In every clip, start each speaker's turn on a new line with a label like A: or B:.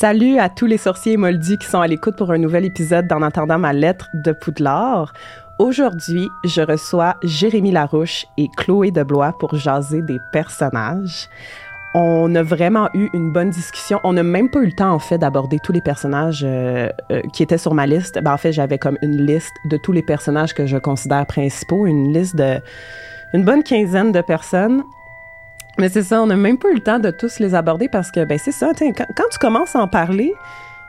A: Salut à tous les sorciers et moldus qui sont à l'écoute pour un nouvel épisode d'En attendant ma lettre de Poudlard. Aujourd'hui, je reçois Jérémy Larouche et Chloé Deblois pour jaser des personnages. On a vraiment eu une bonne discussion. On n'a même pas eu le temps, en fait, d'aborder tous les personnages euh, euh, qui étaient sur ma liste. Ben, en fait, j'avais comme une liste de tous les personnages que je considère principaux, une liste de une bonne quinzaine de personnes. Mais c'est ça, on n'a même pas eu le temps de tous les aborder parce que, ben c'est ça, t'sais, quand, quand tu commences à en parler,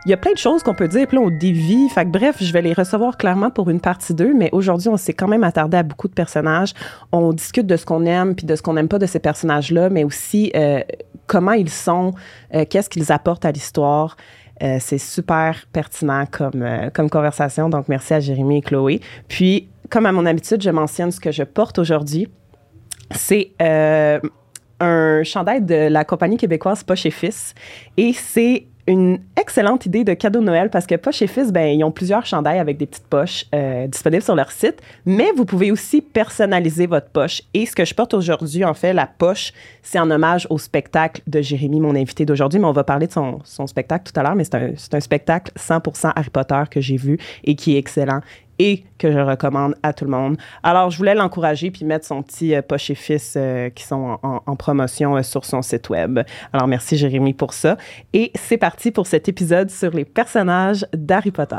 A: il y a plein de choses qu'on peut dire, puis là, on dévie. Fait que bref, je vais les recevoir clairement pour une partie 2, mais aujourd'hui, on s'est quand même attardé à beaucoup de personnages. On discute de ce qu'on aime, puis de ce qu'on n'aime pas de ces personnages-là, mais aussi euh, comment ils sont, euh, qu'est-ce qu'ils apportent à l'histoire. Euh, c'est super pertinent comme, euh, comme conversation, donc merci à Jérémy et Chloé. Puis, comme à mon habitude, je mentionne ce que je porte aujourd'hui. C'est euh, un chandail de la compagnie québécoise Poche et Fils. Et c'est une excellente idée de cadeau de Noël parce que Poche et Fils, ben, ils ont plusieurs chandails avec des petites poches euh, disponibles sur leur site. Mais vous pouvez aussi personnaliser votre poche. Et ce que je porte aujourd'hui, en fait, la poche, c'est en hommage au spectacle de Jérémy, mon invité d'aujourd'hui. Mais on va parler de son, son spectacle tout à l'heure. Mais c'est un, c'est un spectacle 100% Harry Potter que j'ai vu et qui est excellent et que je recommande à tout le monde. Alors, je voulais l'encourager puis mettre son petit euh, poche et fils euh, qui sont en, en- en promotion euh, sur son site web. Alors, merci Jérémy pour ça. Et c'est parti pour cet épisode sur les personnages d'Harry Potter.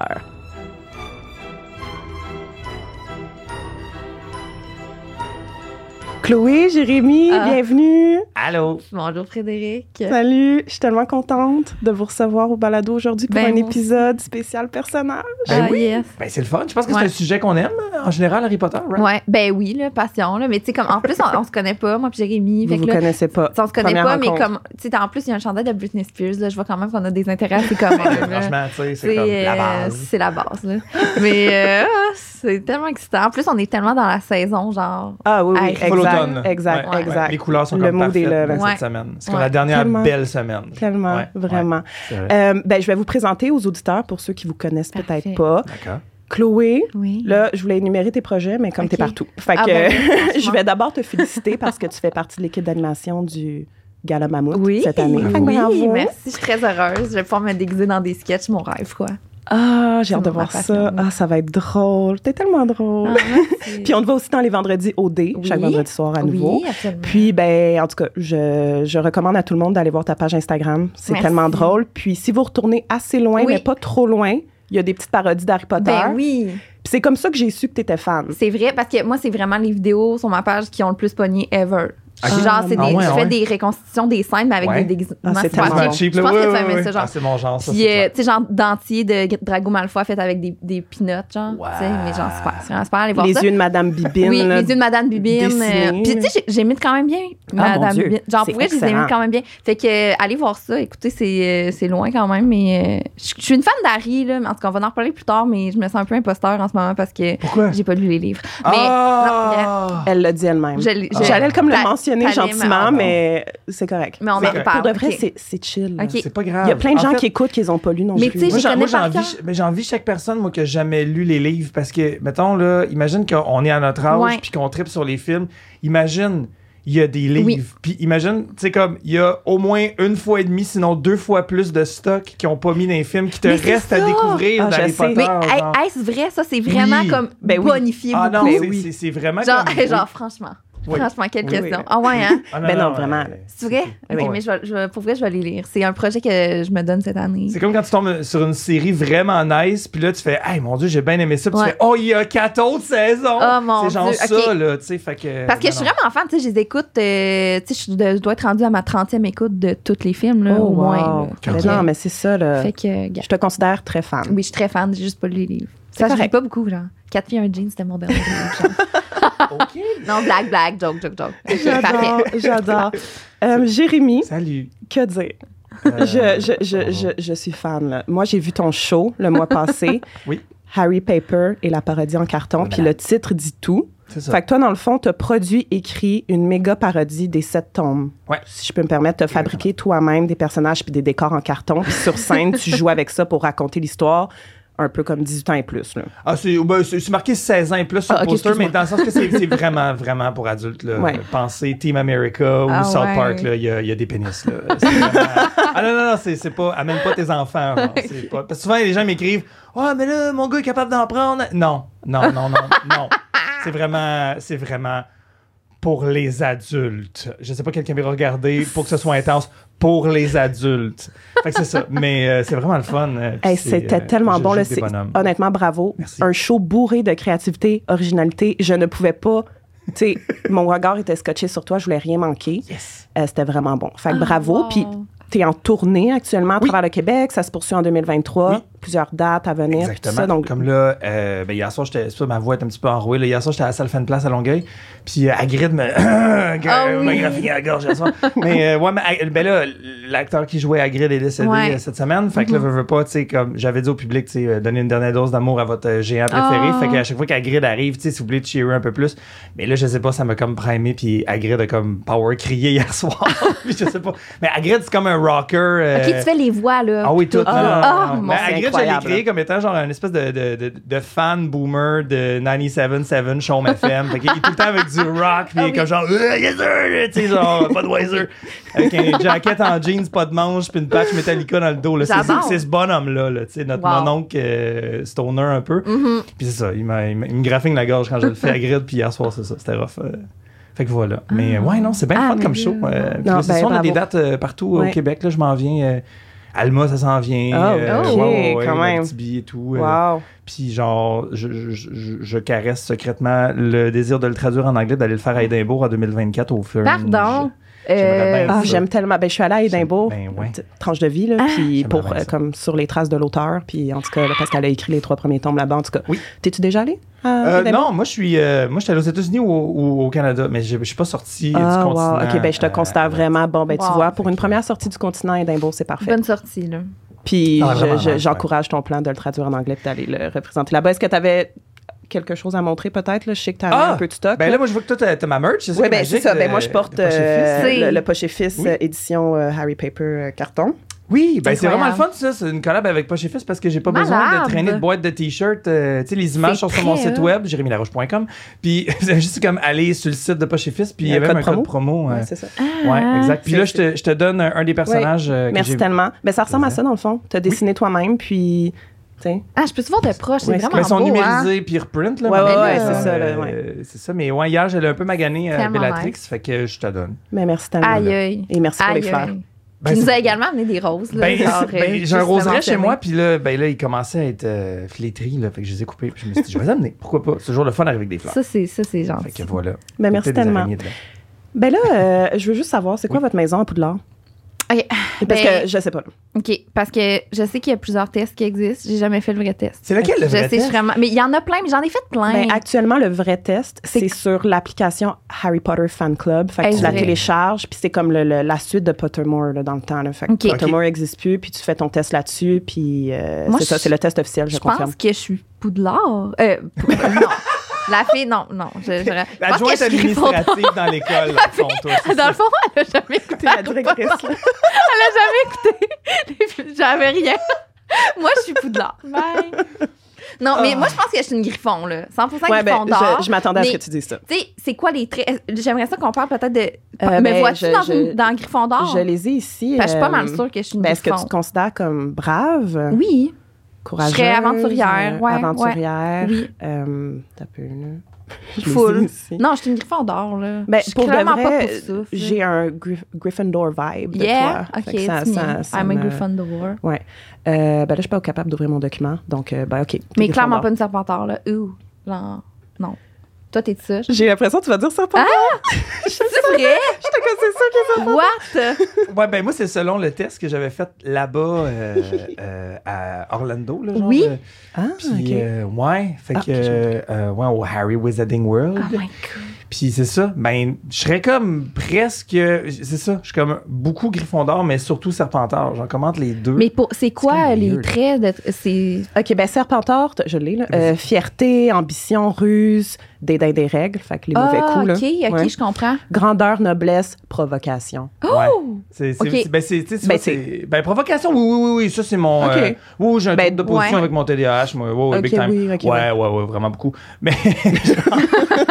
A: Chloé, Jérémy,
B: Ah.
A: bienvenue.
C: Allô?
B: Bonjour Frédéric.
A: Ben Salut, je suis tellement contente de vous recevoir au balado aujourd'hui pour
B: Ben,
A: un
B: moi aussi.
A: épisode spécial personnage.
C: Ben
B: Ah, yes.
C: Ben, c'est le fun. Je pense que c'est
B: Ouais.
C: un sujet qu'on aime, en général, Harry Potter, right?
B: Ouais, ben oui, là, passion, là. Mais tu sais, comme, en plus, on, on se connaît pas, moi, puis Jérémy.
A: Vous
B: Fait
A: vous
B: que là,
A: connaissez pas.
B: on se connaît
A: Première
B: pas, mais
A: rencontre.
B: comme, tu sais, en plus, il y a un chandail de Britney Spears, là. Je vois quand même qu'on a des intérêts assez communs,
C: Ouais,
B: là.
C: Franchement, tu sais, c'est
B: C'est,
C: comme la
B: euh,
C: base.
B: c'est la base, là. Mais euh, c'est tellement excitant. En plus, on est tellement dans la saison, genre.
A: Ah oui, oui,
B: Harry.
C: Faut
A: exact,
C: l'automne.
A: exact,
C: Ouais, ouais.
A: exact.
C: Les couleurs sont
A: Le
C: comme
A: mood est
C: parfaites
A: là, là.
C: dans
B: Ouais.
C: cette semaine. C'est comme
B: Ouais.
C: la dernière
A: Tellement.
C: belle semaine.
A: Tellement,
C: Ouais,
A: vraiment.
C: ouais, c'est vrai.
A: Euh, ben, je vais vous présenter aux auditeurs pour ceux qui vous connaissent
B: Parfait.
A: peut-être pas.
C: D'accord.
A: Chloé,
B: Oui.
A: là, je voulais énumérer tes projets, mais comme
B: Ok.
A: t'es partout. Fait
B: Ah
A: que
B: ben,
A: je vais d'abord te féliciter parce que tu fais partie de l'équipe d'animation du Gala Mammouth
B: oui, Ah,
A: cette année. Fait que
B: oui,
A: bravo.
B: merci. Je suis très heureuse. Je vais pouvoir me déguiser dans des sketchs, mon rêve, quoi.
A: Ah, j'ai hâte de
B: C'est mon
A: voir
B: passion,
A: ça.
B: oui.
A: Ah, ça va être drôle. T'es tellement
B: Ah,
A: drôle. Puis on te voit aussi dans les vendredis au D, chaque
B: Oui.
A: vendredi soir à nouveau.
B: Oui, absolument.
A: Puis, ben, en tout cas, je, je recommande à tout le monde d'aller voir ta page Instagram. C'est
B: Merci.
A: tellement drôle. Puis, si vous retournez assez loin,
B: Oui.
A: mais pas trop loin, il y a des petites parodies d'Harry Potter.
B: ben oui.
A: Puis c'est comme ça que j'ai su que tu étais fan.
B: C'est vrai, parce que moi, c'est vraiment les vidéos sur ma page qui ont le plus pogné ever.
C: Ok.
B: Genre, c'est des,
C: Ah ouais,
B: je
C: ah
B: fais
C: ouais.
B: des reconstitutions des scènes, mais avec
C: Ouais.
B: des déguisements.
A: Ah, c'est
B: spéciaux.
A: tellement
C: Tellement
A: bon.
C: cheap,
B: Je
C: là.
B: pense
C: ouais,
B: que tu
C: ouais,
B: aimé
C: ouais.
B: ça, genre.
C: Ah, c'est mon genre, ça.
B: Puis,
C: c'est
B: euh,
C: clair.
B: tu sais, genre, dentier de Drago Malfoy fait avec des, des peanuts, genre.
C: Ouais.
B: Tu sais, mais genre, super, c'est vraiment super, aller voir
A: les
B: ça.
A: yeux de Madame Bibine.
B: oui,
A: là.
B: les yeux de Madame Bibine.
A: dessinés,
B: euh, Puis, tu sais, j'ai- j'imite quand même bien
A: Ah, mon
B: Madame
A: Dieu,
B: Bibine. Genre,
A: c'est
B: pour vrai, je les
A: excellent.
B: imite quand même bien. Fait que, euh, allez voir ça. Écoutez, c'est euh, c'est loin quand même, mais euh, je je suis une fan d'Harry, là. Mais en tout cas, on va en reparler plus tard, mais je me sens un peu imposteur en ce moment parce que
C: Pourquoi?
B: j'ai pas lu les livres. Mais, non, bref.
C: Ah!
A: Elle l'a dit elle-même.
B: Je l'ai- je-
A: J'allais comme le
B: Ta-
A: mentionner
B: t'allais, mais
A: gentiment,
B: on-
A: mais c'est correct.
B: Mais on en
C: Mais
B: reparle.
A: Pour de vrai,
B: ok.
A: c'est- c'est chill. là.
B: Ok.
C: C'est pas grave.
A: Il y a plein de
C: En
A: gens
C: fait,
A: qui écoutent qui n'ont pas lu non
B: Mais
A: plus.
B: tu sais,
C: Moi,
B: je
C: j'en- moi,
B: connais
C: j'ai
B: par
C: envie,
B: cœur.
C: mais j'ai envie chaque personne, moi, que j'ai jamais lu les livres, parce que, mettons, là, imagine qu'on est à notre
B: Ouais.
C: âge, puis qu'on tripe sur les films. Imagine, il y a des livres.
B: Oui.
C: Puis imagine, tu sais, comme, il y a au moins une fois et demie, sinon deux fois plus de stock qui ont pas mis dans les films, qui te
B: Mais c'est
C: restent à
B: ça!
C: découvrir
A: Ah,
C: dans
A: je
C: les
A: sais.
C: Potter.
B: Mais hey,
C: genre.
B: est-ce vrai? Ça, c'est vraiment
C: Oui.
B: comme
A: Ben oui.
B: bonifié
C: ah non,
B: beaucoup.
C: c'est-
A: oui.
C: c'est c'est vraiment
B: genre,
C: comme-
B: hey, genre, franchement.
C: Oui.
B: Franchement, quelle
C: Oui,
B: question.
C: oui.
B: Ah ouais, hein?
C: Ah
A: Ben non, vraiment.
C: euh,
B: C'est vrai?
C: c'est-
B: Ok,
C: ouais.
B: mais je vais- je vais- pour vrai, je vais les lire. C'est un projet que je me donne cette année.
C: C'est comme quand tu tombes sur une série vraiment nice, puis là tu fais, hey mon dieu, j'ai bien aimé ça, puis
B: Ouais.
C: tu fais, oh, il y a quatre autres saisons!
B: Oh, mon
C: c'est genre
B: Dieu,
C: ça,
B: ok.
C: là, tu sais, fait que.
B: Parce que
C: non,
B: je suis
C: non.
B: vraiment fan, tu sais, je les écoute, euh, tu sais, je, dois- je dois être rendue à ma 30e écoute de tous les films, là,
A: Oh,
B: au moins.
A: wow.
B: là.
A: Mais
B: Fait que-
A: Non, mais euh, c'est ça. là.
B: Fait que, euh, gars,
A: Je te considère très fan.
B: oui, je suis très fan, j'ai juste pas lu les livres. Ça, je
A: correct.
B: lis pas beaucoup, genre. 4 filles, un jean, c'était mon dernier livre, genre.
C: Ok.
B: Non, blague, blague, joke, joke, joke.
A: J'adore, j'adore. Euh, Jérémy,
C: Salut.
A: que dire?
C: Euh, oh.
A: Je, je, je,
C: pardon.
A: je, je suis fan. là. Moi, j'ai vu ton show le mois passé.
C: Oui.
A: Harry Paper et la parodie en carton,
C: Voilà.
A: puis le titre dit tout.
C: C'est ça.
A: Fait que toi, dans le fond, t'as produit, écrit une méga parodie des sept tombes.
C: Ouais.
A: Si je peux me permettre, t'as
C: Exactement.
A: fabriqué toi-même des personnages puis des décors en carton. Puis sur scène, tu joues avec ça pour raconter l'histoire. un peu comme 18 ans et plus. Là.
C: Ah, c'est ben, c'est- c'est marqué 16 ans et plus sur
A: Ah,
C: le
A: ok,
C: poster,
A: excuse-moi.
C: mais dans le sens que c'est c'est vraiment, vraiment pour adultes. Là.
A: Ouais.
C: Pensez Team America ou
B: Ah,
C: South
B: ouais.
C: Park, là, il y, a- il y a des pénis. Là. C'est vraiment- ah non, non, non, c'est c'est pas. Amène pas tes enfants. genre, c'est pas- Parce que souvent, les gens m'écrivent Ah, mais là, mon gars est capable d'en prendre. Non, non, non, non, non. C'est vraiment. C'est vraiment. Pour les adultes. Je sais pas quelqu'un veut regarder pour que ce soit intense. Pour les adultes. Fait que c'est ça. Mais euh, c'est vraiment le fun. euh, puis
A: Hey,
C: c'est,
A: C'était
C: euh,
A: tellement
C: je
A: bon.
C: joue
A: là,
C: des
A: c'est-
C: bonhommes.
A: honnêtement, bravo.
C: Merci.
A: Un show bourré de créativité, originalité. Je ne pouvais pas. tu sais, mon regard était scotché sur toi, je voulais rien manquer.
C: Yes.
A: Euh, C'était vraiment bon. Fait que bravo.
B: wow.
A: Puis, tu es en tournée actuellement à travers le Québec. Ça se poursuit en 2023.
C: Oui.
A: Plusieurs dates à venir. tout
C: Exactement.
A: ça, donc,
C: Comme là, euh, ben, hier soir, j'étais, c'est ça, ma voix est un petit peu enrouée. Là. Hier soir, j'étais à la salle Fan Place à Longueuil. Puis euh, Hagrid me.
B: Ah oui.
C: m'a graffiné à la gorge hier soir. mais euh, ouais, mais, Hag- ben là, l'acteur qui jouait Hagrid est décédé
B: Ouais. Mm-hmm.
C: euh, cette semaine. Fait que là, veux, veux pas, tu sais, comme j'avais dit au public, tu sais, euh, donnez une dernière dose d'amour à votre euh, géant préféré.
B: Ah.
C: Fait qu'à chaque fois qu'Hagrid arrive, tu sais, si vous voulez cheerer un peu plus. Mais là, je sais pas, ça m'a comme primé. Puis Hagrid a comme power crié hier soir. puis je sais pas. Mais Hagrid, c'est comme un rocker. euh,
B: Ok, tu fais les voix, là.
C: ah oui, tout.
A: Ah,
B: ah, mon
C: Mais
A: Dieu,
C: Hagrid, je l'ai
A: incroyable.
C: créé comme étant genre un espèce de, de, de, de fan boomer de 97.7 Show FM. fait qu'il est tout le temps avec du rock,
B: Ah
C: puis il est comme genre, Euh, yes sir, tu sais, genre, Budweiser. Avec une jacket en jeans, pas de manches, puis une patch Metallica dans le dos. là. C'est- C'est
B: J'adore.
C: c'est ce bonhomme-là, là, tu sais, notre
B: Wow. Mm-hmm.
C: mononcle euh, stoner un peu. Puis c'est ça, il, m'a- il m'a- il me graffine la gorge quand je le fais à grid, puis hier soir, c'est ça, c'était rough. euh. Fait que voilà. Mais ouais, non, c'est bien
B: Ah,
C: fun
B: mais
C: comme
B: là-
C: show. euh, puis
A: Non,
C: là, c'est
A: ben,
C: ça, on a des
A: bravo.
C: dates euh, partout euh,
A: Ouais.
C: au Québec. Là, je m'en viens. euh, Alma, ça s'en vient. euh,
A: Ah, ok, quand
C: le
A: même.
C: petit billet et tout. euh,
A: wow.
C: Puis genre, je, je- je- je caresse secrètement le désir de le traduire en anglais, d'aller le faire à Édimbourg en 2024 au fur
B: Pardon.
C: J'aimerais bien
A: Ah,
C: ça.
A: j'aime tellement. Ben, je suis allée à Édimbourg,
C: Ben ouais.
A: t- tranche de vie, là, puis
C: J'aimerais
A: pour,
C: bien
A: euh,
C: ça.
A: comme sur les traces de l'auteur, puis en tout cas, là, parce qu'elle a écrit les trois premiers tomes là-bas, en tout cas.
C: Oui.
A: T'es-tu déjà allée à
C: Euh,
A: Édimbourg?
C: non, moi je suis, euh, moi j'étais allé aux États-Unis ou, ou au Canada, mais je, je suis pas sorti euh,
A: Ah,
C: du
A: wow.
C: continent.
A: OK, ben je te
C: euh,
A: considère vraiment. Bon, ben tu
B: wow. Ben,
A: vois, pour
C: Fait
A: une
C: que-
A: première sortie du continent, Édimbourg, c'est parfait.
B: Bonne sortie, là.
A: Puis
C: Ah,
A: je-
C: vraiment,
A: je-
C: ouais.
A: j'encourage ton plan de le traduire en anglais puis d'aller le représenter là-bas. Est-ce que tu avais quelque chose à montrer peut-être? là? Je sais que tu as
C: Ah!
A: un peu de stock.
C: Ben là, moi je vois que toi t'as t'as ma merch, c'est ça?
A: oui,
C: qui est
A: ben c'est
C: magique,
A: ça. Ben
C: le-
A: moi, je porte
C: le poche et fils.
A: euh,
B: fils.
A: le, le poche et fils
C: Oui.
A: euh, édition euh, Harry Paper euh, carton.
C: Oui, ben c'est
B: Incroyable.
C: vraiment le fun ça, c'est une collab avec Poche et Fils parce que j'ai pas
B: Malade.
C: besoin de traîner de boîte de t-shirts, euh, tu sais les images
B: C'est
C: sont sur mon
B: très hein.
C: site
B: hot.
C: web jeremylaroche.com puis vous avez juste comme aller sur le site de Poche et Fils puis il y avait même un code promo. euh,
A: Ouais, c'est ça.
C: ouais,
B: Ah,
C: exact. Puis
A: C'est-
C: là je te, je te donne un, un des personnages euh, que
A: Merci
C: j'ai-
A: tellement. Ben ça ressemble à
C: Plaisir.
A: ça dans le fond. Tu as dessiné toi-même, puis. tu sais.
B: Ah, je peux souvent de proche, c'est
A: Ouais,
B: vraiment
C: Mais ils sont
B: beau, hein.
C: numérisés puis reprint là.
A: Ouais,
C: mais
A: ouais,
C: là,
B: ouais, c'est
A: ça, là,
C: euh,
A: ouais.
C: C'est ça mais ouais, hier j'allais un peu magané euh,
B: Tellement
C: Bellatrix
B: nice.
C: fait que je te donne.
A: Mais ben, merci tellement.
B: Aïe, aïe.
A: Et merci pour les
B: Aïe,
A: fleurs.
B: aïe.
C: Ben,
B: tu nous
C: c'est-
B: as également amené des roses. là,
C: Ben,
B: genre,
C: c'est- ben,
B: euh,
C: j'ai un roseraie
B: justement
C: chez moi,
B: fermé.
C: puis là, ben là, il commençait à être euh, flétri, là, fait que je les ai coupés, puis je me suis dit, je vais les amener, pourquoi pas, c'est toujours le fun d'arriver avec des fleurs.
B: Ça, c'est ça, c'est
C: Fait que
B: gentil.
C: voilà.
A: Ben, merci
C: Peut-être des
A: tellement.
C: araignées dedans.
A: Ben là, euh, je veux juste savoir, c'est quoi votre maison à Poudlard?
B: Ok.
A: Parce
B: Ben-
A: que je sais pas.
B: OK, parce que je sais qu'il y a plusieurs tests qui existent. J'ai jamais fait le vrai test.
C: C'est lequel
B: Je
C: le vrai
B: sais, je suis
C: test?
B: vraiment. Mais il y en a plein, mais j'en ai fait plein.
A: Ben, actuellement, le vrai test,
B: Hein? C'est-
A: c'est sur l'application Harry Potter Fan Club. Fait que
B: Hey,
A: tu la
B: vrai.
A: télécharges, puis c'est comme le- le- la suite de Pottermore là, dans le temps. là. Fait que
B: Ok.
A: Pottermore n'existe plus, puis tu fais ton test là-dessus, puis euh,
B: Moi,
A: c'est ça,
B: je-
A: c'est le test officiel, je,
B: je
A: confirme.
B: pense que je suis Poudlard. Euh, Poudlard, non. La fille, non, non. Je, je, je pense que
C: L'adjointe
B: je suis Gryffondor.
C: administrative dans l'école, là, sont tous. c'est
B: Dans
C: ça.
B: le fond, elle a jamais écouté.
A: la
B: Harry
A: directrice,
B: Potter. Elle a jamais écouté. les- J'avais rien. moi, je suis Poudlard. Bye. Non, mais moi, je pense que je suis une Griffon, là. 100%
A: Oh. Ouais, ben,
B: Gryffondor.
A: je, je m'attendais à ce
B: Mais-
A: que tu dises ça.
B: Tu sais, c'est quoi les traits? J'aimerais ça qu'on parle peut-être de.
A: Euh,
B: me
A: ben,
B: vois-tu
A: je-
B: dans,
A: je-
B: une- dans Gryffondor?
A: Je les ai ici.
B: Parce que Ah. Ben, je suis pas mal
A: euh,
B: sûre que je suis une
A: ben, Est-ce que tu
B: Griffon.
A: te considères comme brave,
B: Oui.
A: courageuse?
B: aventurière,
A: euh,
B: ouais, ouais.
A: Aventurière.
B: Oui.
A: Euh, t'as peu, là. Je les ai
B: Full.
A: ici.
B: Non, je suis une Gryffondor, là.
A: Ben,
B: je suis
A: pour de
B: clairement pas
A: vrai,
B: pour ça.
A: j'ai un Gry- Gryffindor vibe de
B: Yeah,
A: toi. Fait
B: ok,
A: que ça-
B: it's me.
A: ça- ça
B: I'm a
A: me-
B: Gryffondor.
A: Ouais. Euh, ben là, je suis pas capable d'ouvrir mon document, donc euh, ben ok. t'es
B: Mais
A: Gryffondor.
B: clairement pas une serpenteur, là. Ouh, là, non. Toi, t'es de ça. je-
A: J'ai l'impression que tu vas dire ça
B: Ah,
A: pas.
B: C'est vrai?
A: J'étais comme c'est ça que ça.
B: What?
C: Ouais, ben moi, c'est selon le test que j'avais fait là-bas euh, euh, à Orlando, là, genre.
B: Oui.
C: euh,
A: Ah,
C: Puis,
A: ok.
C: euh, ouais, fait
A: Ah,
C: que,
A: ok, j'ai Ah,
C: euh, ouais, au Harry Wizarding World.
B: Oh my god.
C: Puis c'est ça, ben, je serais comme presque. C'est ça, je suis comme beaucoup Gryffondor, mais surtout Serpentard. J'en commente les deux.
B: Mais pour- c'est
C: comme
B: quoi les
C: weird.
B: traits de. C'est.
A: OK, ben Serpentard, t- je l'ai, là. Euh, fierté, ambition, ruse, dédain des règles, fait que les mauvais
B: Ah,
A: coups, là.
B: OK, OK,
A: Ouais.
B: je comprends.
A: Grandeur, noblesse, provocation.
C: Ouais.
B: Oh!
C: C'est, c'est,
B: Ok.
C: c'est- ben, c'est, tu sais,
A: Ben,
C: c'est- c'est- ben, provocation, oui, oui, oui, oui, ça, c'est mon.
A: Ok.
C: euh, oui, oui, j'ai un
A: Ben,
C: trouble de position
B: ouais.
C: avec mon TDAH, moi, ouais, ouais,
A: Ok,
C: big time.
A: oui, ok,
C: ouais, ouais, ouais, vraiment beaucoup. Mais, genre,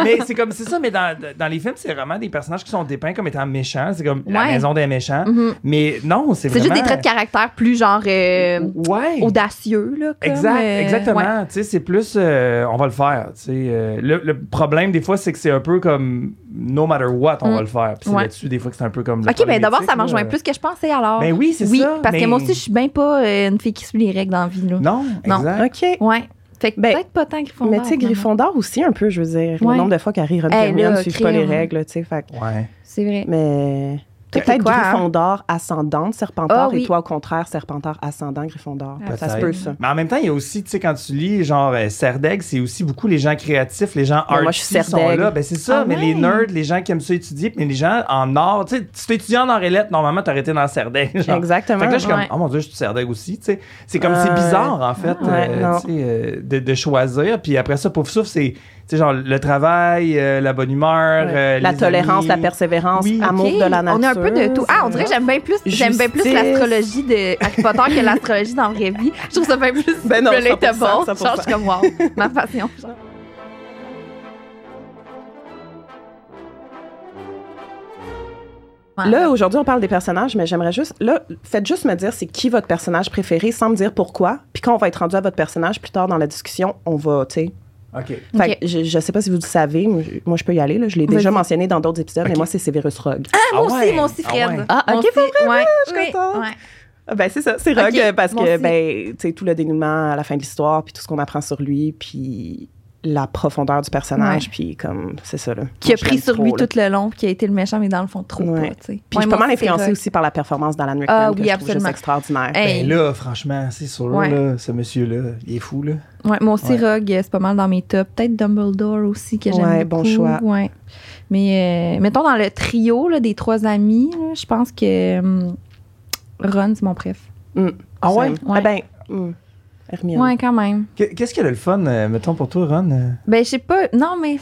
C: mais c'est comme, c'est ça, mais dans, dans les films, c'est vraiment des personnages qui sont dépeints comme étant méchants. C'est comme la
B: Ouais. Mm.
C: maison des méchants. Mais non, c'est,
B: Mhm. C'est
C: vraiment.
B: juste des traits de caractère plus genre euh,
C: Ouais.
B: audacieux, là. comme,
C: Exact,
B: euh,
C: exactement.
B: ouais.
C: Tu sais, c'est plus, euh, on va le faire. tu sais. Euh, le, le problème des fois, c'est que c'est un peu comme, no matter what, on
B: Mm.
C: va le faire. Puis c'est
B: Ouais.
C: là-dessus des fois que c'est un peu comme. le
B: OK, ben
C: problème
B: d'abord,
C: éthique,
B: ça me
C: là.
B: rejoint plus que je pensais alors.
C: Ben oui, c'est
B: oui,
C: ça.
B: parce
C: mais-
B: que moi aussi, je suis bien pas euh, une fille qui suit les règles dans la vie, là.
C: Non,
B: Non.
C: exact.
A: OK.
B: Ouais. Fait que
A: Ben,
B: peut-être pas tant Gryffondor.
A: Mais tu sais,
B: finalement.
A: Gryffondor aussi, un peu, je veux dire. Le
B: Ouais.
A: nombre de fois qu'Harry, Ron,
B: Hey,
A: Hermione ne
B: là,
A: suivent pas
B: crime.
A: les règles, tu sais, fait que-
C: Ouais.
B: hein. C'est vrai.
A: Mais...
B: Toi,
A: Peut-être
B: t'es quoi, hein?
A: Gryffondor ascendante, Serpentard,
B: Ah, oui.
A: et toi, au contraire, Serpentard ascendant, Gryffondor.
B: Ah,
A: ça se
C: peut-être.
A: peut, ça.
C: Mais en même temps, il y a aussi, tu sais, quand tu lis, genre, euh, Serdeg, c'est aussi beaucoup les gens créatifs, les gens
A: Ouais,
C: artistes
A: moi, je suis
C: sont
A: Serdaigle.
C: là. Ben, c'est ça,
B: Ah
C: mais
B: ouais.
C: les nerds, les gens qui aiment ça étudier, mais les gens en art, tu sais, si t'étudies en art et lettres, normalement, t'aurais été dans Serdeg. Genre.
A: Exactement.
C: Fait que là, je suis comme,
B: Ouais.
C: oh mon dieu, je suis Serdeg aussi, tu sais. C'est comme, c'est
A: Ouais.
C: bizarre, en fait,
A: Ouais,
C: euh,
A: non.
C: tu sais, euh, de, de choisir. Puis après ça, Pouf Souffle, c'est, tu sais, genre, le travail, euh, la bonne humeur,
A: Ouais.
C: euh,
A: la
C: les
A: tolérance,
C: amis.
A: la persévérance,
C: Oui,
A: amour
B: Ok,
A: de la nature.
B: On a un peu de tout. Ah, on dirait que j'aime bien plus, j'aime bien plus
A: Justice.
B: l'astrologie de Harry Potter que l'astrologie dans la vraie vie. Je trouve ça bien plus
A: Ben non, 100%,
B: relatable.
A: 100%.
B: Genre, je suis comme wow, ma passion. genre. Ouais.
A: Là, aujourd'hui, on parle des personnages, mais j'aimerais juste. Là, faites juste me dire c'est qui votre personnage préféré sans me dire pourquoi. Puis quand on va être rendu à votre personnage plus tard dans la discussion, on va, tu sais.
C: OK.
A: Fait
B: Ok.
A: que je, je sais pas si vous le savez, mais je- moi je peux y aller, là. je l'ai déjà
B: Vas-y.
A: mentionné dans d'autres épisodes, mais
C: Ok.
A: moi c'est Severus Rogue.
B: Ah, moi
C: Ah
B: aussi,
C: ouais,
B: moi aussi,
C: ah
B: Fred.
C: ouais.
A: Ah, ok,
B: Moi aussi, ouais,
A: je
B: oui,
A: suis contente.
B: ouais.
A: Ah, Ben c'est ça, c'est Rogue
B: Ok,
A: euh, parce
B: moi
A: que
B: aussi.
A: ben tu sais tout le dénouement à la fin de l'histoire, puis tout ce qu'on apprend sur lui, puis la profondeur du personnage, puis comme c'est ça là.
B: Qui a
A: Je
B: pris
A: l'aime
B: sur
A: trop,
B: lui
A: là.
B: tout le long, puis qui a été le méchant, mais dans le fond, trop
A: Ouais.
B: pas, tu sais.
A: Puis je suis pas mal influencée aussi par la performance dans la Rickman,
B: Ah,
A: que je trouve
B: oui,
A: juste
B: absolument. Eh,
A: extraordinaire.
B: Hey,
C: Ben là, franchement, c'est sûr,
B: Ouais.
C: là, ce monsieur-là, il est fou, là.
B: Ouais, moi aussi,
C: Ouais.
B: Rogue, euh, c'est pas mal dans mes tops. Peut-être Dumbledore aussi, que j'aime
A: Ouais,
B: beaucoup.
A: bon choix.
B: Ouais. Mais euh, mettons dans le trio là, des trois amis, là, je pense que hum, Ron, c'est mon préf.
C: Ah ouais?
A: Sam.
B: Ouais.
A: Ah ben, hmm, Hermione.
B: Ouais, quand même.
C: Que- Qu'est-ce qu'il y a de le fun, euh, mettons, pour toi, Ron? euh?
B: Ben, je sais pas. Non, mais.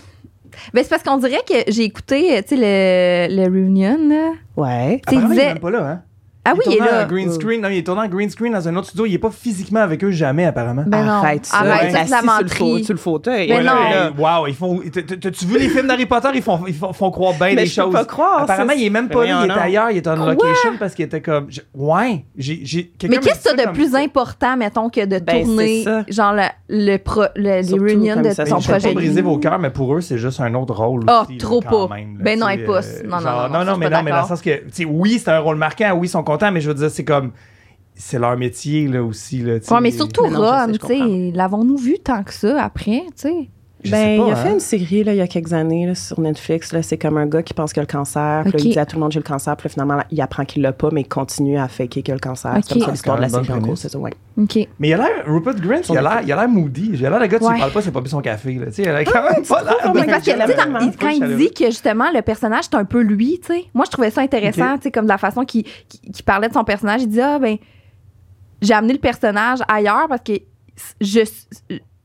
B: Ben, c'est parce qu'on dirait que j'ai écouté, euh, tu sais, le, le Reunion, là.
A: Ouais.
B: Tu sais,
C: Apparemment, il est
B: disais-
C: même pas là, hein?
B: Ah oui, il est
C: tournant en
B: là.
C: green
A: Oui.
C: screen. Non, il est tourné en green screen dans un autre studio. Il est pas physiquement avec eux jamais, apparemment.
B: Ben non.
A: Arrête ça.
B: Arrête,
A: Ouais.
B: c'est de la
A: Assis sur le
B: menterie.
A: fauteuil- sur le fauteuil.
B: Ben
C: Ouais,
B: non.
C: là, hey, wow, ils font. t- t- T'as-tu vu les films d'Harry Potter? Ils font, ils font, font croire bien
A: Mais
C: des
A: je peux
C: choses.
A: pas croire.
C: Apparemment,
A: ça, Ben
C: il est même pas là. Il est
A: Voyons
C: ailleurs. Il est en location parce qu'il était comme. je- Ouais. J'ai. j'ai- quelqu'un
B: Mais
C: m'a
B: qu'est-ce
C: dit ça
B: que t'as de
C: comme-
B: plus important, mettons, que de
A: Ben, c'est
B: tourner,
A: ça.
B: genre, le, le pro, le, les
A: Surtout
B: Reunions
A: comme
B: de
A: ça,
C: Ben,
B: son
C: je vais
B: projet de
C: pas briser
B: vie.
C: vos cœurs, mais pour eux, c'est juste un autre rôle.
B: Ah,
C: aussi, là,
B: trop
C: quand
B: pas.
C: même, là,
B: Ben non,
C: tu sais,
B: elle pousse.
C: euh,
B: Non, non,
C: genre,
B: non, non, je suis
C: mais
B: pas
C: non, mais dans le
B: d'accord.
C: sens que, tu sais, oui, c'est un rôle marquant, oui, ils sont contents, mais je veux dire, c'est comme, c'est leur métier, là, aussi, là. tu sais.
B: Ouais, mais surtout
A: Mais non, je sais,
B: Ron,
A: je
B: tu sais, l'avons-nous vu tant que ça après, tu sais?
C: Je
A: Ben,
C: sais pas,
A: il a
C: hein.
A: fait une série là, il y a quelques années là, sur Netflix. Là, c'est comme un gars qui pense qu'il a le cancer. Puis là,
B: Ok.
A: il dit à tout le monde j'ai le cancer. Puis là, finalement, là, il apprend qu'il l'a pas, mais il continue à faker qu'il a le cancer.
B: Ok.
A: C'est comme ça
B: Ah,
A: l'histoire de la
C: c'est quand
A: série
C: même
A: en
C: bonne
A: gros.
C: prémisse.
A: C'est ça, ouais.
B: OK.
C: Mais il a l'air, Rupert Grint, il a l'air, il a l'air moody. Il a l'air le gars, tu lui
B: Ouais. Ah,
C: parles pas, c'est pas bu son café, là. Tu sais, il a l'air quand même pas l'air.
A: Mais
B: Mais parce que,
A: j'aime
B: tu sais, dans-
A: vraiment
B: il- quand il dit que justement le personnage c'est un peu lui, tu sais. Moi je trouvais ça intéressant,
C: Ok.
B: tu sais, comme de la façon qu'il qu'il- qu'il parlait de son personnage, il dit ah ben j'ai amené le personnage ailleurs parce que je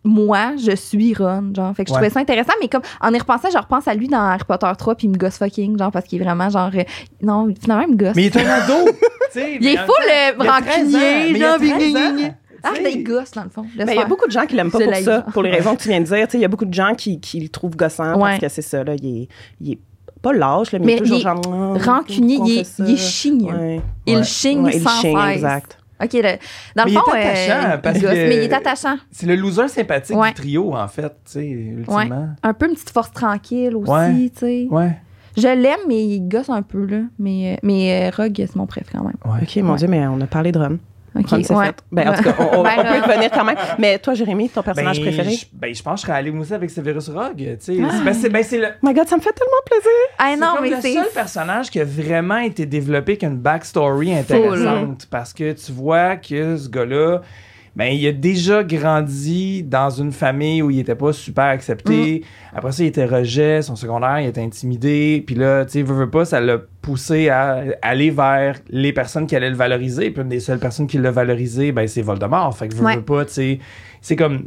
B: moi je suis Ron, genre. Fait que je
C: Ouais.
B: trouvais ça intéressant, mais comme en y repensant, je repense à lui dans Harry Potter 3 puis il me gosse fucking, genre parce qu'il est vraiment genre euh, non finalement il me gosse.
C: Mais il est un ado. tu sais,
B: il
C: mais
B: est
C: en
B: fou
C: même
B: le
C: temps, il a 13 ans, mais
B: rancunier,
C: il a
B: genre.
C: 13 ans,
B: gna, gna, gna. Ah,
C: tu sais.
B: c'est il gosse dans le fond. laisse
A: Ben, il y a
B: faire.
A: beaucoup de gens qui l'aiment pas
B: Je
A: pour
B: l'haïs.
A: ça, pour les raisons que tu viens de dire. Tu sais, Il y a beaucoup de gens qui, qui le trouvent gossant parce
B: Ouais.
A: que c'est ça. Là, il, est, il est pas lâche, là, mais,
B: Mais
A: il est toujours
B: il est
A: genre. Ah,
B: Rancunier,
A: pourquoi on
B: il
A: fait
B: est,
A: ça?
B: il est chigneux.
A: Ouais.
C: Ouais.
B: Il chigne
A: Ouais, il
B: sans
A: chigne,
B: cesse.
A: exact.
B: OK, le- dans
C: Mais
B: le
C: il est
B: fond, euh,
C: attachant, parce
B: il gosse,
C: que-
B: mais il est attachant.
C: C'est le loser sympathique
B: Ouais.
C: du trio, en fait, tu sais, ultimement.
B: Un peu une petite force tranquille aussi, tu
C: Ouais.
B: sais.
C: Ouais.
B: Je l'aime, mais il gosse un peu, là. Mais, euh, mais euh, Rogue, c'est mon préf quand même.
C: Ouais.
A: Ok, mon
B: Ouais.
A: Dieu, mais on a parlé de Ron.
B: OK,
A: Ron, c'est
B: ouais.
A: fait. Ben, en tout cas, on, on-
B: Ben,
A: on peut y
B: Ron.
A: revenir quand même. Mais toi, Jérémy, ton personnage
C: Ben,
A: préféré?
C: Je, ben, je pense que je serais allé moi aussi avec Severus Rogue. tu sais. C'est-
B: Ah.
C: Ben, c'est ben, c'est le,
A: Oh my God, ça me fait tellement plaisir.
B: Ah
C: c'est
B: non,
C: comme
B: mais
C: le
B: c'est...
C: seul personnage qui a vraiment été développé qu'une backstory intéressante. Parce que tu vois que ce gars-là, ben, il a déjà grandi dans une famille où il n'était pas super accepté.
B: Mm.
C: Après ça, il était rejet, son secondaire, il était intimidé. Puis là, tu sais, veut, veut pas, ça l'a poussé à aller vers les personnes qui allaient le valoriser. Puis une des seules personnes qui l'a valorisé, ben, c'est Voldemort. Fait que veut,
B: Ouais.
C: veut pas, tu sais, c'est comme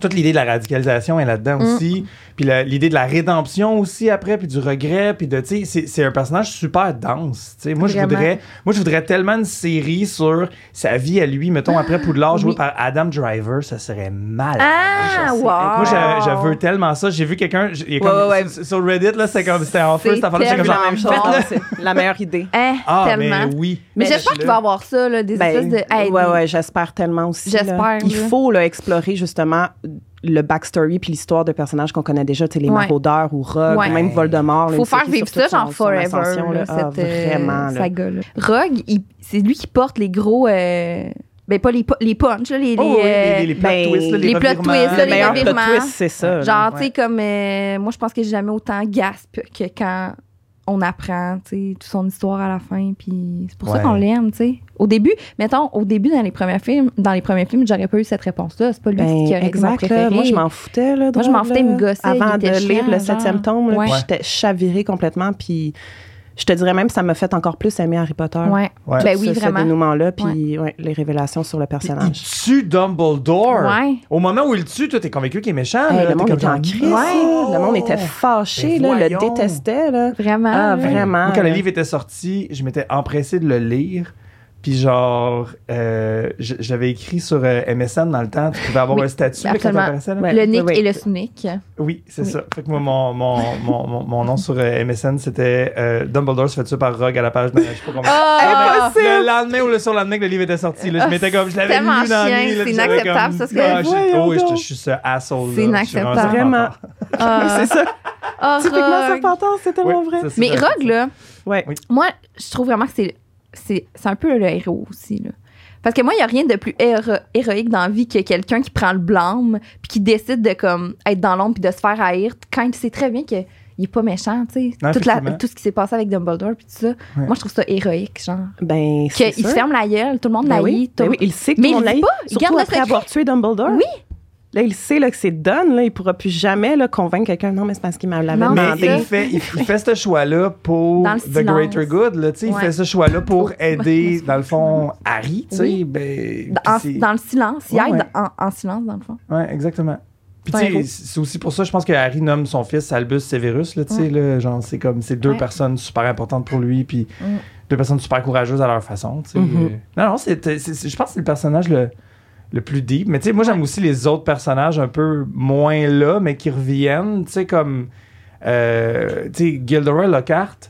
C: toute l'idée de la radicalisation est là-dedans
B: Mm.
C: aussi. Puis la- l'idée de la rédemption aussi après, puis du regret, puis de, tu sais, c'est- c'est un personnage super dense. tu sais. Moi, je
B: Vraiment.
C: voudrais, moi, je voudrais tellement une série sur sa vie à lui, mettons, après Poudlard, joué
B: oui.
C: par Adam Driver, ça serait mal.
B: Ah, wow!
C: Moi, je, je veux tellement ça. J'ai vu quelqu'un, j- il y a comme-
A: Ouais, ouais, ouais.
C: Sur, sur Reddit, là, c'était comme, c'était en feu,
B: C'est
C: cette affaire-là. J'étais comme
A: J'ai vu
C: genre,
A: la même chose.
C: faites-le.
A: C'est la meilleure idée.
B: Hein,
C: Ah,
B: tellement.
C: mais oui.
B: Mais, Ben,
C: Faites-le.
B: j'espère qu'il va y avoir ça, là, des
A: Ben,
B: espèces de. Hey,
A: ouais,
B: des-
A: ouais, j'espère tellement aussi. là.
B: J'espère,
A: Il
B: là.
A: faut là, explorer justement le backstory puis l'histoire de personnages qu'on connaît déjà, tu sais, les
B: Ouais.
A: maraudeurs ou Rogue,
B: Ouais.
A: même Voldemort. là,
B: Faut
A: une
B: faire
A: série
B: vivre
A: sur
B: ça,
A: toute son-
B: genre
A: son
B: forever,
A: ascension,
B: là,
A: là. Ah,
B: cette euh,
A: vraiment. là.
B: saga-là. Rogue, il- c'est lui qui porte les gros. euh, ben, pas les, po- les punchs, là, les.
C: Oh, oui,
B: euh,
C: les, les plot
A: ben,
C: twists, là, les,
B: les plot
C: revirements.
B: twists, là,
A: Le
B: les
A: meilleur plot
B: revirements.
A: twist, c'est ça. là.
B: Genre,
C: Ouais.
B: tu sais, comme. euh, moi, je pense que j'ai jamais autant gasp que quand on apprend, tu sais, toute son histoire à la fin. Puis c'est pour ça
C: Ouais.
B: qu'on l'aime, tu sais. Au début, mettons, au début, dans les premiers films, dans les premiers films, j'aurais pas eu cette réponse-là. C'est pas lui
A: Ben,
B: qui aurait été mon
A: exact,
B: préféré.
A: là, moi je m'en foutais. Là,
B: Moi, je
A: drôle,
B: m'en foutais, il me
A: là.
B: gossait, il
A: Avant de
B: était
A: lire
B: chiant,
A: le
B: genre.
A: septième tome, là,
B: Ouais.
A: puis j'étais chavirée complètement. Puis je te dirais même, ça m'a fait encore plus aimer Harry Potter.
B: Ouais.
C: Ouais.
B: Ben
A: Tout
B: oui,
A: ça, Ce
B: vraiment.
A: dénouement-là, puis ouais, les révélations sur le
C: Il
A: personnage.
C: tue Dumbledore.
B: Ouais.
C: Au moment où il le tue, toi, t'es convaincu qu'il est méchant.
A: Hey,
C: là,
A: le
C: T'es
A: monde
C: comme
A: était en
C: genre, oh!
A: crise. Le
C: Ouais.
A: monde était fâché,
C: Mais
A: là, le
C: voyons.
A: détestait. Là.
B: Vraiment.
A: Ah,
B: là.
A: vraiment.
C: Moi, quand le
A: là.
C: livre était sorti, je m'étais empressé de le lire. Puis genre, euh, je, je l'avais écrit sur euh, MSN dans le temps. Tu pouvais avoir
B: Oui,
C: un statut là, quand
B: absolument.
C: t'apparaissais, là.
A: Ouais.
B: Le Nick
A: Oui, oui.
B: et le Sunic.
C: Oui, c'est
B: Oui.
C: ça. Fait que moi, mon, mon, mon, mon, mon nom sur euh, MSN, c'était euh, Dumbledore se fait tuer par Rogue à la page de je sais pas combien.
B: Ah!
C: Le lendemain ou le surlendemain que le livre était sorti, là, je
B: Ah,
C: m'étais comme, je l'avais lu
B: tellement
C: dans la
B: chien,
C: nuit, là,
B: c'est
C: puis j'avais
B: inacceptable,
C: comme,
B: ça, ce que-
C: ah, j'ai-
A: Voyons
C: oh, oui, je,
A: donc.
C: je suis ce asshole.
B: C'est inacceptable.
A: Vraiment.
B: Ah.
A: C'est ça.
B: Ah,
A: Typiquement
B: Rogue.
A: serpentant, c'est tellement vrai.
B: Mais Rogue, là,
A: Ouais.
C: Oui.
B: moi, je trouve vraiment que c'est, c'est, c'est un peu le héros aussi. Là. Parce que moi, il n'y a rien de plus héro- héroïque dans la vie que quelqu'un qui prend le blâme puis qui décide de comme être dans l'ombre puis de se faire haïr quand il sait très bien qu'il n'est pas méchant, tu sais.
C: Non,
B: Toute la-
C: effectivement.
B: Tout ce qui s'est passé avec Dumbledore puis tout ça. Moi, je trouve ça héroïque, genre.
A: Ben, c'est
B: Qu'il se
A: sûr.
B: ferme la gueule, tout le monde
A: Ben
B: l'haït.
A: oui.
B: tout-
A: Ben oui, il sait que tout le
B: Mais il
A: monde
B: le dit
A: l'haït,
B: pas, il
A: surtout
B: garde le
A: après
B: secret.
A: avoir tué Dumbledore.
B: Oui.
A: Là, il sait là, que c'est done. Là, il pourra plus jamais là, convaincre quelqu'un. Non, mais c'est parce qu'il m'a l'avait
B: Non,
C: Mais
B: c'est ça.
A: demandé.
C: il fait, il, il fait ce choix-là pour
B: Dans le
C: The Greater
B: silence.
C: Good. Là, tu sais, Il
B: Ouais.
C: fait ce choix-là
B: Pour-
C: pour aider, dans le fond, Harry. tu sais,
B: Oui.
C: ben,
B: En-
C: puis c'est-
B: dans le silence. Il
C: Ouais,
B: aide
C: ouais.
B: En, en silence, dans le fond.
C: Ouais, exactement. Puis
B: C'est un
C: tu sais,
B: héros.
C: c'est aussi pour ça, je pense que Harry nomme son fils Albus Severus. Là, tu sais,
B: Ouais.
C: là, genre, c'est comme c'est deux
B: Ouais.
C: personnes super importantes pour lui, puis
B: Mm.
C: deux personnes super courageuses à leur façon. tu sais.
B: Mm-hmm.
A: Mhm.
C: Non, non, c'est, c'est- c'est- je pense que c'est le personnage le, le plus deep. Mais tu sais, moi, j'aime aussi les autres personnages un peu moins là, mais qui reviennent, tu sais, comme euh, tu sais, Gilderoy Lockhart. tu sais,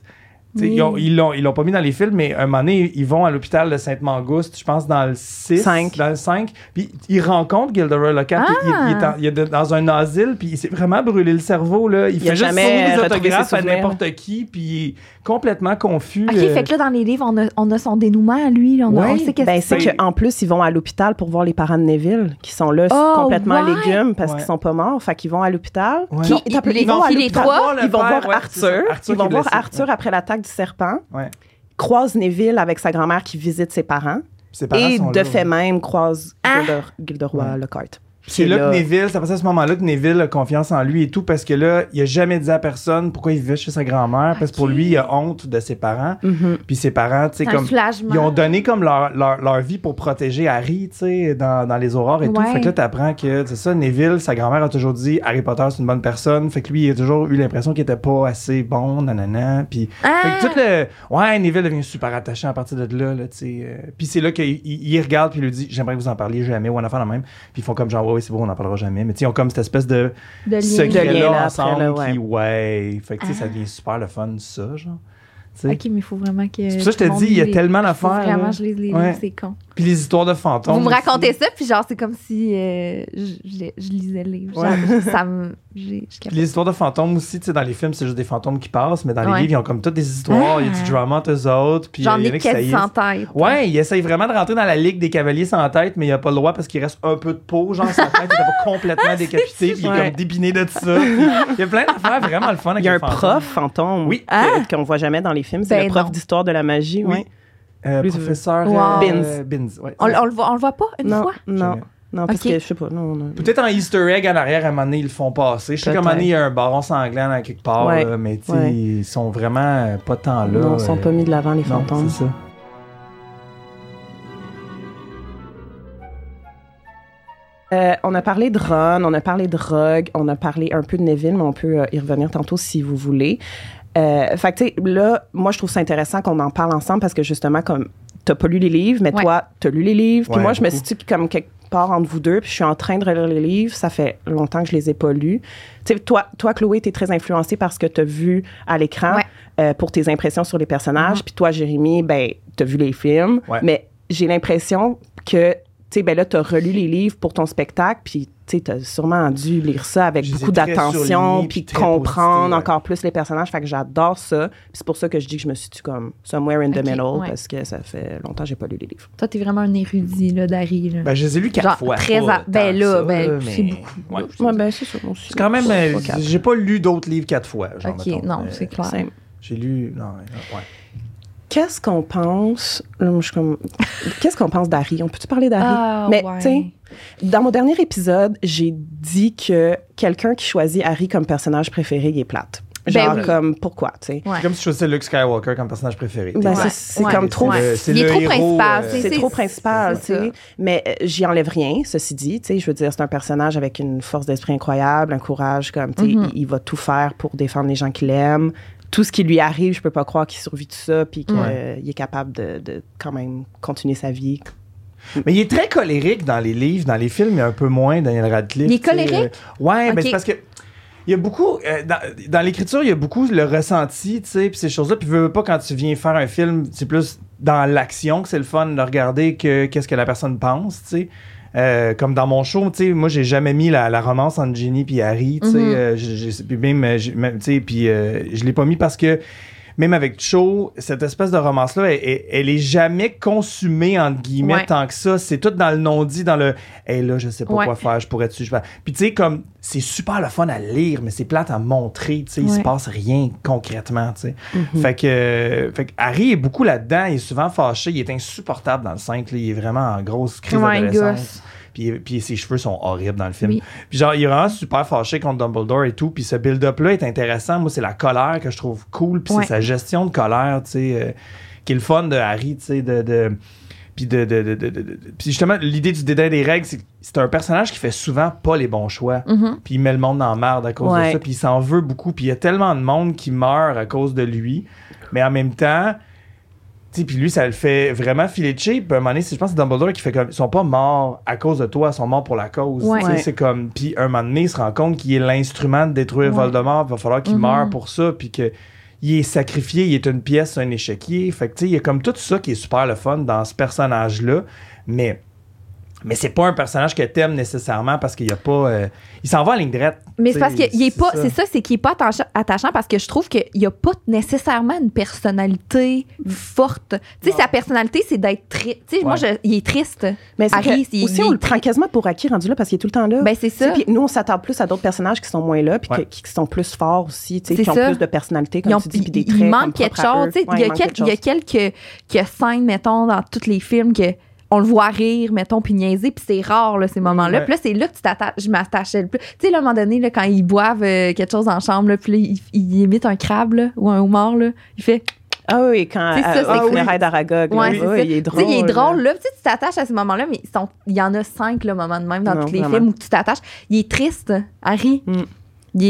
B: Oui.
C: Ils, ont, ils, l'ont, ils l'ont pas mis dans les films, mais un moment donné, ils vont à l'hôpital de Sainte-Mangouste, je pense, dans le 6,
A: Cinq.
C: dans le 5. Puis ils rencontrent Gilderoy Lockhart.
B: Ah!
C: Il, il est en- il est de- dans un asile, puis il s'est vraiment brûlé le cerveau. Là. Il,
A: Il a
C: fait juste
A: jamais
C: signer des
A: retrouvé
C: autographes
A: ses
C: à
A: souvenirs.
C: n'importe qui, puis il est complètement confus.
B: OK,
C: euh,
B: fait que là, dans les livres, on a, on a son dénouement à lui. là, on, a-
C: Ouais.
B: on sait qu'est-ce
A: Ben,
B: qu'il
A: c'est
C: Ben-
A: qu'en plus, ils vont à l'hôpital pour voir les parents de Neville qui sont là
B: Oh,
A: complètement
B: ouais.
A: légumes parce
C: Ouais.
A: qu'ils sont pas morts. Fait qu'ils vont à l'hôpital.
C: Ouais.
A: Qui-
C: Non,
A: ils-
B: les-
A: ils vont
B: non,
A: à
B: puis les
A: l'hôpital.
B: trois,
C: voir le
A: Ils vont
C: père,
A: voir
C: ouais, c'est ça,
A: Arthur. Ils
C: qui
A: vont
C: le
A: voir
C: laisse-
A: Arthur après l'attaque du serpent.
C: Ouais.
A: Croise Neville avec sa grand-mère qui visite ses parents.
C: Ses parents
A: Et
C: sont
A: de
C: là, ouais.
A: fait même croise
B: Ah!
A: Gilder- Gilderoy
C: Ouais.
A: Lockhart.
C: C'est
A: Qui est
C: là,
A: là.
C: que Neville, c'est à partir de ce moment-là que Neville a confiance en lui et tout, parce que là, il a jamais dit à personne pourquoi il vivait chez sa grand-mère, parce que pour
B: Ok. Ah,
C: lui, il a honte de ses parents.
A: Mhm.
C: Puis ses parents, tu sais,
B: C'est un
C: comme.
B: soulagement.
C: Ils ont donné comme leur, leur, leur vie pour protéger Harry, tu sais, dans, dans les aurores et tout.
B: Ouais.
C: Fait que là, t'apprends que, c'est ça, Neville, sa grand-mère a toujours dit Harry Potter, c'est une bonne personne. Fait que lui, il a toujours eu l'impression qu'il était pas assez bon, nanana. Puis fait
B: Ah!
C: que tout le. Ouais, Neville devient super attaché à partir de là, là tu sais. euh, Puis c'est là qu'il il- il regarde, puis il lui dit J'aimerais que vous en parliez jamais, ou un affaire la même. Puis ils font comme genre, ouais, ouais, c'est beau, on n'en parlera jamais. Mais tu sais, ils ont comme cette espèce de
B: de
A: De
B: lien.
A: lien,
C: secret-là
A: là,
C: ensemble
A: après, là, ouais.
C: qui, ouais. Fait que tu sais, ça
B: Ah.
C: devient super le fun, ça, genre. Tu sais.
B: OK, mais il faut vraiment que.
C: C'est pour ça que je
B: tout
C: te
B: le
C: dis, il y a
B: monde les-
C: tellement
B: faut
C: d'affaires. là.
B: Vraiment, je les lis,
C: Ouais.
B: c'est con.
C: Puis les histoires de fantômes.
B: Vous me
C: aussi.
B: racontez ça, puis genre, c'est comme si euh, je, je- je lisais le livre. Genre, ça me. j'ai- je
C: Puis
B: capote.
C: les histoires de fantômes aussi, tu sais, dans les films, c'est juste des fantômes qui passent, mais dans les
B: Ouais.
C: livres, ils ont comme toutes des histoires, il y a
B: Ah.
C: du drama entre eux autres, puis
B: Genre,
C: il y en a
B: Nick
C: qui
B: Cage
C: saillissent.
B: sans tête.
C: Ouais, il essaye vraiment de rentrer dans la ligue des cavaliers sans tête, mais il a pas le droit parce qu'il reste un peu de peau, genre sa tête est pas complètement décapitée, puis il est
A: Ouais.
C: comme débiné de ça. Il y a plein d'affaires vraiment le fun avec
A: Il y a
C: les
A: un
C: fantômes.
A: prof fantôme
C: Oui. Ah!
A: que- qu'on voit jamais dans les films. C'est
B: Ben
A: le prof
B: non.
A: d'histoire de la magie.
C: Oui.
A: ouais.
C: Euh,
A: Lui,
C: professeur
B: Wow.
C: euh, Binz, ouais.
B: On, on le voit, on le voit pas une
A: Non,
B: fois?
A: non,
C: Jamais.
A: non, parce
B: Ok.
A: que je sais pas. Non, non.
C: Peut-être en Easter egg en arrière, à un moment donné, ils le font passer. Je sais qu'à un moment donné, il y a un baron sanglant dans quelque part,
A: Ouais.
C: là, mais tu sais,
A: Ouais.
C: ils sont vraiment euh, pas tant là.
A: non, ils sont
C: euh,
A: pas mis de l'avant, les
C: non,
A: fantômes.
C: c'est ça.
A: Euh, on a parlé de Ron, on a parlé de Rogue, on a parlé un peu de Neville, mais on peut euh, y revenir tantôt si vous voulez. Euh, fait que, tu sais, là, moi, je trouve ça intéressant qu'on en parle ensemble parce que justement, comme, t'as pas lu les livres, mais
B: Ouais.
A: toi, t'as lu les livres. Puis
C: Ouais,
A: moi, je me
C: beaucoup.
A: situe comme quelque part entre vous deux, puis je suis en train de relire les livres. Ça fait longtemps que je les ai pas lus. Tu sais, toi, toi, Chloé, t'es très influencée par ce que t'as vu à l'écran
B: Ouais.
A: euh, pour tes impressions sur les personnages. Puis toi, Jérémy, ben, t'as vu les films,
C: Mm-hmm. Ouais.
A: mais j'ai l'impression que tu sais, ben là, tu as relu les livres pour ton spectacle, puis tu as sûrement dû lire ça avec
C: Je les ai
A: beaucoup
C: très
A: d'attention,
C: surlignés,
A: puis
C: puis très
A: comprendre
C: postés, ouais.
A: encore plus les personnages. Fait que j'adore ça. Puis c'est pour ça que je dis que je me situe comme somewhere in the
B: Ok,
A: middle,
B: ouais.
A: parce que ça fait longtemps que j'ai pas lu les livres.
B: Toi, t'es vraiment un érudit, là, Dari. Là.
C: Ben, je les ai lus quatre
B: Genre,
C: fois.
B: très
C: pas
B: à- ben
C: tant
B: là,
C: ça,
B: ben,
C: là,
B: c'est
C: mais-
B: beaucoup.
C: Ouais.
A: Ouais, ben c'est ça.
C: C'est quand même, euh, j'ai pas lu d'autres livres quatre fois. Genre,
B: ok,
C: mettons.
B: non,
C: Euh,
B: c'est clair.
C: J'ai lu. Non, euh, ouais.
A: Qu'est-ce qu'on pense? là, moi, je suis comme- Qu'est-ce qu'on pense d'Harry? On peut-tu parler d'Harry?
B: Ah,
A: Mais,
B: ouais.
A: tu sais, Dans mon dernier épisode, j'ai dit que quelqu'un qui choisit Harry comme personnage préféré, il est plate.
B: Ben
A: Genre,
B: oui.
A: comme, pourquoi, tu sais?
B: Ouais.
C: C'est comme si je choisissais Luke Skywalker comme personnage préféré.
A: Ben,
C: T'es-
A: c'est-
B: Ouais.
A: c'est
B: Ouais.
A: comme trop
B: Ouais.
C: le- c'est
B: Il est
C: le
B: trop
C: héros,
B: principal.
C: euh,
A: c'est trop principal, tu
B: c'est ça.
A: sais. Mais euh, j'y enlève rien, ceci dit. Tu sais, je veux dire, c'est un personnage avec une force d'esprit incroyable, un courage comme, tu sais,
B: Mhm.
A: il, il va tout faire pour défendre les gens qu'il aime. Tout ce qui lui arrive, je peux pas croire qu'il survit tout ça, puis qu'il euh,
C: Ouais.
A: est capable de, de quand même continuer sa vie.
C: Mais il est très colérique dans les livres, dans les films, il y a un peu moins Daniel Radcliffe.
B: Il est
C: tu sais,
B: colérique?
C: euh, ouais, mais
B: Ok.
C: c'est parce que. Il y a beaucoup, euh, dans, dans l'écriture, il y a beaucoup le ressenti, tu sais, puis ces choses-là. Puis, veux veux pas, quand tu viens faire un film, c'est plus dans l'action que c'est le fun de regarder que qu'est-ce que la personne pense, tu sais. Euh, comme dans mon show, tu sais, moi, j'ai jamais mis la, la romance entre Ginny puis Harry, tu sais.
B: Mhm.
C: euh, j'ai- j'ai- puis même, euh, j'ai- même, tu sais, puis euh, je l'ai pas mis parce que même avec Cho, cette espèce de romance-là, elle, elle- elle est jamais consumée, entre guillemets,
B: Ouais.
C: tant que ça. C'est tout dans le non-dit, dans le « Hey, là, je sais pas
B: Ouais.
C: quoi faire, je pourrais dessus. » Puis tu sais, comme, c'est super le fun à lire, mais c'est plate à montrer, tu sais, il se
B: Ouais. Mm-hmm.
C: passe rien concrètement, tu sais. Fait que, euh, fait que Harry est beaucoup là-dedans, il est souvent fâché, il est insupportable dans le 5, là, il est vraiment en grosse crise
B: Ouais, il
C: d'adolescence.
B: gosse.
C: Puis, puis ses cheveux sont horribles dans le film.
B: Oui.
C: Puis genre, il est vraiment super fâché contre Dumbledore et tout. Puis ce build-up-là est intéressant. Moi, c'est la colère que je trouve cool. Puis
B: Ouais.
C: c'est sa gestion de colère, tu sais, euh, qui est le fun de Harry, tu sais, de... de puis, de, de- de- de- de- de- puis justement, l'idée du dédain des règles, c'est que c'est un personnage qui fait souvent pas les bons choix.
B: Mhm.
C: Puis il met le monde en merde à cause
A: Ouais.
C: de ça. Puis il s'en veut beaucoup. Puis il y a tellement de monde qui meurt à cause de lui. Mais en même temps, tu sais, puis lui, ça le fait vraiment filer de cheap. Puis à un moment donné, c'est- je pense que c'est Dumbledore qui fait comme. Ils sont pas morts à cause de toi, ils sont morts pour la cause.
B: Ouais.
C: Tu sais,
A: Ouais.
C: C'est comme. Puis un moment donné, il se rend compte qu'il est l'instrument de détruire
B: Ouais.
C: Voldemort. Il va falloir qu'il
B: Mhm.
C: meure pour ça. Puis que. Il est sacrifié, il est une pièce, un échiquier. Fait que, tu sais, il y a comme tout ça qui est super le fun dans ce personnage-là. Mais mais c'est pas un personnage que t'aimes nécessairement parce qu'il y a pas. euh, il s'en va à la ligne droite.
B: Mais c'est
C: T'sais,
B: parce qu'il est pas.
C: ça.
B: C'est ça, c'est qu'il est pas attacha- attachant parce que je trouve qu'il n'y a pas nécessairement une personnalité forte. Tu sais,
C: Non.
B: sa personnalité, c'est d'être triste. Tu sais, moi,
C: Ouais.
B: je- il est triste.
A: Mais c'est
B: Harry,
A: que
B: il-
A: aussi,
B: il
A: on
B: est
A: le prend
B: très-
A: quasiment pour acquis rendu là parce qu'il est tout le temps là.
B: Ben, c'est
A: Tu sais,
B: ça.
A: Puis nous, on s'attarde plus à d'autres personnages qui sont moins là, puis que-
C: Ouais.
A: qui, qui sont plus forts aussi, tu sais,
B: C'est
A: qui ont
B: ça.
A: plus de personnalité, comme
B: Ils ont-
A: tu dis, puis
B: il,
A: des
B: il
A: traits. comme
B: manque quelque
A: propres à
B: chose.
A: eux.
B: tu sais,
A: Ouais,
B: il y a
A: manque
B: quel-
A: quelque
B: il y a
A: chose.
B: quelques, quelques scènes, mettons, dans tous les films que on le voit rire, mettons, puis niaiser, puis c'est rare, là, ces moments-là.
C: Ouais.
B: Puis là, c'est là que tu t'attaches, je m'attachais le plus. Tu sais, là, à un moment donné, là, quand ils boivent euh, quelque chose en chambre, là, puis là, il, il imite un crabe, là, ou un homard, là, il fait...
A: Ah oui, quand
B: C'est ça,
A: euh,
B: c'est
A: les
C: cool.
A: funérailles d'Aragog, là,
B: Ouais,
A: oui,
B: c'est ça.
A: il est
B: Tu
A: drôle. hein.
B: sais, il est drôle, là. Tu sais, tu t'attaches à ces moments-là, mais ils sont- il y en a cinq, là, moments de même dans
A: Non,
B: tous les
A: vraiment.
B: films où tu t'attaches. Il est triste, hein, Harry.
A: Mm.
B: Il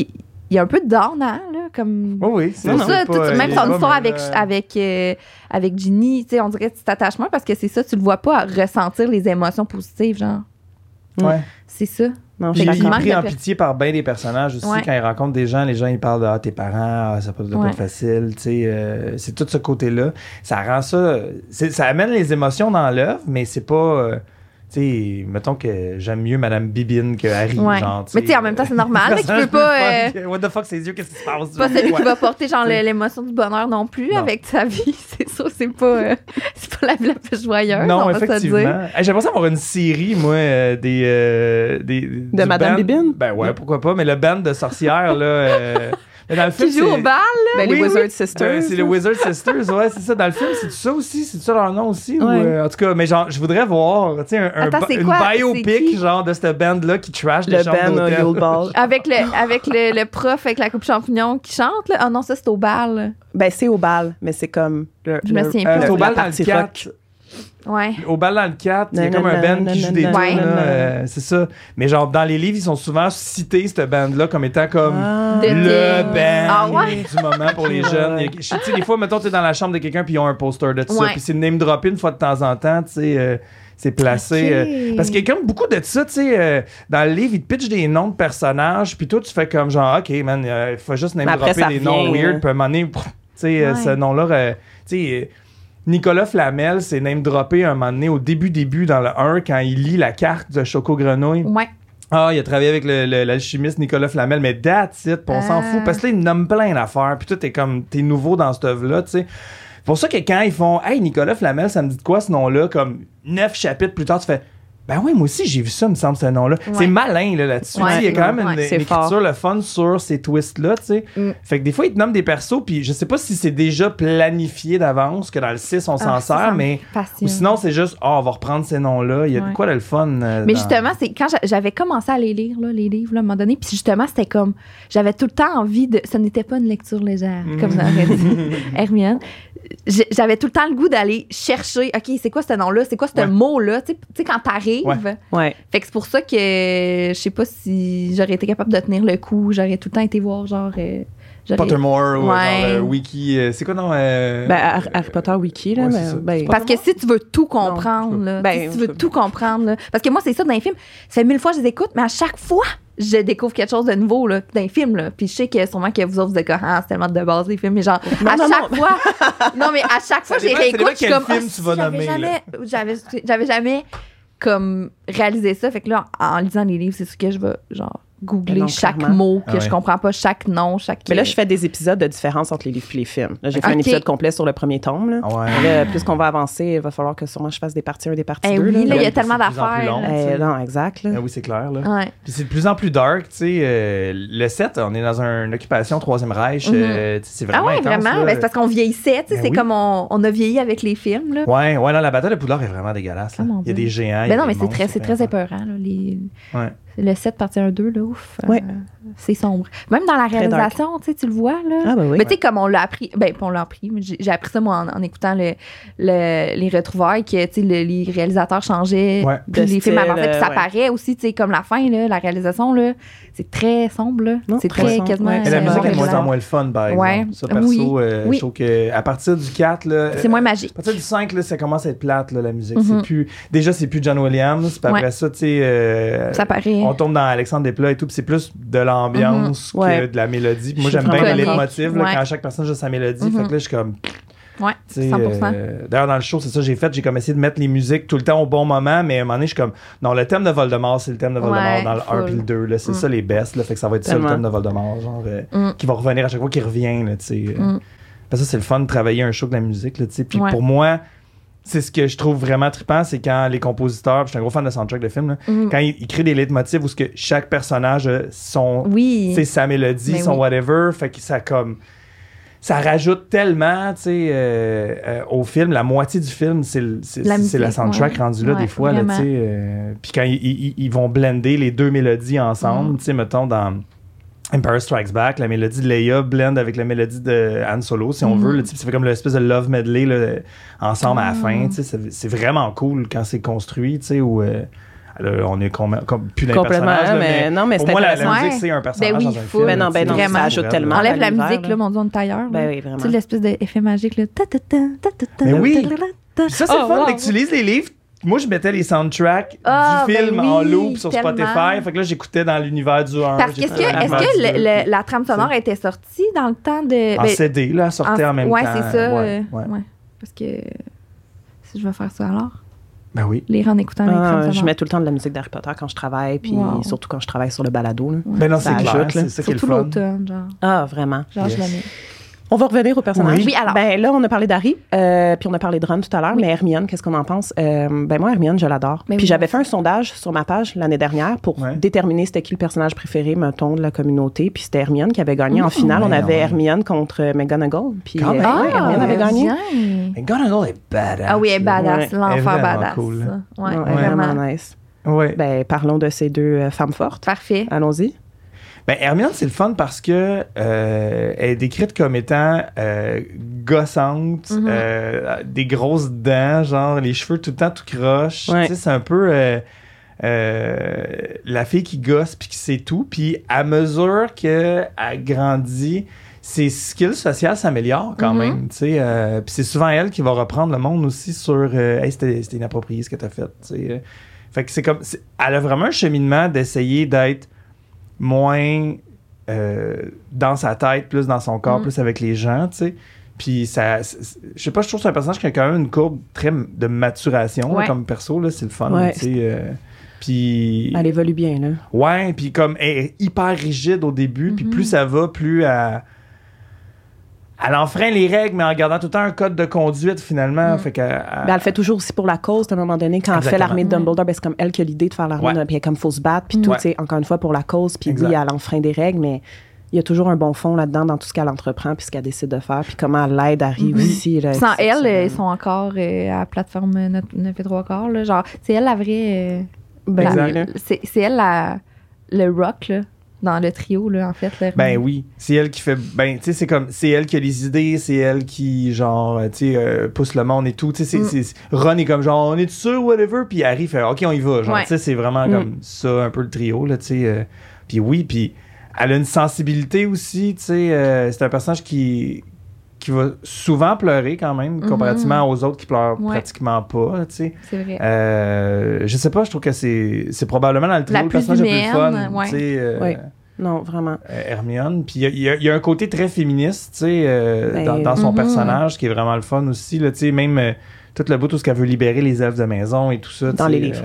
B: est... Il est un peu down, hein, là, comme...
C: Oui, oui,
B: C'est
C: c'est
A: Non,
C: c'est
B: ça,
C: pas,
B: tout-
C: euh,
B: même
C: il est
B: son
C: pas,
B: histoire
C: mais,
B: avec,
C: euh,
B: avec, euh, avec Ginny, tu sais, on dirait que tu t'attaches moins parce que c'est ça, tu le vois pas ressentir les émotions positives, genre.
C: Ouais.
B: C'est ça.
A: Non, je
C: Puis
A: suis
C: il
B: J'ai
C: est
A: d'accord.
B: manque
C: pris
B: de
C: en
B: per-
C: pitié par bien des personnages aussi.
B: Ouais.
C: Quand il rencontre des gens, les gens, ils parlent de ah, tes parents, ah, ça peut pas
B: Ouais.
C: être facile. tu sais, euh, c'est tout ce côté-là. Ça rend ça. c'est- Ça amène les émotions dans l'œuvre, mais c'est pas. euh, tu sais, mettons que j'aime mieux Madame Bibine que Harry.
B: Ouais.
C: Genre, euh,
B: Mais tu sais, en même temps, c'est normal, là, qu'il
C: personnage
B: peut pas,
C: plus fun que- What the fuck, ses yeux, qu'est-ce qui se passe?
B: C'est pas celui
C: Ouais.
B: qui va porter, genre,
C: C'est-
B: le- l'émotion du bonheur non plus
C: Non.
B: avec sa vie. C'est sûr, c'est pas, euh, c'est pas la vie la plus joyeuse,
C: Non,
B: on va se
C: effectivement.
B: dire.
C: Hey, J'aimerais ça avoir une série, moi, euh, des, euh, des. De
A: Madame Bibine?
C: Ben ouais, pourquoi pas, mais le band de sorcières, là. euh, Mais Dans le film,
B: Qui joue
C: c'est-
B: au bal?
A: Ben,
C: Oui,
A: les
C: oui.
A: Wizard Sisters.
C: Euh, c'est les Wizard Sisters, ouais, c'est ça. Dans le film, c'est ça aussi, c'est ça leur nom aussi. ou,
A: Ouais.
C: euh, en tout cas, mais genre, je voudrais voir, tu sais, un, un
B: Attends,
C: ba-
B: c'est
C: une
B: quoi? C'est
C: biopic
B: qui?
C: genre de cette band là qui trash les
A: le
C: chambres
A: Ben
C: d'hôtel.
A: Yule Ball.
B: Avec le, avec le, le prof avec la coupe champignon qui chante, là. Ah non, ça, c'est au bal.
A: Ben, c'est au bal, mais c'est comme. Le,
B: Je
A: le-
B: me souviens
C: Euh,
B: plus.
C: c'est au
A: la
C: bal dans le
A: partie
C: 4.
B: Ouais.
C: Au bal dans le 4, il y a
A: Nanana,
C: comme un band qui joue des tunes,
A: nanana,
B: Ouais.
C: là,
A: nanana.
C: euh, c'est ça. Mais genre, dans les livres, ils sont souvent cités, cette band là comme étant comme.
A: Ah.
B: De-
C: Le
B: Ding.
C: band
B: Ah ouais?
C: du moment pour les
A: Ouais.
C: jeunes. Il y a- Tu sais, des fois, mettons, t'es dans la chambre de quelqu'un puis ils ont un poster de ça.
B: Ouais.
C: Puis c'est name droppé une fois de temps en temps, tu sais, euh, c'est placé.
B: Ok.
C: euh, parce qu'il y a comme beaucoup de ça, tu sais, euh, dans le livre, ils te pitchent des noms de personnages, puis toi, tu fais comme genre, OK, man, euh, il faut juste name
A: Mais après,
C: dropper
A: ça
C: des noms
A: revient,
C: weird,
A: hein.
C: puis à un moment donné, pff, tu sais, euh,
B: Ouais.
C: ce nom-là, euh, tu sais. euh, Nicolas Flamel s'est name droppé un moment donné au début début dans le 1 quand il lit la carte de Choco Grenouille.
B: Ouais.
C: Ah, il a travaillé avec le- le- l'alchimiste Nicolas Flamel, mais that's it, pis on s'en
B: Ah.
C: fout. Parce que là, il nomme plein d'affaires, puis toi, t'es comme, t'es nouveau dans cette œuvre-là, tu sais. C'est pour ça que quand ils font, hey, Nicolas Flamel, ça me dit de quoi ce nom-là, comme neuf chapitres plus tard, tu fais, ben oui, moi aussi, j'ai vu ça, me semble, ce nom-là.
B: Ouais.
C: C'est malin, là, là-dessus.
B: Ouais.
C: tu sais, il y a quand même
B: Ouais.
C: une,
A: C'est
C: une écriture,
A: fort.
C: le fun sur ces twists-là, tu sais.
B: Mm.
C: Fait que des fois, ils te nomment des persos, puis je sais pas si c'est déjà planifié d'avance, que dans le 6, on s'en
B: Ah, ça, ça
C: sert,
B: me
C: mais. Ou
B: fascine.
C: sinon, c'est juste, ah, on va reprendre ces noms-là. Il y a
B: Ouais.
C: de quoi de le fun. euh,
B: Mais
C: dans-
B: justement, c'est quand j'a- j'avais commencé à les lire, là, les livres, là, à un moment donné, puis justement, c'était comme, j'avais tout le temps envie de, ce n'était pas une lecture légère,
C: Mm.
B: comme aurait dit Hermione. J'ai- J'avais tout le temps le goût d'aller chercher, OK, c'est quoi ce nom-là, c'est quoi ce
C: Ouais.
B: mot-là, tu sais- tu sais, quand t'arrives.
C: Ouais.
A: Ouais.
B: Fait que c'est pour ça que euh, je sais pas si j'aurais été capable de tenir le coup, j'aurais tout le temps été voir, genre, euh, j'aurais-
C: Pottermore ou
B: Ouais.
C: genre, le wiki. euh, c'est quoi non euh,
A: Ben, Har- Harry Potter Wiki, là.
C: Ouais,
A: ben-
C: c'est ça.
A: ben,
C: C'est pas-
B: Parce que si tu veux tout comprendre,
C: Non,
B: là,
A: Ben,
B: tu sais, si
A: je
B: tu veux
A: peux-
B: tout comprendre, là, parce que moi, c'est ça dans les films. Ça fait mille fois que je les écoute, mais à chaque fois, je découvre quelque chose de nouveau là, dans les films. Là. Puis je sais que sûrement que vous autres, vous êtes comme, ah, c'est tellement de base les films, mais genre, à
A: non,
B: chaque fois, non, mais à chaque fois,
C: Ça
B: j'ai
C: dépend- ça dépend
B: réécoute, je suis
C: quel
B: comme,
C: film
B: Ah,
C: tu
B: si,
C: vas
B: j'avais
C: nommer,
B: jamais, j'avais, j'avais jamais comme réalisé ça. Fait que là, en, en lisant les livres, c'est sûr que je vais, genre, googler
A: Ben non,
B: chaque
A: clairement.
B: mot que
C: Ah ouais.
B: je comprends pas, chaque nom, chaque.
A: Mais là, je fais des épisodes de différence entre les livres et les films. Là, j'ai fait
B: Ok.
A: un épisode complet sur le premier tome. Là.
C: Ah ouais.
A: Là, plus qu'on va avancer, il va falloir que sûrement je fasse des parties 1 des parties
B: Eh
A: 2.
B: oui, là, il y
C: c'est
B: a
C: de
B: tellement
C: plus en plus
B: d'affaires.
C: long.
B: là.
A: Eh, non, exact. là.
C: Ah oui, c'est clair. Là.
B: Ouais.
C: Puis c'est de plus en plus dark. tu sais, euh, le 7, on est dans un- une occupation Troisième Reich. euh, tu sais, c'est
B: Ah
C: vraiment
B: ouais,
C: intense,
B: vraiment.
C: là.
B: Ben, c'est parce qu'on vieillissait, tu sais,
C: Ben
B: c'est
C: oui.
B: comme on, on a vieilli avec les films. Là.
C: Ouais, ouais, non, la bataille de Poudlard est vraiment dégueulasse. là.
B: Ah, mon
C: il y a
B: Dieu.
C: des géants. il y
B: Ben
C: a
B: non,
C: des
B: mais c'est
C: monstres,
B: très, c'est très
C: vraiment-
B: épeurant. Là, les-
C: Ouais.
B: Le 7 partie 1, 2, là, ouf. euh,
A: Ouais.
B: c'est sombre. Même dans la
A: Très dark.
B: réalisation, tu sais, tu le vois. Là.
A: Ah, ben oui.
B: Mais tu sais, comme on l'a appris, ben, pas on l'a appris, mais j'ai j'ai appris ça, moi, en, en écoutant le, le- les retrouvailles, que, tu sais, le- les réalisateurs changeaient,
C: Ouais.
A: De
B: puis les films
A: style,
B: avançaient, puis
A: euh,
B: ça
A: ouais.
B: paraît aussi, tu sais, comme la fin, là, la réalisation, là, c'est très sombre, là.
A: Non,
B: C'est
A: très
B: très,
A: sombre,
B: quasiment. euh,
A: ouais.
C: Mais
A: C'est
C: la musique est
A: vraiment
C: de moins en
A: dégueulasse.
C: moins le fun, par exemple.
B: Ouais.
C: Ça, perso,
B: Oui.
C: euh,
B: Oui.
C: je trouve qu'à partir du 4, là,
B: C'est moins magique.
C: À partir du 5, là, euh, ça commence à être plate, là, la musique.
B: Mhm.
C: C'est plus... Déjà, c'est plus John Williams. Puis
B: Ouais.
C: après ça, tu sais. euh,
B: Ça paraît.
C: on tombe dans Alexandre Desplat et tout, puis c'est plus de l'ambiance
A: Mhm. Ouais.
C: que de la mélodie. Puis Moi,
A: Je suis
C: j'aime bien
B: vraiment
C: les
B: d'accord.
C: motifs, là,
B: Ouais.
C: quand chaque personne a sa mélodie.
B: Mhm.
C: Fait que là, je suis comme. tu
B: Ouais,
C: sais,
B: 100%.
C: euh, D'ailleurs, dans le show, c'est ça que j'ai fait. J'ai comme essayé de mettre les musiques tout le temps au bon moment, mais à un moment donné, je suis comme. Non, le thème de Voldemort, c'est le thème de Voldemort
B: Ouais,
C: dans le 1 puis le
B: full.
C: 2. là. C'est
B: Mm.
C: ça les best. Là, fait que ça va être ça le
A: Tellement.
C: thème de Voldemort, genre, euh,
B: Mm.
C: qui va revenir à chaque fois qu'il revient, là, tu sais. euh.
B: Mm.
C: Parce que ça, c'est le fun de travailler un show de la musique, là, tu sais. Puis
B: Ouais.
C: pour moi. C'est ce que je trouve vraiment trippant, c'est quand les compositeurs, puis je suis un gros fan de soundtrack de film, là,
B: Mm.
C: quand ils, ils créent des leitmotifs où ce que chaque personnage a son,
B: Oui.
C: tu sais, sa mélodie,
B: Mais
C: son
B: Ben oui.
C: whatever, fait que ça comme ça rajoute tellement, tu sais, euh, euh, au film, la moitié du film, c'est le- c'est
B: La
C: c'est- c'est la
B: musique,
C: soundtrack
B: ouais.
C: rendue là
B: Ouais,
C: des fois, là, tu
B: vraiment.
C: sais. euh, Puis quand ils, ils- ils vont blender les deux mélodies ensemble,
B: Mm.
C: tu sais, mettons dans Empire Strikes Back, la mélodie de Leia blend avec la mélodie de Han Solo, si on
B: Mhm.
C: veut, là, tu sais, puis ça fait comme l'espèce de love medley là, ensemble à la
B: Ah.
C: fin, tu sais, c'est- c'est vraiment cool quand c'est construit, tu sais, ou euh, là, on est com- com- plus d'un
A: Complètement,
C: personnage, là,
A: mais, non, mais
C: pour
A: c'est
C: moi, la,
A: intéressant.
C: la musique,
B: Ouais.
C: c'est un personnage
B: Ben oui,
C: dans un
B: full.
C: film.
A: Ben non, ben
C: tu sais,
A: non,
C: vraiment.
A: ça ajoute tellement.
C: Vraiment.
B: Enlève la
A: l'univers,
B: musique,
A: là.
B: là, mon dieu, on est ailleurs.
A: Ben
B: là.
A: oui,
B: Tu
A: vraiment.
B: sais, l'espèce d'effet magique, là. Ta, ta, ta, ta, ta, ta,
C: Mais Ben oui.
B: ta, ta, ta, ta.
C: Puis Ça, c'est
B: Oh,
C: le fun,
B: wow.
C: dès que tu lises les livres, moi, je mettais les soundtracks
B: Ah,
C: du film
B: ben oui,
C: en loop sur
B: tellement.
C: Spotify. Fait que là, j'écoutais dans l'univers du 1.
B: Parce que est-ce que,
A: j'écoutais
B: est-ce
A: la
B: que
A: radio,
B: le- le- la trame sonore était sortie dans le temps de.
C: En
B: ben,
C: CD, là, elle sortait Ah, en,
B: en-
C: même
B: ouais,
C: temps.
B: c'est ça.
C: Ouais,
B: euh,
C: ouais.
B: ouais. Parce que si je vais faire ça alors,
C: Ben oui.
B: lire en écoutant les trames
A: Ah,
B: sonores.
A: je mets tout le temps de la musique d'Harry Potter quand je travaille, puis
B: Wow.
A: surtout quand je travaille sur le balado. là.
B: Ouais.
C: Ben non,
A: Ça
C: c'est clair.
A: ajoute, là.
C: C'est ça qui est le
B: Surtout
C: fun.
B: l'automne, genre.
A: Ah, vraiment.
B: Genre, je la
C: Yes.
B: mets.
A: On va revenir au personnage.
B: Oui. Oui, alors.
A: Ben, là, on a parlé d'Harry, euh, puis on a parlé de Ron tout à l'heure, mais Hermione, qu'est-ce qu'on en pense? Euh, ben, moi, Hermione, je l'adore.
B: Mais
A: Puis
B: oui,
A: j'avais
B: moi
A: fait un sondage sur ma page l'année dernière pour
C: Ouais.
A: déterminer c'était qui le personnage préféré, mettons, de la communauté. Puis c'était Hermione qui avait gagné. en finale, on
C: mais
A: avait
C: non.
A: Hermione contre euh, McGonagall. Puis
C: Quand
A: euh,
C: même.
A: ouais, Hermione avait gagné.
B: Ah, bien.
C: McGonagall est badass.
B: Ah oui, elle est badass,
C: Ouais, elle est
B: l'enfer
C: vraiment
B: badass.
C: cool, là.
B: Ouais,
A: Ouais,
B: vraiment.
A: vraiment nice.
C: Ouais.
A: Ben, parlons de ces deux euh, femmes fortes.
B: Parfait.
A: Allons-y.
C: Ben, Hermione, c'est le fun parce que euh, elle est décrite comme étant euh, gossante,
B: Mhm.
C: euh, des grosses dents, genre les cheveux tout le temps tout croche.
A: Ouais.
C: Tu sais, c'est un peu euh, euh, la fille qui gosse puis qui sait tout. Puis à mesure qu'elle grandit, ses skills sociales s'améliorent quand
B: Mhm.
C: même. tu sais, euh, puis c'est souvent elle qui va reprendre le monde aussi sur euh, Hey, c'était c'était inapproprié ce que t'as fait. tu sais. Fait que c'est comme. c'est- Elle a vraiment un cheminement d'essayer d'être moins euh, dans sa tête, plus dans son corps,
B: Mm.
C: plus avec les gens, tu sais. Puis ça. c'est- c'est- Je sais pas, je trouve que c'est un personnage qui a quand même une courbe très m- de maturation, là,
B: Ouais.
C: comme perso, là, c'est le fun,
A: Ouais.
C: tu sais. euh, puis.
A: Elle évolue bien, là.
C: Ouais, puis comme elle est hyper rigide au début, puis
B: Mhm.
C: plus ça va, plus elle, elle enfreint les règles, mais en gardant tout le temps un code de conduite finalement.
B: Mm.
C: Fait qu'elle- elle-
A: Ben, elle le fait toujours aussi pour la cause, à un moment donné, quand elle fait
C: Exactement.
A: l'armée de
B: Ouais.
A: Dumbledore, ben, c'est comme elle qui a l'idée de faire l'armée,
C: Ouais.
A: là, puis elle est comme faut se battre, puis
B: Mm.
A: tout,
C: Ouais.
A: tu sais, encore une fois, pour la cause, puis oui,
C: Exact.
A: elle enfreint des règles, mais il y a toujours un bon fond là-dedans dans tout ce qu'elle entreprend, puis ce qu'elle décide de faire, puis comment elle aide Harry
B: Mhm.
A: aussi.
C: Ben,
A: là,
B: Sans
A: exceptionnel.
B: elle, ils sont encore euh, à la plateforme 9 et 3 quarts. là. Genre, c'est elle la vraie. euh,
A: Ben,
B: la-
A: oui, là.
B: c'est c'est elle la, le rock, là, dans le trio, là, en fait. là.
C: Ben oui, c'est elle qui fait. Ben, tu sais, c'est comme. C'est elle qui a les idées, c'est elle qui, genre, euh, tu sais, euh, pousse le monde et tout. Tu sais, c'est-
B: Mm.
C: c'est- c'est- Ron est comme, genre, on est sûr, whatever. Puis Harry fait, OK, on y va. Genre,
B: Ouais.
C: tu sais, c'est vraiment
A: Mm.
C: comme ça, un peu le trio, là, tu sais. euh. puis oui, puis elle a une sensibilité aussi, tu sais. euh, c'est un personnage qui. qui va souvent pleurer quand même,
B: Mhm.
C: comparativement aux autres qui pleurent
B: Ouais.
C: pratiquement pas, tu sais.
B: C'est vrai.
C: Euh, je sais pas, je trouve que c'est c'est probablement dans le trio
B: La
C: le
B: plus
C: personnage
B: humaine,
C: le plus fun,
B: ouais.
C: tu sais. euh,
A: Ouais. Non, vraiment.
C: euh, Hermione. Puis il y a- il y, a- il y a un côté très féministe, tu sais, euh,
A: Ben,
C: dans, dans son
B: mhm.
C: personnage, qui est vraiment le fun aussi. Là, tu sais, même euh, tout le bout, tout ce qu'elle veut libérer, les elfes de maison et tout ça. tu
A: Dans
C: sais,
A: les livres.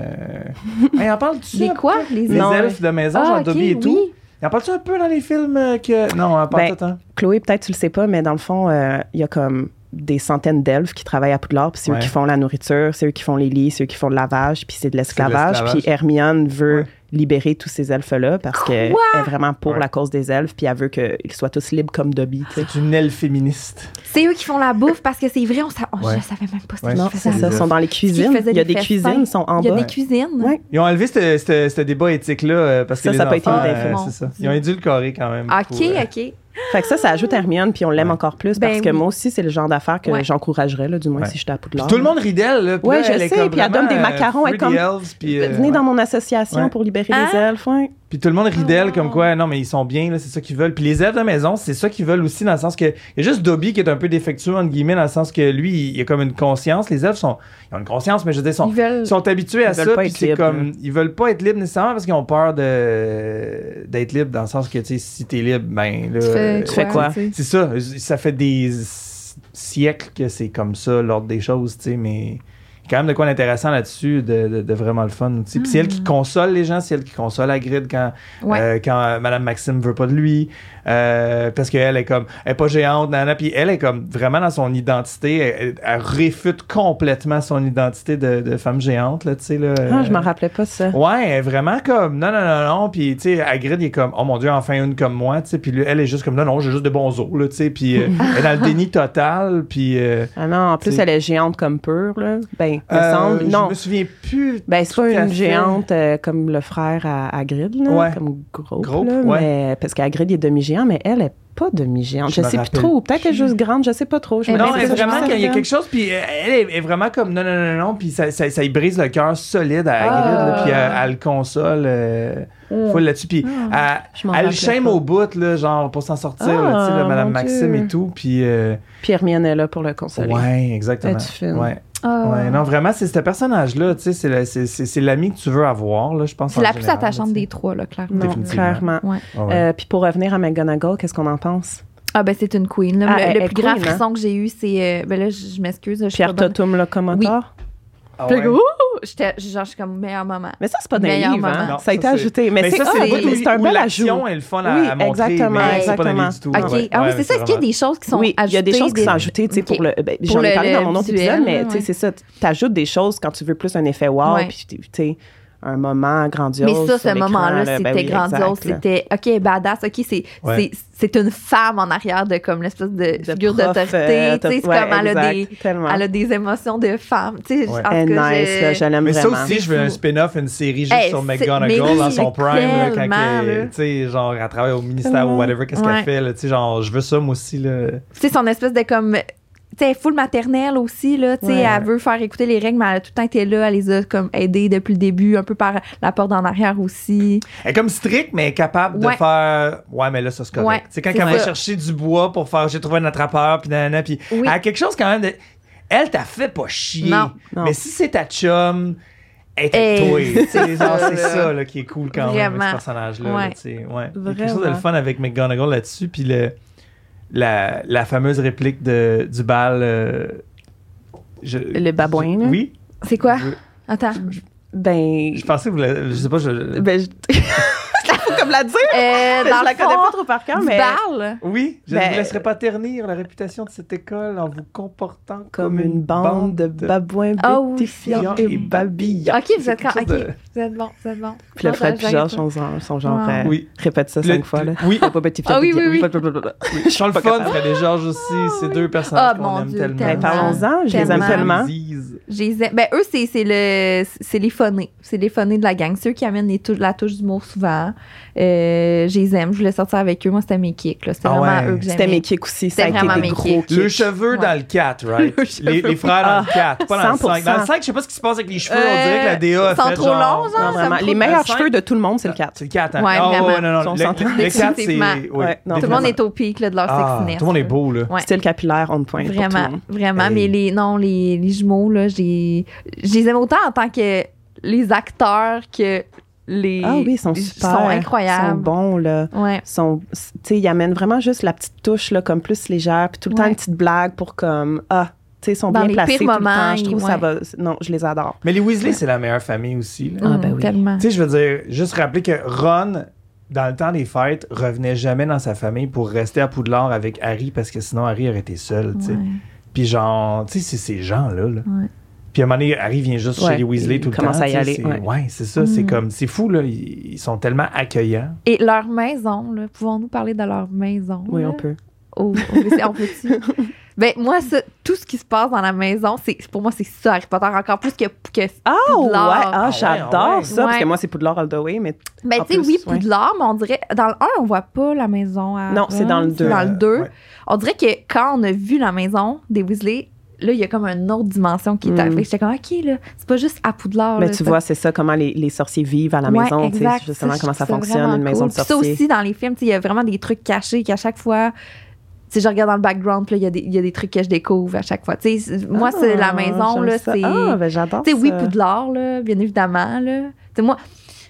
C: euh. Hey, en parles-tu?
B: Les quoi? Les
C: Les
A: Non,
C: elfes de maison,
B: Ah,
C: genre
B: ok,
C: Dobby et tout.
B: oui.
C: En parles-tu un peu dans les films euh, que... Non, on en parle
A: Ben,
C: tout le temps.
A: Chloé, peut-être tu le sais pas, mais dans le fond, euh, il y a comme des centaines d'elfes qui travaillent à Poudlard, puis c'est eux
C: Ouais.
A: qui font la nourriture, c'est eux qui font les lits, c'est eux qui font le lavage, puis c'est de l'esclavage.
C: l'esclavage.
A: Puis Hermione veut
C: Ouais.
A: libérer tous ces elfes-là parce qu'elle est vraiment pour
C: Ouais.
A: la cause des elfes, puis elle veut qu'ils soient tous libres comme Dobby. tu sais.
C: C'est une aile féministe.
B: C'est eux qui font la bouffe parce que c'est vrai, on sa- oh,
C: Ouais.
B: je savais même pas ce
C: Ouais,
B: qu'ils
A: Non,
C: qui
A: c'est
B: faisaient.
C: faisait
A: ça.
C: des
A: Ils sont dans les cuisines.
B: faisait
A: Il y a
B: des
A: des
B: festins.
A: cuisines, ils sont en
B: Il y a
A: bas.
B: des cuisines.
A: Ouais.
C: Ils ont enlevé ce- ce ce débat éthique-là euh, parce
A: Ça,
C: que
A: ça
C: les
A: a pas été
C: enfants,
A: une
B: info.
C: c'est ça. Ils ont édulcoré quand même.
B: Ok,
C: pour, euh,
B: ok.
A: Fait que ça, ça ajoute Hermione, puis on l'aime
C: Ouais.
A: encore plus
B: Ah. Ben
A: parce que
B: oui.
A: moi aussi, c'est le genre d'affaire que
B: Ouais.
A: j'encouragerais, là, du moins,
C: Ouais.
A: si j'étais à
C: Puis
A: Poudlard.
C: tout le monde ridèle, là. Puis
A: Ouais,
C: là,
A: je
C: elle est
A: sais,
C: comme
A: puis elle donne des
C: vraiment, euh,
A: macarons, elle est
C: free the
A: comme-
C: elves, puis, euh,
A: Venez
C: ouais.
A: dans mon association
C: Ouais.
A: pour libérer
B: Hein?
A: les elfes. ouais.
C: Puis tout le monde
A: Ah
C: rit d'elle
B: wow.
C: comme quoi, non, mais ils sont bien, là, c'est ça qu'ils veulent. Puis les elfes de maison, c'est ça qu'ils veulent aussi, dans le sens que. Il y a juste Dobby qui est un peu défectueux, entre guillemets, dans le sens que lui, il, il a comme une conscience. Les elfes sont. Ils ont une conscience, mais je veux dire, sont,
B: Ils veulent.
C: sont habitués à
A: Ils veulent
C: ça.
A: pas
C: Puis
A: être
C: c'est
A: libres,
C: comme.
A: là.
C: Ils veulent pas être libres nécessairement parce qu'ils ont peur de d'être libres, dans le sens que, tu sais, si t'es libre, ben. Là,
B: Tu fais,
A: tu fais quoi?
B: tu sais.
C: C'est ça. Ça fait des s- siècles que c'est comme ça, l'ordre des choses, tu sais, mais. il y a Quand même de quoi d'intéressant là-dessus, de, de- de vraiment le fun. tu sais. Puis c'est elle qui console les gens, c'est elle qui console Hagrid quand
B: Ouais.
C: euh, quand euh, Madame Maxime veut pas de lui, euh, parce qu'elle est comme, elle est pas géante, nana, puis elle est comme vraiment dans son identité, elle, elle- elle réfute complètement son identité de, de femme géante, là, tu sais, là.
A: Ah, je m'en rappelais pas ça.
C: Ouais, elle est vraiment comme, non, non, non, non, puis tu sais, Hagrid il est comme, oh mon dieu, enfin une comme moi, tu sais, puis lui, elle est juste comme, non, non, j'ai juste de bons os, là, tu sais, puis euh, elle est dans le déni total, puis... euh,
A: Ah non, en plus,
C: C'est-
A: elle est géante comme pure, là. Ben, il me
C: euh,
A: semble.
C: Je
A: Non.
C: me souviens plus
A: Ben, c'est pas
C: à
A: une
C: fait.
A: géante euh, comme le frère à Hagrid, là,
C: Ouais.
A: comme gros,
C: Groupe,
A: là,
C: ouais.
A: mais- parce qu'Agrid est demi-géant, mais elle est pas demi-géante.
C: Je
A: Je,
C: me
A: sais plus
C: rappelle
A: trop, peut-être qu'elle est juste grande, je sais pas trop. Je
B: Elle
A: me
B: est
C: Non,
A: rappelle
C: mais
A: pas, je
C: vraiment,
A: pense
C: quand il y a
A: que-
C: quelque chose, puis euh, elle est, est vraiment comme non, non, non, non, non, puis ça, ça, ça y brise le cœur solide à Hagrid,
B: Ah.
C: là, puis elle, elle le console euh, full là-dessus, puis
A: Ah. Je
C: elle,
A: m'en
C: elle le
A: rappelais
C: shame
A: pas.
C: au bout, là, genre, pour s'en sortir, là, tu sais, là,
A: Ah,
C: Madame
A: mon
C: Maxime
A: Dieu.
C: et tout, puis... euh,
A: Puis Hermione est là pour le consoler.
C: ouais, exactement.
A: Es-tu fine?
C: Ouais,
B: Ah.
C: ouais, non, vraiment, c'est ce personnage-là, tu sais, c'est la- c'est- c'est c'est l'ami que tu veux avoir, là, je pense,
B: C'est
C: en
B: la plus
C: général, là,
B: attachante
C: tu sais.
B: des trois, là, clairement.
A: Non,
C: Définitivement.
A: clairement.
B: Ouais.
C: Ah ouais.
A: Euh, puis pour revenir à McGonagall, qu'est-ce qu'on en pense?
B: Ah, ben, c'est une queen. là.
A: Ah,
B: le
A: elle
B: le
A: est
B: plus grand
A: queen, hein?
B: frisson que j'ai eu, c'est. euh, ben là, je je m'excuse. je suis
A: Pierre
B: pas bonne.
A: Totum Locomotor?
C: Ah
B: Puis
C: ouais.
B: le gars, Ouh! j'étais genre, je suis comme meilleure maman.
A: Mais ça, c'est pas dans les
B: Meilleur
A: livres, hein.
B: moment.
A: ça a été
C: Non, ça,
A: ajouté. Mais, c'est
C: ça,
A: ah,
C: c'est le bout
B: oui,
C: où-
A: c'est un
C: où
A: bel ajout.
C: l'action est le fun à,
A: Oui,
C: à montrer,
A: exactement,
C: mais c'est pas dans les livres
A: exactement.
C: du tout.
B: OK.
C: ouais.
B: ah oui,
C: Ouais,
B: c'est ça. Est-ce qu'il y a
C: vraiment-
B: des choses qui sont
A: oui, il y a des choses qui sont
B: des-
A: ajoutées, tu sais, pour
B: Ok.
A: le. ben,
B: Pour
A: J'en ai
B: le-
A: parlé
B: le
A: dans mon autre
B: visuel,
A: épisode, mais
B: là,
A: tu sais,
B: ouais.
A: c'est ça. T'ajoutes des choses quand tu veux plus un effet wow,
B: Ouais.
A: puis tu tu sais, un moment grandiose.
B: Mais ça,
A: sur
B: ce
A: l'écran,
B: moment-là,
A: là,
B: c'était
A: ben oui, exact,
B: grandiose.
A: là.
B: C'était, OK, badass, OK, c'est,
C: Ouais.
B: c'est, c'est une femme en arrière de comme l'espèce de,
A: De
B: figure
A: prof,
B: d'autorité.
A: euh,
B: tu sais, c'est
A: ouais,
B: comme elle a, des,
A: exact, tellement.
B: elle a des émotions de femme. Tu sais,
C: Ouais.
B: en
A: Elle
B: tout cas,
A: est nice,
B: j'ai-
A: là, je l'aime
C: Mais ça
A: vraiment.
C: aussi, je veux un spin-off, une série juste
B: Hey,
C: sur
B: c'est-
C: McGonagall
B: mais oui,
C: dans son
B: mais
C: prime, là, quand elle,
B: tellement, là.
C: tu sais, genre, elle travaille au ministère ou whatever, qu'est-ce
B: Ouais.
C: qu'elle fait, là, tu sais, genre, je veux ça, moi aussi, là.
B: Tu sais, son espèce de comme. Tu sais, elle est full maternelle aussi, là. Tu sais,
A: Ouais,
B: elle
A: ouais.
B: veut faire écouter les règles, mais elle a tout le temps été là. Elle les a comme aidées depuis le début, un peu par la porte en arrière aussi.
C: Elle est comme stricte, mais capable
B: Ouais.
C: de faire, ouais, mais là, ça, c'est
B: Ouais,
C: correct. C'est quand
B: c'est
C: elle va
B: ça.
C: chercher du bois pour faire, j'ai trouvé un attrapeur, puis nanana, puis
B: Oui.
C: elle a quelque chose quand même de, elle t'a fait pas chier.
B: Non.
A: Non.
C: Mais si c'est ta chum, elle est avec
B: Hey,
C: toi. tu sais, genre,
B: ça,
C: C'est
B: là.
C: ça, là, qui est cool quand même, avec
B: Vraiment.
C: ce personnage-là, là,
B: Ouais.
C: tu sais, ouais. Il y a quelque chose de
A: Vraiment.
C: le fun avec McGonagall là-dessus, puis le, la, la fameuse réplique de, du bal. euh, je-
A: Le babouin, là.
C: Oui.
B: C'est quoi?
C: Je-
B: Attends.
A: Ben.
C: Je pensais que vous l'avez- Je sais pas, je-
A: Ben, je. Il faut comme la dire.
B: Euh,
A: mais
B: dans
A: je la
B: le
A: connais
B: fond,
A: pas trop par cœur,
B: du
A: mais.
B: bal.
C: Oui, je
A: Ben,
C: ne vous laisserai pas ternir la réputation de cette école en vous comportant
A: Comme une bande de babouins
B: Ah oui,
A: bétifiants
C: c'est-
A: et babillants.
B: Ok, vous
C: C'est
B: êtes quand?
C: quelque
B: Ok,
C: chose de-
B: vous êtes bon, vous êtes bon.
A: Puis le
B: Non,
A: Fred
B: j'arrive
A: puis Georges
B: pas.
A: sont genre, sont genre
B: Ouais.
A: euh,
C: Oui.
A: répète ça
C: Le-
A: cinq fois, là.
C: Oui.
A: Pas bétifiant,
B: Ah oui,
A: bétifiant,
B: oui, oui.
A: blablabla.
C: Je suis le
A: pas
C: fun,
A: capable.
C: Fred et Georges aussi, ces deux
B: Ah,
C: personnages
B: mon
C: qu'on aime
B: Dieu,
C: tellement.
B: tellement.
A: Ben, parlons-en, je les aime
B: Tellement.
A: tellement.
C: Ziz.
B: Je les aime. Ben, eux, c'est, c'est, le, c'est les phonés. C'est les phonés de la gang. C'est eux qui amènent les tou- la touche d'humour souvent. Euh, je les aime. Je voulais sortir avec eux. Moi, c'était mes kicks. Là. C'était
C: Ah
B: vraiment
C: ouais.
B: eux que j'aimais.
A: C'était mes kicks aussi. Ça a
B: C'était
A: été
B: vraiment
A: des
B: mes
A: gros
B: kicks.
A: kicks.
C: Le cheveu dans le 4, right?
B: Le cheveu, Ah,
C: les, les
B: oui.
C: frères dans le 4, pas dans le 5.
A: 100%.
C: Dans le 5, je sais pas ce qui se passe avec les cheveux. on
B: Euh,
C: dirait que la DA a
B: ils sont
C: fait
B: trop
C: genre...
B: longs, genre?
A: Non,
B: Ça me
A: vraiment. Les
B: trouve-
A: meilleurs
C: Le cinq-
A: cheveux de tout le monde, c'est le 4.
C: C'est le 4, hein?
B: Ouais,
C: Ah,
B: vraiment.
C: non, non.
A: Ils
C: Le,
A: sont centrés.
C: le 4, c'est...
B: Définitivement.
A: Ouais, non,
B: Tout le monde est au pic là, de leur
C: ah,
B: sexiness.
C: Tout le monde est
B: là.
C: beau, là.
B: Ouais.
A: Style capillaire on point pour tout le
B: Vraiment,
A: monde.
B: vraiment.
C: Hey.
B: Mais les, non, les, les jumeaux, là, j'ai, je les aime autant en tant que les acteurs que les.
A: Ah oui, ils sont super.
B: Ils sont
A: Ils sont
B: incroyables.
A: bons, là.
B: Ouais.
A: Ils sont- tu sais, ils amènent vraiment juste la petite touche, là, comme plus légère, puis tout le temps
B: Ouais.
A: une petite blague pour comme, ah, tu sais, ils sont
B: Dans
A: bien
B: les
A: placés tout
B: pires
A: le temps.
B: moments,
A: Je trouve
B: ils-
A: ça va. Non, je les adore.
C: Mais les Weasley, c'est la meilleure famille aussi, là.
A: Ah,
B: Hum,
A: ben oui.
B: Tellement.
C: Tu sais, je veux dire, juste rappeler que Ron, dans le temps des fêtes, revenait jamais dans sa famille pour rester à Poudlard avec Harry parce que sinon Harry aurait été seul, tu sais.
B: Ouais.
C: Puis genre, tu sais, c'est ces gens-là. là.
B: Ouais.
C: Puis à un moment donné, Harry vient juste
A: Ouais,
C: chez les Weasley
A: il
C: tout le temps.
A: commence à y
C: tu sais,
A: aller,
C: c'est-
A: ouais.
C: c'est ça. C'est
B: Mm.
C: comme, c'est fou, là. Ils, ils sont tellement accueillants.
B: Et leur maison, là, pouvons-nous parler de leur maison?
A: Oui,
B: là?
A: on peut.
B: Au- au lycée, on peut-tu? ben, moi, ça, tout ce qui se passe dans la maison, c'est, pour moi, c'est ça, Harry Potter, encore plus que. que
A: Ah, ouais.
B: Poudlard.
A: Ah,
C: Ah,
A: j'adore
C: ouais,
A: ça,
B: ouais.
A: parce que moi, c'est Poudlard all the way, mais
B: ben,
A: En
B: tu sais,
A: plus,
B: oui,
A: ouais.
B: Poudlard, mais on dirait. Dans le 1, on voit pas la maison à.
A: Non, c'est dans le
B: Ron, c'est
A: deux.
B: Dans le
C: Euh,
B: 2.
C: ouais.
B: On dirait que quand on a vu la maison des Weasley, là, il y a comme une autre dimension qui est
A: Mm.
B: arrivée. J'étais comme, OK, là, c'est pas juste à Poudlard.
A: Mais
B: là,
A: Ben, tu
B: ça.
A: vois, c'est ça, comment les, les sorciers vivent à la
B: Ouais,
A: maison, tu sais,
B: exact.
A: justement,
B: Ça,
A: comment
B: je
A: ça
B: trouve
A: fonctionne,
B: vraiment
A: une maison
B: cool.
A: de
B: Puis
A: sorciers.
B: Ça aussi, dans les films, tu sais, il y a vraiment des trucs cachés qu'à chaque fois. Tu sais, je regarde dans le background, puis là, il y, a des- il y a des trucs que je découvre à chaque fois. Tu sais, c'est- moi, c'est la
A: Ah,
B: maison,
A: j'aime
B: là,
A: ça.
B: c'est.
A: Ah, ben j'adore
B: tu sais, oui,
A: ça.
B: Poudlard, là, bien évidemment, là. Tu sais, moi,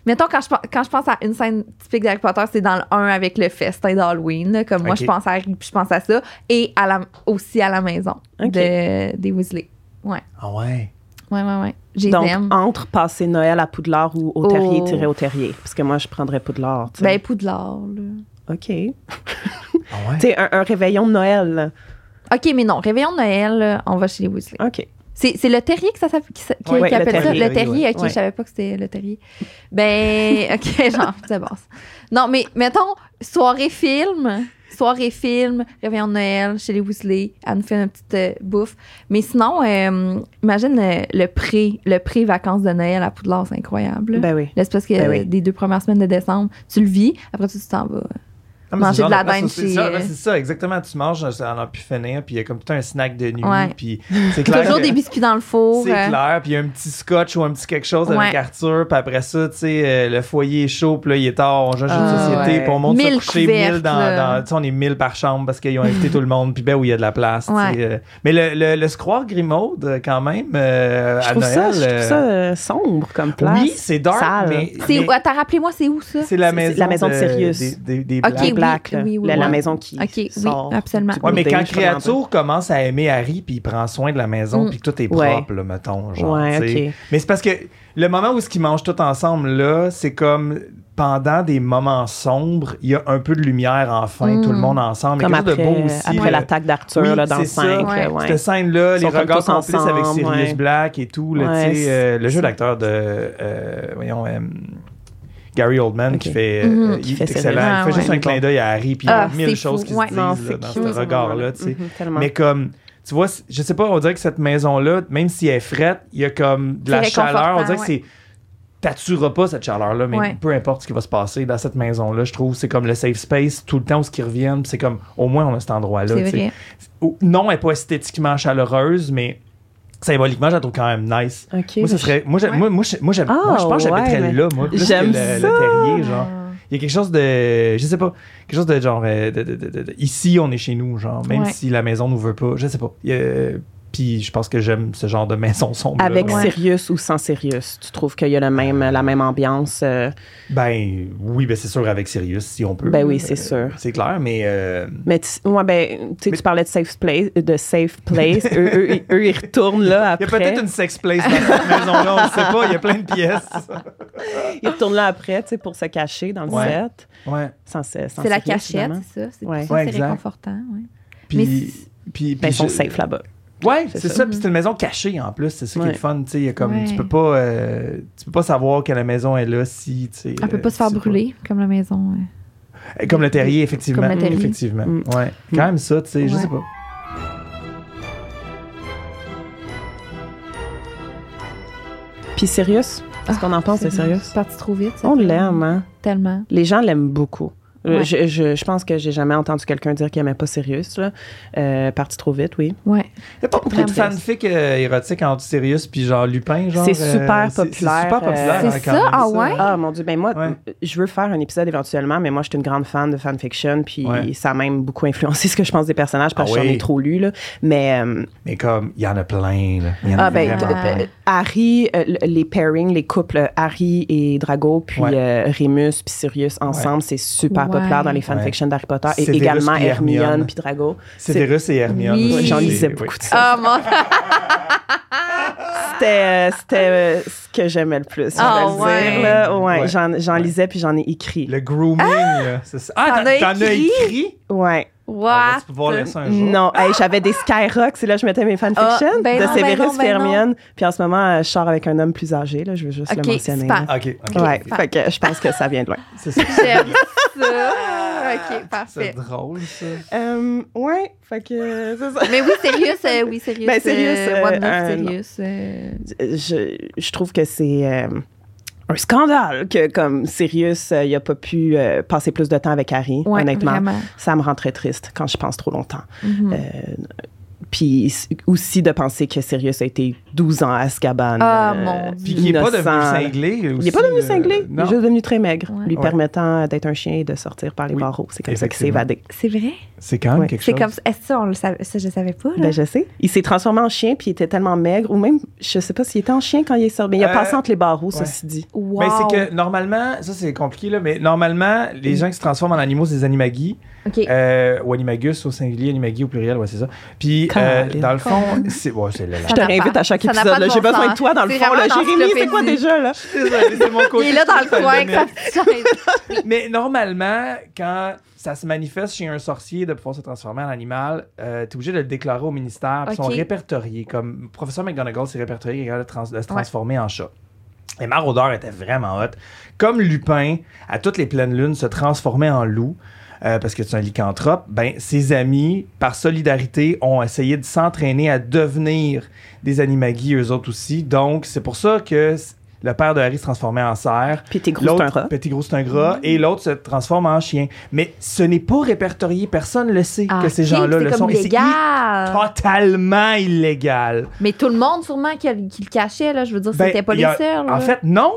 B: mettons, quand je, pen- quand je pense à une scène typique d'Harry Potter, c'est dans le 1 avec le festin d'Halloween, là, Comme moi,
C: Ok.
B: je pense à Harry, puis je pense à ça. Et à la, aussi à la maison
A: Ok.
B: de- des Weasley.
C: Ah ouais.
B: Ouais, ouais, ouais. J'ai
A: Donc,
B: aime.
A: entre passer Noël à Poudlard ou au terrier,
B: Oh.
A: tirer au terrier. Parce que moi, je prendrais Poudlard. tu
B: Ben,
A: sais.
B: Poudlard, là.
A: OK. Tu
C: Ah ouais.
A: sais, un, un réveillon de Noël.
B: OK, mais non, réveillon de Noël, là, on va chez les Weasley.
A: OK.
B: C'est, c'est le terrier que ça s'appelle, qui, s'a- qui-
A: Ouais,
B: qui
A: le
B: appelle
A: terrier,
B: ça?
C: oui,
B: Le terrier, OK,
A: ouais.
B: je savais pas que c'était le terrier. Ben, OK, genre, c'est bon. Non, mais mettons, soirée film, soirée film, réveillon de Noël, chez les Weasley, elle nous fait une petite euh, bouffe. Mais sinon, euh, imagine euh, le pré, le pré-vacances de Noël à Poudlard, c'est incroyable. là.
A: Ben oui.
B: L'espace que,
A: ben
B: euh,
A: oui.
B: des deux premières semaines de décembre, tu le vis, après ça, tu t'en vas.
C: Non, Ah, mais
B: Manger
C: c'est genre
B: de la dinde
C: place où c'est
B: chez- euh,
C: ça, ouais, C'est ça, exactement. Tu manges, ça en a pu finir, puis il y a comme tout un snack de nuit,
B: Ouais.
C: puis c'est clair
B: Toujours
C: que-
B: des biscuits dans le four.
C: C'est
B: euh,
C: clair, puis il y a un petit scotch ou un petit quelque chose avec
B: Ouais.
C: Arthur, puis après ça, tu sais, euh, le foyer est chaud, puis là, il est tard, on joue à une
A: Ah,
C: société,
A: ouais.
C: puis on monte se
B: Mille
C: coucher,
B: couvertes,
C: mille dans...
B: là.
C: dans- tu sais, on est mille par chambre parce qu'ils ont invité tout le monde, puis ben, où il y a de la place, tu sais,
B: Ouais.
C: euh. Mais le, le, le square Grimaud, euh, quand même, euh,
A: Je
C: à
A: trouve,
C: Noël...
A: ça, je trouve
C: euh,
A: ça euh, sombre comme place.
C: Oui, c'est dark,
A: sale.
C: mais...
B: C'est,
C: mais
B: attends, rappelez-moi, c'est où ça?
C: c'est la
A: c'est- c'est
C: maison,
A: la maison de Sirius.
C: Des, des, des
B: Ok,
A: oui,
C: Blacks.
A: plaque,
B: oui,
A: là,
B: oui, oui,
A: la, la
B: ouais.
A: maison qui
B: Ok, oui,
A: sort.
B: absolument.
A: du
C: Ouais, mais
A: côté,
C: quand
A: je sais pas comment
C: Créature commence à aimer Harry, puis il prend soin de la maison,
B: Mm.
C: puis que tout est
A: Ouais.
C: propre, là, mettons. Genre,
A: Ouais,
C: tu sais.
A: ok.
C: Mais c'est parce que le moment où ce qu'ils mangent tout ensemble, là, c'est comme pendant des moments sombres, il y a un peu de lumière enfin,
B: Mm.
C: tout le monde ensemble.
A: Comme
C: et quelque chose
A: après,
C: de beau aussi.
A: après
C: là.
A: l'attaque d'Arthur
C: Oui,
A: là, dans
C: c'est
A: le
C: ça.
A: 5.
B: Ouais.
A: là, ouais.
C: Cette scène-là,
A: Ils
C: les
A: sont comme
C: regards
A: tous
C: complices
A: ensemble,
C: avec Sirius
A: ouais.
C: Black et tout, là,
A: Ouais,
C: tu sais,
A: c'est-
C: euh, le jeu
A: c'est-
C: d'acteur de, euh, voyons, euh, Gary Oldman qui
A: Ok.
C: fait,
B: Mhm.
C: euh,
A: Qui
C: il
A: fait
C: est excellent,
B: Sirius.
C: il fait
B: Ah,
C: juste
A: ouais.
C: un clin d'œil à Harry, puis
B: Ah,
C: il y a mille
B: c'est
C: choses
B: fou.
C: qui
B: Ouais.
C: se disent
A: Non,
C: là,
A: c'est
C: dans
A: cute,
C: ce
A: ce
C: regard-là, tu sais.
A: Mhm, tellement.
C: Mais comme, tu vois, c- je sais pas, on dirait que cette maison-là, même si elle est frette, il y a comme de la
B: C'est
C: chaleur. On dirait que
B: réconfortant,
C: c'est. T'attueras pas cette chaleur-là, mais
B: Ouais.
C: peu importe ce qui va se passer dans cette maison-là, je trouve, c'est comme le safe space, tout le temps où ce qu'ils reviennent, puis c'est comme, au moins on a cet endroit-là.
B: C'est
C: tu sais.
B: vrai.
C: Ou- Non, elle n'est pas esthétiquement chaleureuse, mais symboliquement, je la trouve quand même nice.
A: Ok,
C: Moi, ce
A: mais je-
C: serait, moi, j'ai-
B: Ouais.
C: moi, moi, j'ai- moi, j'ai-
A: Ah,
C: moi, je pense que j'habiterais
A: ouais, mais-
C: là, moi, plus que
A: J'aime
C: le,
A: ça.
C: le terrier, genre.
B: Ah.
C: Il y a quelque chose de, je sais pas, quelque chose de genre, euh, de- de- de- de- de- ici, on est chez nous, genre, même
B: Ouais.
C: si la maison nous veut pas, je sais pas. Il y a- Puis je pense que j'aime ce genre de maison sombre.
A: Avec
B: Ouais.
A: Sirius ou sans Sirius, tu trouves qu'il y a le même, la même ambiance? euh,
C: Ben oui, ben c'est sûr avec Sirius, si on peut.
A: Ben oui, c'est sûr.
C: C'est clair, mais euh,
A: Mais tu, ouais, ben, tu sais,
C: Mais-
A: tu parlais de safe place, de safe place. eux, eux, ils- eux, ils retournent là
C: il y a
A: après.
C: peut-être une sex place dans cette maison-là, on ne sait pas, il y a plein de pièces.
A: Ils retournent là après, tu sais, pour se cacher dans le
C: Ouais.
A: set.
C: Ouais.
A: Sans, se- sans
B: C'est la
A: Sirius,
B: cachette,
A: évidemment.
B: c'est ça. C'est
A: Ouais.
B: pour ça
C: Ouais,
B: que c'est
C: exact.
B: réconfortant. ouais. Mais
C: Puis,
B: c'est-
C: puis,
A: Ben,
C: puis
A: ils sont
C: je-
A: safe là-bas.
C: Ouais,
A: C'est
C: c'est
A: ça.
C: ça. Puis c'est une maison cachée en plus. C'est ça qui est
A: Ouais.
C: le fun. Tu sais, il y a comme
B: Ouais.
C: tu peux pas, euh, tu peux pas savoir que la maison est là si tu sais.
B: On peut
C: euh,
B: pas se faire
C: tu sais
B: brûler comme la maison. ouais.
C: pas. Comme le terrier, effectivement.
B: Comme le terrier.
C: Effectivement.
A: Mm.
C: Ouais. Quand même ça, tu sais, je
B: Ouais.
C: sais pas.
A: Puis Sirius, qu'est-ce qu'on en pense de
B: C'est bien.
A: Sirius?
B: Ah, C'est parti trop vite. ça.
A: On l'aime, hein?
B: Tellement.
A: Les gens l'aiment beaucoup. Euh,
B: Ouais.
A: Je, je, je pense que j'ai jamais entendu quelqu'un dire qu'il aimait pas Sirius. Là. Euh, parti trop vite, oui.
B: Ouais.
C: Il y a pas beaucoup de
B: Vraiment.
C: fanfic euh, érotique entre Sirius puis genre Lupin, genre. euh,
A: C'est super populaire,
C: C'est super populaire.
A: euh,
C: hein,
B: C'est
C: quand
B: ça?
C: même,
B: Ah ouais?
A: Ah mon dieu, ben moi,
C: Ouais.
A: je veux faire un épisode éventuellement, mais moi, je suis une grande fan de fanfiction, puis
C: Ouais.
A: ça a même beaucoup influencé ce que je pense des personnages parce
C: Ah
A: que j'en
C: oui.
A: ai trop lu là. Mais euh,
C: Mais comme il y en a plein. Là. Il y en a
A: ah ben
C: vraiment
B: Ouais.
A: euh,
C: plein.
A: euh, Harry, euh, le- les pairings, les couples euh, Harry et Drago, puis
C: Ouais.
A: euh, Remus puis Sirius ensemble, c'est super
B: Ouais.
A: populaire dans les fanfictions d'Harry Potter et
C: Severus
A: également
C: puis Hermione.
A: Hermione puis Drago. C'est-
C: Severus et Hermione.
B: Oui.
C: aussi,
A: J'en
C: c'est-
A: lisais
C: oui.
A: beaucoup de ça.
B: Ah mon
A: C'était, euh, c'était euh, ce que j'aimais le plus.
B: Ah,
A: je vais le
B: ouais.
A: dire, là. Ouais,
C: Ouais.
A: J'en, j'en
C: Ouais.
A: lisais puis j'en ai écrit.
C: Le grooming, là. c'est ça. Ah,
B: T'en
C: t'en
B: as
C: t'en as
B: écrit?
C: écrit? Ah,
A: Ouais.
C: On
B: What?
C: va pouvoir lire ça un jour.
A: Non, hey, j'avais des Skyrocks et là je mettais mes fanfictions
B: Ah, ben
A: de
B: non, ben
A: Severus
B: non, ben
A: puis Hermione. Puis en ce moment, euh, je sors avec un homme plus âgé. Là, je veux juste
B: Ok,
A: le mentionner.
B: super.
A: là.
C: Ah, Ok, ok.
A: Ouais,
B: Super.
A: fait que je pense que ça vient de loin.
C: C'est ça.
B: J'aime ça. OK,
C: C'est
B: parfait.
C: drôle, ça.
A: Euh, ouais, fait que euh, c'est ça.
B: Mais oui, sérieux, euh, oui, sérieux.
A: Ben, Sirius, euh,
B: One euh,
A: euh,
B: Love, sérieux.
A: Je, je trouve que c'est euh, un scandale que comme Sirius, euh, il a pas pu euh, passer plus de temps avec Harry.
B: Ouais,
A: honnêtement,
B: vraiment.
A: ça me rend très triste quand je pense trop longtemps. Euh,
B: Mhm.
A: Puis s- aussi de penser que Sirius a été 12 ans à Azkaban.
B: Ah,
A: euh,
B: mon Dieu.
C: Puis qui n'est pas devenu
A: innocent, là.
C: cinglé. euh,
A: Il n'est pas devenu cinglé, il est
C: Non.
A: juste devenu très maigre,
B: Ouais.
A: lui
C: Ouais.
A: permettant euh, d'être un chien et de sortir par les
C: Oui,
A: barreaux. C'est comme ça qu'il s'est
C: effectivement.
A: évadé.
B: C'est vrai?
C: C'est quand même
A: Ouais.
C: quelque
B: C'est
C: chose.
B: comme ça. Est-ce que ça, on le savait, ça, je le savais pas, là?
A: Ben, je sais. Il s'est transformé en chien, puis il était tellement maigre, ou même, je sais pas s'il était en chien quand il est sorti, mais il a
C: Euh,
A: passé entre les barreaux,
C: ouais.
A: ceci dit.
B: Wow.
C: Ben, c'est que normalement, ça c'est compliqué, là, mais normalement, les gens qui se transforment en animaux, c'est des animagis,
B: OK.
C: euh, ou animagus au singulier, animagi au pluriel, ouais, c'est ça. Puis, euh,
A: Colin.
C: dans le fond, c'est. Ouais, c'est le-
A: Je te
B: n'a pas-
A: réinvite à chaque
B: ça n'a
A: épisode.
B: pas de
A: là. J'ai
B: bon
A: besoin
B: sens.
A: de toi, dans le
B: C'est
A: fond. là.
B: vraiment
A: Jérémy, c'est quoi
B: l'encyclopédie.
A: déjà, là?
C: Désolé, c'est mon côté.
B: Il est là dans
C: je
B: le
C: te
B: coin avec
C: donne.
B: sa petite chaise.
C: Mais normalement, quand ça se manifeste chez un sorcier de pouvoir se transformer en animal, euh, t'es obligé de le déclarer au ministère. Puis Ils sont
B: Ok.
C: répertoriés. Comme professeur McGonagall, c'est répertorié capable de, trans- de se transformer en chat. Et Maraudeur était vraiment hot. Comme Lupin, à toutes les pleines lunes, se transformait en loup. euh, parce que c'est un lycanthrope, ben, ses amis, par solidarité, ont essayé de s'entraîner à devenir des animagis eux autres aussi. Donc, c'est pour ça que c- le père de Harry se transformait en cerf.
A: Puis t'es gros, c'est un
C: L'autre,
A: rat.
C: petit gros, c'est un gras, et l'autre se transforme en chien. Mais ce n'est pas répertorié, personne ne le sait
B: Ah,
C: que ces
B: ok,
C: gens-là
B: c'est
C: le
B: comme
C: sont. Et c'est i-
B: illégal.
C: totalement illégal.
B: Mais tout le monde, sûrement, qui, qui le cachait, là. Je veux dire,
C: Ben,
B: c'était pas
C: il
B: les
C: y a-
B: seuls. là.
C: En fait, non.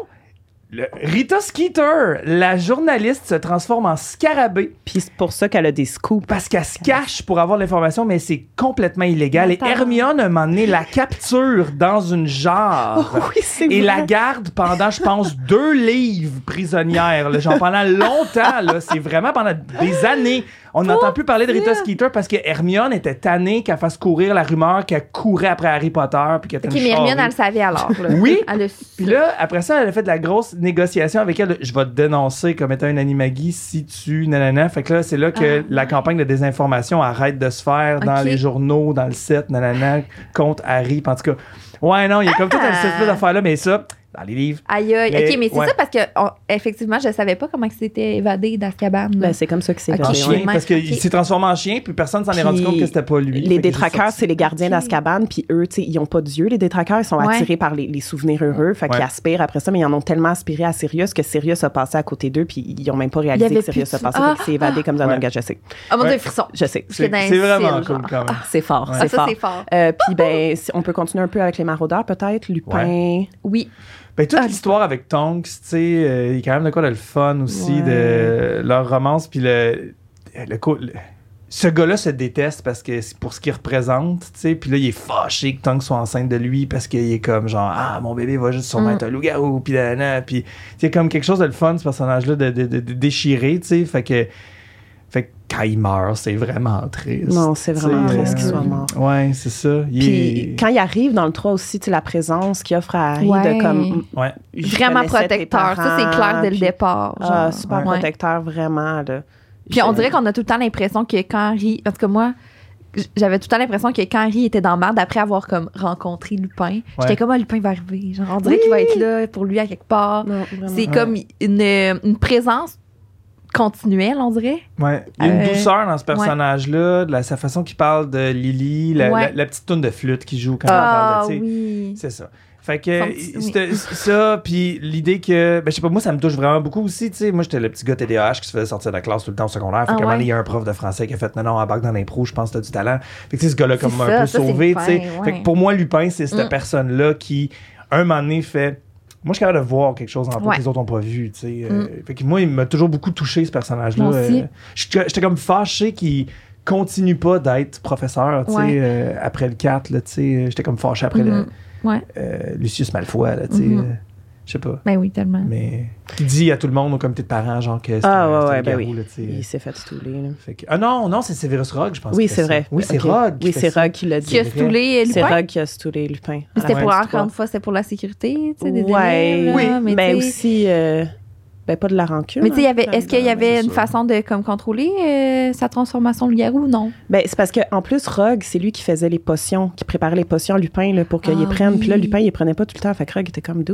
C: Le- Rita Skeeter, la journaliste, se transforme en scarabée
A: Puis c'est pour ça qu'elle a des scoops.
C: parce qu'elle se cache pour avoir l'information, mais c'est complètement illégal. Et
B: Attends.
C: Hermione, à un moment donné, la capture dans une jarre.
B: Oh,
A: oui, c'est
C: Et la
A: vrai.
C: garde pendant, je pense, deux livres prisonnières. là. genre pendant longtemps, là. c'est vraiment pendant des années. On n'entend plus parler de Rita Skeeter parce que Hermione était tannée qu'elle fasse courir la rumeur qu'elle courait après Harry Potter puis qu'elle était
B: Ok,
C: une
B: mais Hermione,
C: charrue.
B: elle le savait alors. Là.
C: Oui.
B: Elle le su.
C: Puis là, après ça, elle a fait de la grosse négociation avec elle. Je vais te dénoncer comme étant une animagie si tu... Nanana. Fait que là, c'est là que
A: Ah.
C: la campagne de désinformation arrête de se faire dans
B: Ok.
C: les journaux, dans le set, nanana, contre Harry. En tout cas, ouais, non, il y a comme toute
A: Ah.
C: cette espèce d'affaire-là, mais ça, dans les livres,
B: Aïe, aïe.
C: Mais-
B: ok, mais c'est
C: ouais.
B: ça parce que, on- effectivement, je savais pas comment que c'était évadé d'Azkaban. là.
A: Ben, c'est comme ça que c'est
B: Ok,
C: en
A: réglé,
B: je
C: chien,
A: ouais.
B: ouais.
C: parce
B: Ok.
C: qu'il s'est transformé en chien, puis personne s'en est rendu
A: Puis
C: compte que c'était pas lui. Fait
A: Les
C: que
A: détraqueurs,
C: j'ai sorti-
A: c'est les gardiens
B: Ok.
A: d'Azkaban, puis eux, tu sais, ils ont pas d'yeux, les détraqueurs, ils sont
B: Ouais.
A: attirés par les, les souvenirs heureux, fait
C: Ouais.
A: qu'ils aspirent après ça, mais ils en ont tellement aspiré à Sirius que Sirius a passé à côté d'eux, puis ils ont même pas réalisé
B: avait
A: que
B: plus
A: Sirius
B: de Ah!
A: a passé,
B: sou-
A: fait qu'il s'est évadé comme ça.
C: Ouais.
A: Non, gars, je sais,
B: Oh mon
C: Ouais.
B: dieu, frisson.
A: je sais.
B: Parce que dans
C: C'est
B: un
C: c'est
B: cil,
C: vraiment cool
B: genre.
C: quand même.
A: C'est fort,
B: Ah,
A: c'est
B: ça,
A: fort.
B: c'est fort.
A: Euh, puis ben, si- on peut continuer un peu avec les maraudeurs peut-être, Lupin.
B: Oui.
C: Ben,
A: Ah,
C: toute l'histoire avec Tonks, tu sais, euh, il y a quand même de quoi de le fun aussi,
A: Ouais.
C: de leur romance, puis le, le, co- le- Ce gars-là se déteste parce que c'est pour ce qu'il représente, tu sais, puis là, il est fâché que Tonks soit enceinte de lui parce qu'il est comme genre, ah, mon bébé va juste sûrement
B: Mm.
C: être un loup-garou, puis là, là, puis c'est comme quelque chose de le fun, ce personnage-là, de, de- de- de déchirer, tu sais, fait que. Fait que quand il meurt, c'est vraiment triste.
A: Non, c'est vraiment
C: tu sais,
A: triste qu'il
C: euh,
A: soit mort.
C: Ouais, c'est ça. Il
A: Puis
C: est-
A: quand il arrive dans le 3 aussi, tu sais, la présence qu'il offre à Harry
B: Ouais.
A: de comme.
C: Ouais.
A: je
B: Vraiment
A: connaissais tes
B: protecteur. Ça, c'est
A: parents,
B: clair dès le
A: puis-
B: départ.
A: Ah,
B: genre.
A: super
B: Ouais.
A: protecteur, vraiment. Là.
B: Puis on
A: Je-
B: dirait qu'on a tout le temps l'impression que quand Harry. En tout cas, moi, j- j'avais tout le temps l'impression que quand Harry était dans merde après avoir comme rencontré Lupin, j'étais comme, ah, Lupin va arriver. Genre, on dirait qu'il va être là pour lui à quelque part.
A: Non, vraiment.
B: C'est comme une, une présence continuelle, on dirait.
C: Ouais. Il y a une
B: Euh,
C: douceur dans ce personnage-là, de la, sa façon qu'il parle de Lily, la,
B: Ouais.
C: la- la petite toune de flûte qu'il joue quand
B: Ah
C: on parle de. tu sais.
B: oui.
C: C'est ça. Fait
B: Son
C: que
B: petit-
C: c'est-
B: oui.
C: c'est- ça, puis l'idée que, ben, je sais pas, moi ça me touche vraiment beaucoup aussi, tu sais, moi j'étais le petit gars TDAH qui se faisait sortir de la classe tout le temps au secondaire,
B: Ah
C: fait qu'à un moment
B: ouais.
C: donné, il y a un prof de français qui a fait non, non, embarque dans l'impro, je pense que t'as du talent. Fait que tu sais, ce gars-là comme
B: C'est
C: un
B: ça,
C: peu
B: ça, c'est
C: sauvé, tu
B: Lupin,
C: sais. Fait
B: ouais.
C: que pour moi, Lupin, c'est cette
B: Mm.
C: personne-là qui, un moment donné, fait, moi je suis capable de voir quelque chose en toi
B: Ouais. Mm.
C: que les autres n'ont pas vu, tu sais. Euh, Fait que moi, il m'a toujours beaucoup touché ce personnage-là.
B: Moi aussi.
C: Euh, J'étais j'étais comme fâché qu'il continue pas d'être professeur, tu sais,
B: Ouais.
C: euh, après le 4, là, tu sais. euh, J'étais comme fâché après le
B: Mhm. Ouais.
C: euh, Lucius Malfoy, là, tu sais.
A: Mm-hmm.
B: Mhm.
C: euh, Je sais pas.
B: Ben oui, tellement.
C: Mais il dit à tout le monde au comité de parents, genre, que c'est
A: Ah,
C: un-
A: ouais,
C: c'est un
A: ouais, ben
C: garou,
A: oui.
C: là, tu sais.
A: Il s'est fait stouler. là.
C: Fait que- Ah non, non, c'est Severus Rogue, je euh, pense.
A: Oui,
C: qu'il fait
A: c'est
C: ça.
A: vrai.
C: Oui, c'est
A: Ok.
C: Rogue. qui
A: Oui,
C: fait
A: c'est
C: ça.
A: Roug qui l'a
B: Qui
A: dit.
B: a stoulé
A: C'est Ah,
B: Lupin.
A: Rogue qui a stoulé Lupin. à
B: Mais
A: la
B: C'était
A: fin
B: pour,
A: du
B: encore
A: trois.
B: une fois, c'était pour la sécurité, tu sais, des
A: Ouais.
B: élèves, là,
A: oui, mais
B: tu sais-
A: aussi. euh, ben, pas de la rancune.
B: Mais tu sais, il y avait-
A: hein,
B: est-ce qu'il y
A: dans-
B: avait une
C: sûr.
B: façon de comme contrôler euh, sa transformation le garou non
A: Ben, c'est parce qu'en plus, Rogue, c'est lui qui faisait les potions, qui préparait les potions à Lupin là, pour qu'il
B: Ah
A: les prenne. Puis là,
B: oui.
A: Lupin, il les prenait pas tout le temps. Fait que Rogue était comme dude.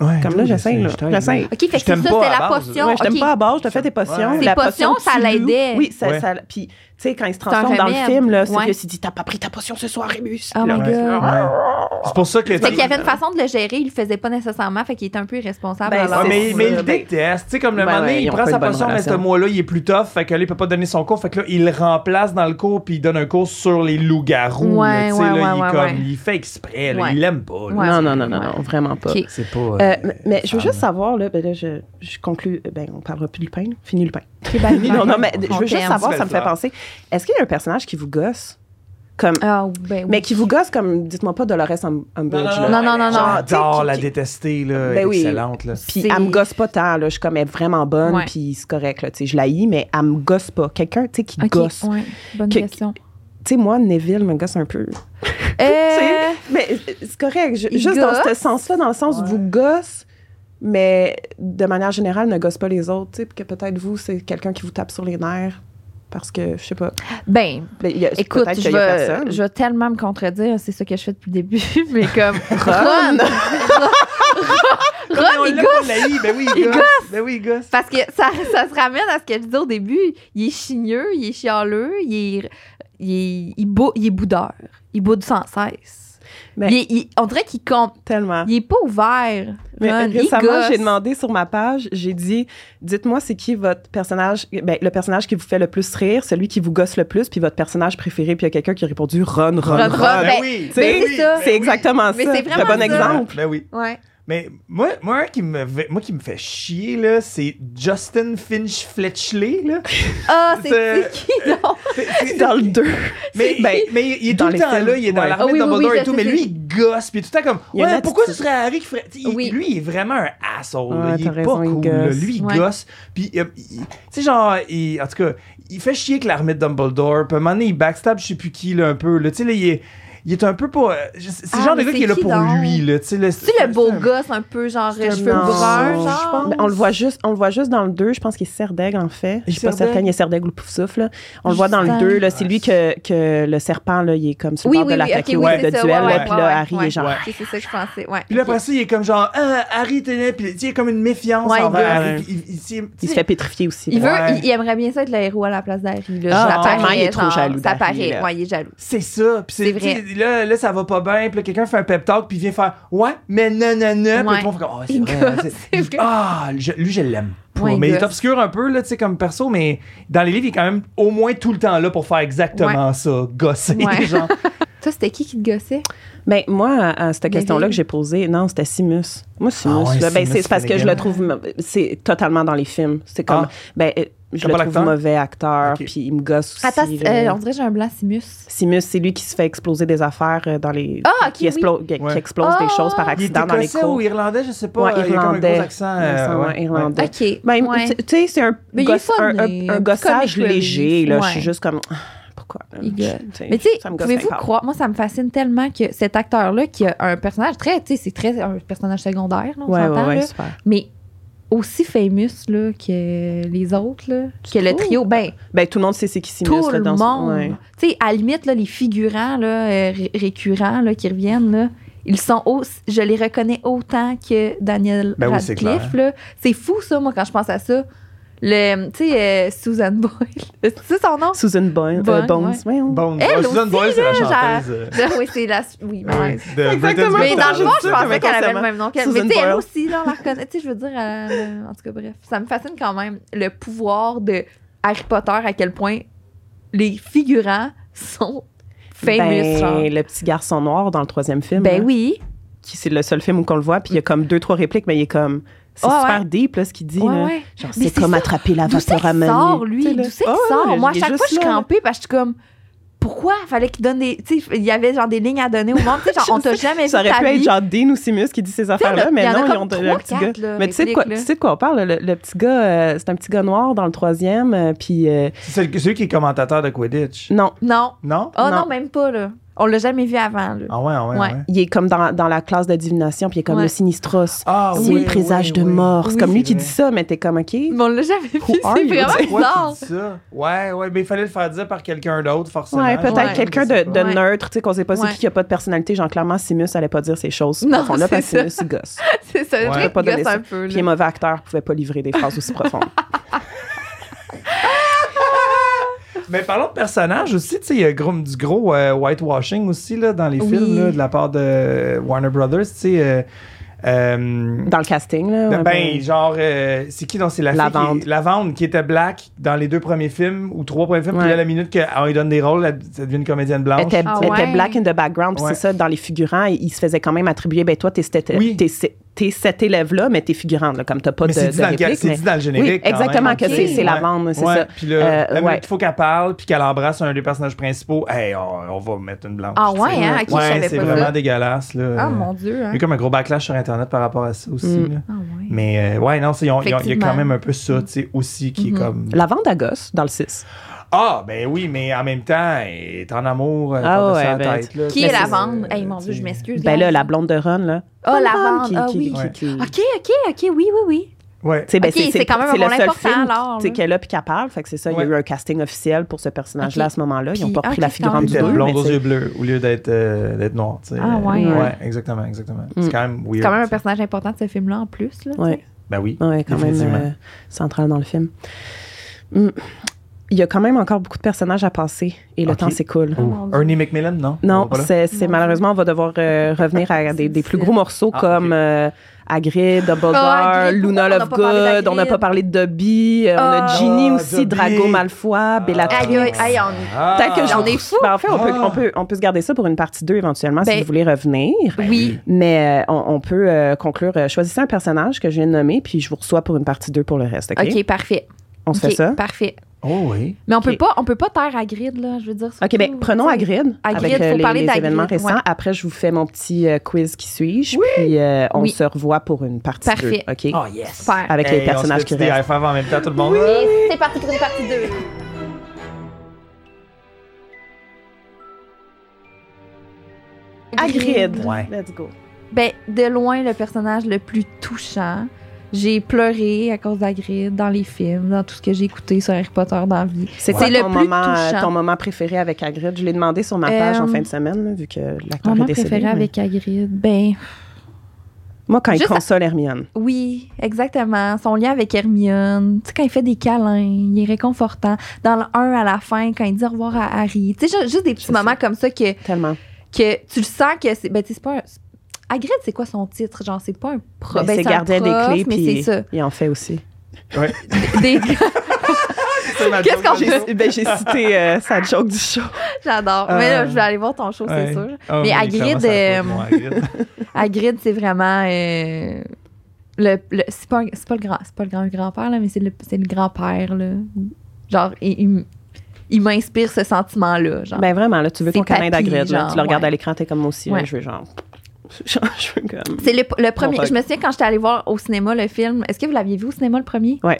C: Ouais,
A: Comme
C: oui,
A: là,
C: je
A: j'essaie,
C: sais,
A: là.
C: je t'aide.
A: J'essaie.
B: Ok, fait que c'est
C: Je
B: ça,
C: t'aime pas
B: c'était
C: à
B: la
C: base.
B: potion.
A: Ouais, je t'aime
B: ok.
A: pas à bord, je te fais tes potions.
C: Ouais.
B: Ses
A: La potion
B: potions, ça
A: tue le loup.
B: l'aidait.
A: Oui, ça,
C: Ouais.
A: ça- Puis, tu sais, quand il se
B: un
A: transforme dans le
B: remède.
A: film, là,
B: Ouais.
A: Sirius, il dit T'as pas pris ta potion ce soir, Rémus.
B: Oh my god.
C: Ouais. C'est pour ça que.
B: Fait qu'il y avait une façon de le gérer, il le faisait pas nécessairement, fait qu'il était un peu irresponsable.
A: Ben,
B: alors.
C: Ouais, Ah, mais,
A: C'est
C: mais
A: sûr,
C: il le
A: ben-
C: déteste. Tu sais, comme le
A: Ouais,
C: moment donné,
A: ouais,
C: il
A: ils ont
C: prend
A: pas
C: sa
A: une bonne
C: potion, mais ce
A: relation.
C: mois-là, il est plus tough. Fait que là, il peut pas donner son cours. Fait que là, il le remplace dans le cours, puis il donne un cours sur les loups-garous.
B: Ouais,
C: là, tu sais,
B: ouais,
C: là,
B: ouais,
C: il, est
B: ouais,
C: comme,
B: ouais.
C: il fait exprès. là,
B: Ouais.
C: Il l'aime pas. là.
B: Ouais.
A: non, non, non, non,
B: Ouais.
A: non, vraiment pas.
B: Ok.
C: C'est pas.
A: Euh,
C: euh,
A: mais je veux
C: femme.
A: juste savoir, là, ben là, je, je conclue, ben, on parlera plus de pain, là. fini le pain.
B: Ok, ben, ben,
A: non, non, mais
B: on
A: je veux juste
B: t'aime.
A: savoir,
C: Belle
A: ça me fait
C: fleur.
A: penser, est-ce qu'il y a un personnage qui vous gosse? Comme,
B: Ah, ben oui.
A: mais qui vous gosse comme, dites-moi pas Dolores Hum- Umbridge, là.
B: non, non, non, non.
C: J'adore
A: Qui-
C: la
A: qui-
C: détester, là.
A: Ben oui.
C: Excellente, là.
A: Puis
B: C'est-
A: elle me gosse pas tant, là. Je suis comme, elle est vraiment bonne,
B: Ouais.
A: puis c'est correct, là. Tu sais, je la hais, mais elle me gosse pas. Quelqu'un, tu sais, qui
B: Ok,
A: gosse.
B: ouais, bonne
A: Que-
B: question.
A: Tu sais, moi, Neville me gosse un peu.
B: Euh,
A: Mais euh, c'est correct. je-
B: Il
A: juste dans ce
B: gosse.
A: sens-là, dans le sens où vous gosse, mais de manière générale, ne gosse pas les autres. tu sais, puis que peut-être vous, c'est quelqu'un qui vous tape sur les nerfs. Parce que, je sais pas.
B: ben,
A: ben, il y a-
B: Écoute,
A: peut-être
B: je
A: qu'il y a personne.
B: vais, je vais tellement me contredire, c'est ça que je fais depuis le début, mais comme Ron, Ron,
C: Mais on
B: il
C: l'a
B: gosse.
C: pas laï, Ben oui, il
B: Il
C: gosse. Ben oui, il gosse.
B: Parce que ça, ça se ramène à ce que je disais au début. Il est chigneux, il est chialeux, il est, il est, il bou- il est boudeur. Il boude sans cesse.
A: Mais-
B: Il est- il- on dirait qu'il compte.
A: Tellement.
B: Il est pas ouvert.
A: Mais
B: Ron, il
A: récemment,
B: gosse.
A: j'ai demandé sur ma page, j'ai dit, dites-moi c'est qui votre personnage, ben, le personnage qui vous fait le plus rire, celui qui vous gosse le plus, puis votre personnage préféré, puis il y a quelqu'un qui a répondu Ron, Ron,
B: Ron,
A: Ron.
B: Ron. Ben,
C: oui.
A: ben,
B: c'est ça.
A: C'est exactement
B: Mais
A: ça.
B: c'est
A: Le
B: vraiment
A: bon
B: ça.
A: exemple.
C: Ben oui.
B: Ouais.
C: Mais moi, moi, un qui me, fait- moi qui me fait chier, là, c'est Justin Finch Fletchley. Là.
B: Ah, c'est
C: C'est-
B: c'est qui, donc?
C: C'est- c'est-
A: Dans le 2.
C: mais,
A: ben,
C: mais il est
A: dans
C: tout le
A: les
C: temps
A: films,
C: là, il est dans
A: ouais.
C: l'armée
B: Ah oui,
C: de
B: oui,
C: Dumbledore
B: oui,
C: et
B: je
C: tout,
B: sais,
C: mais lui,
B: c'est-
C: il gosse, puis tout le temps comme,
A: Il y a une
C: ouais, pourquoi ce
A: attitude.
C: serait Harry qui ferait. Il-
B: Oui.
C: Lui, il est vraiment un asshole, là.
A: Ouais,
C: il est
A: t'as
C: pas
A: raison, il
C: cool, là.
A: gosse.
C: lui, il
B: Ouais.
C: gosse. Puis, euh, il- tu sais, genre, il- en tout cas, il fait chier que l'armée de Dumbledore, puis à un moment donné, il backstab, je sais plus qui, là, un peu, là. Tu sais, là, il est. Il est un peu pas. euh, je- C'est le
B: Ah,
C: genre de
B: mais
C: gars
B: c'est
C: qui est là
B: qui
C: pour
B: donc?
C: lui, là. Tu sais, là,
B: Tu sais, le beau
C: c'est un-
B: gosse, un peu genre
C: C'est un
B: cheveux
A: non.
B: bruns,
C: Je
B: genre.
C: pense.
A: Ben, on le voit juste, on le voit juste dans le 2, je pense qu'il est Serdaigle en fait. Je suis pas
C: Serdaigle.
A: certaine, il est Serdaigle ou Poufsouffle. là. On le voit dans le
B: Justin.
A: 2, là, c'est lui que, que le serpent là, il est comme sur le
B: Oui,
A: bord
B: oui,
A: de
B: oui, ok,
A: l'attaquer
B: oui,
A: ou
B: c'est
A: de
B: ça,
A: duel,
B: ouais,
A: là,
B: ouais,
A: puis là,
B: ouais,
A: Harry
B: ouais.
A: est genre
C: Ouais.
B: C'est c'est ça que je pensais, ouais.
C: Puis là,
B: Ok.
C: après ça, il est comme genre, ah, Harry t'es puis tu sais, il est comme une méfiance
B: Ouais, il
C: envers
A: gosse.
C: Harry. puis il- il- tu sais,
A: il se fait pétrifier aussi.
B: Il veut,
C: Ouais.
B: il, il aimerait bien ça être le héros à la place d'Harry.
A: Ah,
B: Là, ça
A: tellement
B: paraît,
A: il est trop
B: genre,
A: jaloux
B: Ça
A: d'Harry,
B: paraît,
A: là.
B: ouais, il est jaloux.
C: C'est ça. Puis c'est
B: C'est vrai.
C: tu sais, Là, là, ça va pas bien. Puis là, quelqu'un fait un pep talk, puis il vient faire Ouais, mais nanana. Puis tout
B: Ouais.
C: le monde fait comme Oh, c'est
B: Il
C: vrai.
B: gosse,
C: c'est-
B: c'est vrai.
C: Ah, je- lui, je l'aime. pas.
B: Ouais, il
C: mais il est
B: gosse.
C: obscur un peu, là, tu sais, comme perso, mais dans les livres, il est quand même au moins tout le temps là pour faire exactement ça, gosser.
B: Ouais.
C: genre.
B: Toi, c'était qui qui te gossait?
A: Mais Ben, moi, à, à cette
B: Neville.
A: question-là que j'ai posée, non, c'était Simus. Moi, Simus,
C: Ah ouais,
A: là, ben,
C: Simus
A: c'est c'est parce que je
C: Finnegan.
A: le trouve, mo- c'est totalement dans les films. C'est comme,
C: Ah.
A: ben, euh, je
C: T'as
A: le
C: pas
A: trouve
C: l'acteur?
A: mauvais acteur,
C: Ok.
A: puis il me gosse aussi.
B: Attends,
A: là.
B: euh, on dirait que j'ai un blanc Simus.
A: Simus, c'est lui qui se fait exploser des affaires euh, dans les.
B: Ah, ok,
A: qui, explo- qui- qui
C: Ouais.
A: explose
B: Ah!
A: des choses par
C: Il est
A: accident dans les
C: écossais
A: cours.
C: ou irlandais, je sais pas.
A: Ouais,
C: euh, Il a comme un
A: irlandais.
C: gros accent. euh,
A: Il me semble,
C: ouais.
A: irlandais.
C: Ouais.
B: OK.
A: Ben,
B: ouais.
A: tu- tu sais, c'est un,
B: Mais il est
A: gosse-
B: fun,
A: un,
B: mais
A: un, un
B: un petit
A: gossage
B: comic relief.
A: léger. Là, Je suis
B: Ouais.
A: juste comme. Ah, Pourquoi? là?
B: Il
A: Je-
B: gosse.
A: sais,
B: Mais tu
A: ça
B: sais,
A: me gosse
B: pouvez-vous
A: quelque part.
B: croire, moi, ça me fascine tellement que cet acteur-là, qui a un personnage très, tu sais, c'est très un personnage secondaire, là, on
A: Ouais, ouais,
B: s'entend,
A: ouais,
B: là.
A: super.
B: mais aussi famous là, que les autres, là,
A: Tu
B: que le
A: trouves?
B: trio. Ben,
A: Ben, tout le monde sait c'est qui Simus.
B: tout
A: là,
B: le
A: dans ce-
B: monde.
A: ouais.
B: Tu sais, à la limite, là, les figurants là, euh, ré- récurrents là, qui reviennent, là, ils sont aussi- je les reconnais autant que Daniel
C: Ben oui, c'est
B: Radcliffe. là. c'est fou, ça, moi, quand je pense à ça. Le, tu sais, euh, Susan Boyle, c'est ça son nom?
A: Susan Boy- euh,
B: Boyle,
A: Bones. voyons.
C: Bon,
B: Elle
C: ouais, Susan
B: aussi,
C: Boyle, c'est la
B: là, genre-
C: chanteuse. euh,
B: oui, c'est la. Oui,
C: oui,
B: ouais.
C: de Britain's
A: Exactement.
B: Mais
C: Got
B: dans le
C: Talent.
B: fond,
A: ça,
B: je
A: mais
B: pensais qu'elle avait
A: constamment.
B: le même nom qu'elle.
A: Susan
B: Mais tu sais, elle
A: Boyle.
B: aussi, là, on la reconnaît. Tu sais, je veux dire, elle- elle- en tout cas, bref. Ça me fascine quand même le pouvoir de Harry Potter, à quel point les figurants sont famous. genre.
A: Ben, le petit garçon noir dans le troisième film.
B: Ben
A: là,
B: oui.
A: qui c'est le seul film où qu'on le voit, puis il y a comme deux, trois répliques, mais il est comme. C'est
B: Ouais,
A: super deep, là, ce qu'il dit.
B: Ouais,
A: là.
B: ouais.
A: Genre,
B: Mais
A: c'est
B: c'est
A: comme
B: ça.
A: attraper la
B: D'où c'est
A: vapeur à
B: qu'il sort,
A: Manu.
B: lui?
A: Tu sais,
B: D'où
A: là.
B: c'est qu'il
A: Ah ouais,
B: sort? Moi, à
A: il est
B: chaque fois,
A: juste
B: je suis
A: là, là.
B: crampée parce que je suis comme... Pourquoi? Fallait qu'il donne des... Tu sais, il y avait genre des lignes à donner au monde. Tu sais, genre,
A: Je
B: on t'a jamais vu
A: Ça aurait
B: ta
A: pu être
B: vie.
A: genre Dean ou Simus qui dit ces affaires-là,
B: il y
A: mais
B: en a
A: non, ils
B: comme
A: ont de-
B: trois,
A: le petit
B: quatre,
A: gars.
B: là,
A: mais tu sais, de quoi,
B: répliques,
A: tu
B: là.
A: sais de quoi on parle? Le, le petit gars, euh, c'est un petit gars noir dans le troisième, euh, puis euh,
C: C'est celui- celui qui est commentateur de Quidditch.
A: non,
B: Non.
C: Non?
B: Ah non.
A: Non.
B: même pas, là. On l'a jamais vu avant, là.
C: Ah ouais, ah ouais,
B: Ouais.
C: ah ouais.
A: il est comme dans, dans la classe de divination, puis il est comme
B: Ouais.
A: le sinistros.
C: Ah
A: c'est le présage de mort. C'est
B: Oui,
A: comme lui
C: c'est
A: qui
C: vrai.
A: dit ça, mais t'es comme, OK.
B: Mais on l'a jamais vu.
A: Who
B: C'est
A: are you?
B: vraiment
C: C'est
B: bizarre.
C: quoi qui dit ça? Ouais, ouais, mais il fallait le faire dire par quelqu'un d'autre, forcément.
A: Ouais, peut-être
B: Ouais.
A: quelqu'un de, de
B: Ouais.
A: neutre, tu sais, qu'on sait pas c'est
B: Ouais.
A: qui qui a pas de personnalité. Genre, clairement, Simus allait pas dire ces choses.
B: Non,
A: là parce
B: c'est
A: que Simus, il gosse.
B: C'est ça.
C: Ouais.
B: Je
C: Je
A: peux pas donner
B: gosse
A: ça.
B: un peu,
A: Puis les
B: là.
A: mauvais acteurs pouvaient pas livrer des phrases aussi profondes.
C: Mais parlons de personnages aussi, tu sais, il y a gros- du gros euh, whitewashing aussi là, dans les
B: Oui.
C: films là, de la part de Warner Brothers, tu sais. euh, euh,
A: Dans le casting, là.
C: ben,
A: ouais,
C: ben, genre, euh, c'est qui donc c'est la
A: Lavande.
C: fille qui, Lavande qui était black dans les deux premiers films ou trois premiers films,
A: Ouais.
C: puis là, la minute qu'on lui donne des rôles, elle, elle devient une comédienne blanche.
A: Elle était,
B: Ah
A: elle était
B: ouais.
A: black in the background, puis
C: Ouais.
A: c'est ça, dans les figurants, ils se faisaient quand même attribuer, ben toi, t'es cet,
C: Oui.
A: t'es ce- t'es cet élève-là, mais t'es figurante, là, comme t'as pas
C: mais
A: de,
C: c'est dit,
A: de
C: dans le ga-
A: réplique,
C: c'est
A: mais-
C: dit dans le générique.
A: Oui,
C: quand même.
A: exactement, que
B: Ok.
A: c'est c'est la
C: Ouais.
A: vente, c'est
C: Ouais,
A: ça.
C: Puis là,
A: Euh,
C: la minute
A: ouais.
C: qu'il faut qu'elle parle, puis qu'elle embrasse un des personnages principaux, hey, on, on va mettre une blanche.
B: Ah
C: tu sais.
B: ouais, hein? Ok, je savais
C: Ouais, c'est
B: pas
C: vraiment
B: ça.
C: dégueulasse. Là.
B: Ah
C: Euh,
B: mon Dieu,
C: Il
B: hein.
C: y a eu comme un gros backlash sur Internet par rapport à ça aussi.
A: Mm.
C: là.
B: Ah ouais.
C: Mais euh, ouais, non, c'est- ils ont- ils ont- il y a
B: Effectivement.
C: quand même un peu ça, tu sais, aussi,
B: Mhm.
C: qui
A: Mm-hmm.
C: est comme.
A: La vente à gosse, dans le 6.
C: Ah, ben oui, mais en même temps, elle est en amour, elle
A: Ah
C: porte ça
A: ouais,
C: à la
A: ben,
C: tête. là.
B: Qui
A: Mais
B: est la
A: c'est-
B: vente?
C: Euh,
B: Hey, mon Dieu,
C: tu sais.
B: je m'excuse.
A: Ben là,
B: guys.
A: la blonde de Ron, là.
B: Ah, la
A: Blonde
B: vente.
A: qui-
B: Ah
A: qui-
B: oui.
A: qui- qui-
B: OK, OK, OK. Oui, oui, oui.
C: Ouais.
A: Tu sais, ben,
B: Ok, c'est quand même un
A: c'est le
B: rôle
A: seul
B: important,
A: film,
B: alors,
A: tu sais,
B: là.
A: qu'elle a puis qu'elle parle. Fait que c'est ça, il y
C: Ouais.
A: a eu un casting officiel pour ce personnage-là
B: Ok.
A: à ce moment-là. Ils ont
B: Puis-
A: pas
B: ah,
A: pris
B: ok,
A: la
B: c'est quand
A: figurante
B: même
A: du
C: Elle était
B: bleu,
A: 2.
C: blonde aux yeux bleus au lieu d'être euh, d'être noire, tu sais.
B: Ah ouais,
A: ouais.
C: Ouais, exactement, exactement.
A: Mm.
C: C'est quand même weird.
B: C'est quand même un
C: tu sais.
B: personnage important de ce film-là en plus. Là, tu sais.
A: Ouais. euh,
C: Ben oui.
A: Ouais, quand même
C: Définitivement.
A: euh, central dans le film. Mm. il y a quand même encore beaucoup de personnages à passer et le
C: Ok.
A: temps s'écoule.
B: Oh mon Dieu.
C: Ernie McMillan, non?
A: Non,
C: Voilà.
A: c'est, c'est- malheureusement, on va devoir euh, revenir à des, des plus gros morceaux
C: Ah,
A: comme
C: ok.
A: euh, Hagrid, Dumbledore,
B: Ah, Hagrid,
A: Luna
B: pourquoi on n'a pas parlé
A: Lovegood, on n'a pas
B: d'Hagrid?
A: parlé de Dobby, euh, on a
B: Ah,
A: Ginny aussi,
C: Dobby.
A: Drago Malfoy, Bellatrix.
B: Aïe, aïe, aïe, on-
C: Ah.
A: Tant que je-
B: on est fou.
A: Ben, en fait, on peut,
C: Ah.
A: on, peut, on peut se garder ça pour une partie 2 éventuellement si
B: Ben-
A: vous voulez revenir.
B: Oui.
A: Mais euh, on, on peut euh, conclure. euh, choisissez un personnage que je viens de nommer, puis je vous reçois pour une partie 2 pour le reste. OK?
B: OK, parfait.
A: On se
B: OK,
A: fait ça?
B: Parfait.
C: Oh oui.
B: Mais on
A: OK.
B: peut pas, on peut pas taire Hagrid là, je veux dire.
A: OK,
B: surtout,
A: ben, prenons
B: tu sais.
A: Hagrid,
B: Hagrid,
A: avec euh,
B: faut
A: les,
B: parler
A: les
B: d'Hagrid,
A: événements récents.
B: ouais.
A: Après, je vous fais mon petit euh, quiz qui suis-je,
B: Oui.
A: puis euh, on
B: Oui.
A: se revoit pour une partie
B: Parfait.
A: 2, OK?
C: Oh yes.
B: Super.
A: Avec les personnages qui
C: restent.
A: restent.
C: en même temps, tout le monde.
B: Et c'est parti pour une partie 2.
A: Hagrid.
C: Ouais.
A: Let's go.
B: Ben, de loin, le personnage le plus touchant. J'ai pleuré à cause d'Hagrid dans les films, dans tout ce que j'ai écouté sur Harry Potter dans la vie.
A: C'est
B: Ouais.
A: quoi
B: C'est le
A: ton,
B: plus
A: moment, euh,
B: touchant.
A: ton moment préféré avec Hagrid? Je l'ai demandé sur ma page en
B: Euh,
A: fin de semaine, là, vu que l'acteur est
B: Mon moment
A: décédé.
B: préféré
A: mais-
B: avec Hagrid, ben
A: Moi, quand il
B: Juste à-
A: console Hermione.
B: oui, exactement. Son lien avec Hermione, tu sais, quand il fait des câlins, il est réconfortant. Dans le 1 à la fin, quand il dit au revoir à Harry, tu sais, ju- juste des petits
A: C'est
B: moments
A: ça.
B: comme ça que
A: Tellement.
B: que tu le sens que c'est ben tu sais, c'est pas un- Hagrid c'est quoi son titre genre Ah, c'est pas un prof
A: Ben, c'est
B: un
A: gardien des
B: prof,
A: clés,
B: mais
A: puis-
B: c'est
A: Il en fait aussi.
C: Ouais.
B: ça Des-
C: C'est ma
B: Qu'est-ce
C: joke
B: qu'on
C: de
B: fait?
C: jour.
A: J'ai ben, j'ai cité euh, sa joke du show.
B: j'adore mais là,
A: Euh,
B: je vais aller voir ton show
C: Ouais.
B: c'est sûr
C: Ah
B: Mais
C: oui,
B: Hagrid,
C: clairement, ça a
B: euh,
C: pas de bon, Hagrid.
B: Hagrid c'est vraiment euh, le, le- c'est pas un- c'est pas le grand c'est pas le grand grand père là mais c'est le c'est le grand père là genre il, il m- il m'inspire ce sentiment là genre
A: Ben vraiment, là, tu veux
B: C'est
A: ton câlin
B: papy,
A: d'Hagrid. là.
B: genre,
A: Tu le regardes
B: ouais.
A: à l'écran, t'es comme moi aussi. là,
B: Ouais.
A: je veux genre... Je veux comme...
B: c'est le, le premier.
A: Mon
B: Je me souviens quand j'étais allée voir au cinéma le film. Est-ce que vous l'aviez vu au cinéma le premier?
C: Ouais.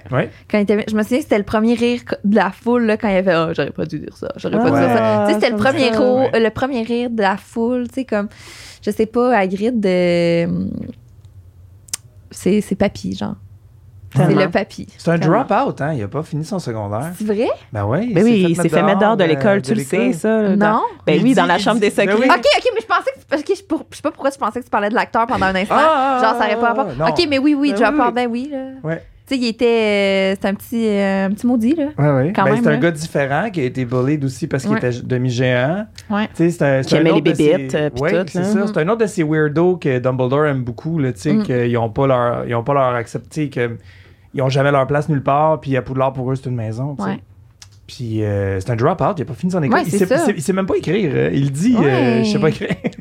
B: Quand il était- je me souviens que c'était le premier rire co- de la foule là, quand il y avait Oh, j'aurais pas dû dire ça, j'aurais pas dû dire ça.
A: Ah,
B: Tu sais, c'était le
A: comme
B: premier,
A: ça.
B: ro-
C: Ouais.
B: le premier rire de la foule, tu sais, comme, je sais pas, Hagrid, de... c'est, c'est papy, genre. C'est
A: Tellement.
B: le papy.
C: C'est un
B: Tellement.
C: drop-out, hein? Il a pas fini son secondaire.
B: C'est vrai?
C: Ben ouais,
A: Ben oui, il
C: fait
A: s'est fait mettre dehors de
C: euh,
A: l'école, tu
C: de
A: le sais,
C: l'école.
A: ça. là, dans-
B: Non?
A: Ben
C: Il
A: oui,
C: dit-
A: dans la
C: il
A: chambre
C: dit-
A: des secrets.
C: Ben oui.
B: OK, OK, mais je pensais que... ok, je, pour- je sais pas pourquoi je pensais que tu parlais de l'acteur pendant un instant.
C: Ah, ah,
B: genre, ça aurait pas
C: ah,
B: rapport.
C: non.
B: OK, mais oui, oui,
A: Ben
B: drop
A: oui.
B: out, ben oui, là.
C: Ouais.
B: Tu sais, il était... C'est un petit, euh, un petit maudit, là.
C: Ouais, ouais.
B: Quand
C: Ben,
B: même,
C: c'est un
B: là.
C: gars différent qui a été bullied aussi parce qu'il
B: Ouais.
C: était demi-géant.
B: Ouais.
C: Tu sais, c'est un- c'est
A: Qui
C: un
A: aimait
C: autre
A: les
C: de ces-
A: bébites, euh, puis
C: Ouais,
A: tout,
C: c'est
A: là.
C: ça. C'est un autre de ces weirdos que Dumbledore aime beaucoup, là, tu sais,
B: Mm.
C: qu'ils n'ont pas leur, ils ont pas leur accepté, que ils ont jamais leur place nulle part, puis à Poudlard pour eux c'est une maison, tu sais.
B: Ouais.
C: Puis euh, c'est un drop-out, il a pas fini son école.
B: Ouais,
C: il,
B: c'est
C: sait,
B: ça.
C: il sait- il sait même pas écrire. euh, Il dit,
B: Ouais.
C: euh, je sais pas écrire. tu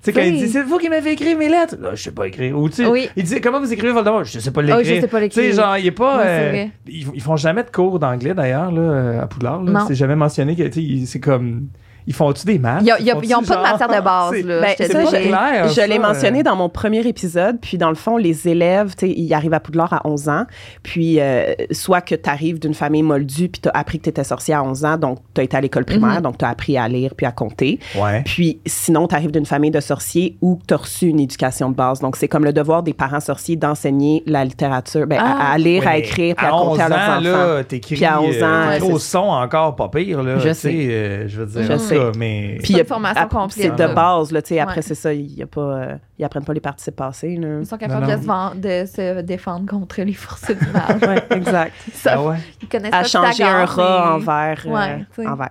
C: sais, quand il
B: Oui.
C: dit, c'est vous qui m'avez écrit mes lettres. Là, je sais pas écrire. Ou tu sais,
B: Oui.
C: il dit, comment vous écrivez Voldemort? Je sais pas
B: Oh,
C: l'écrire.
B: je sais pas
C: Tu sais,
B: l'écrire.
C: genre, il est pas.
B: Ouais, c'est
C: euh,
B: vrai.
C: ils, ils font jamais de cours d'anglais d'ailleurs, là, euh, à Poudlard. là.
B: Non.
C: C'est jamais mentionné que, tu sais, ils- c'est comme. Ils font-tu des maths?
B: Ils ont- ils ont-
C: Font-tu
B: ils ont pas de
C: genre-
B: matière de base,
C: C'est-
B: là,
A: Ben,
B: je te
A: ça,
B: dis.
A: j'ai-
C: clair,
A: Je
C: ça,
A: l'ai
C: euh.
A: mentionné dans mon premier épisode, puis dans le fond, les élèves, tu sais, ils arrivent à Poudlard à 11 ans, puis euh, soit que tu arrives d'une famille moldue, puis tu as appris que tu étais sorcier à 11 ans, donc tu as été à l'école
B: Mhm.
A: primaire, donc tu as appris à lire puis à compter.
C: Ouais.
A: Puis sinon, tu arrives d'une famille de sorciers où tu as reçu une éducation de base. Donc, c'est comme le devoir des parents sorciers d'enseigner la littérature, ben, à-
B: Ah.
A: à, lire,
C: Ouais,
A: à
C: mais
A: écrire, puis à,
C: à 11
A: compter à leurs
C: ans,
A: enfants.
C: là, t'écris
A: Puis à 11 ans,
C: euh,
A: ouais,
C: t'écris au
A: c'est
C: son encore pas pire, là.
A: Je
C: tu
A: sais.
C: euh, je veux dire,
A: Je
C: en tout
A: sais.
C: cas, mais...
A: Puis
B: C'est
A: y a-
B: une formation
A: ap-
B: complète,
A: C'est
C: là.
A: de base, là, tu sais. Après,
B: Ouais.
A: c'est ça, y a pas, euh, ils apprennent pas les parties passées, là.
B: Ils sont capables
C: Non, non.
B: De, se vendre- de se défendre contre les forces du mal.
A: Ouais, exact.
B: Ça,
C: Ah ouais.
B: Ils connaissent
A: à
B: pas
A: changer
B: Pythagore,
A: un rat en
B: mais-
A: vert. euh,
B: Ouais, tu sais.
A: en vert.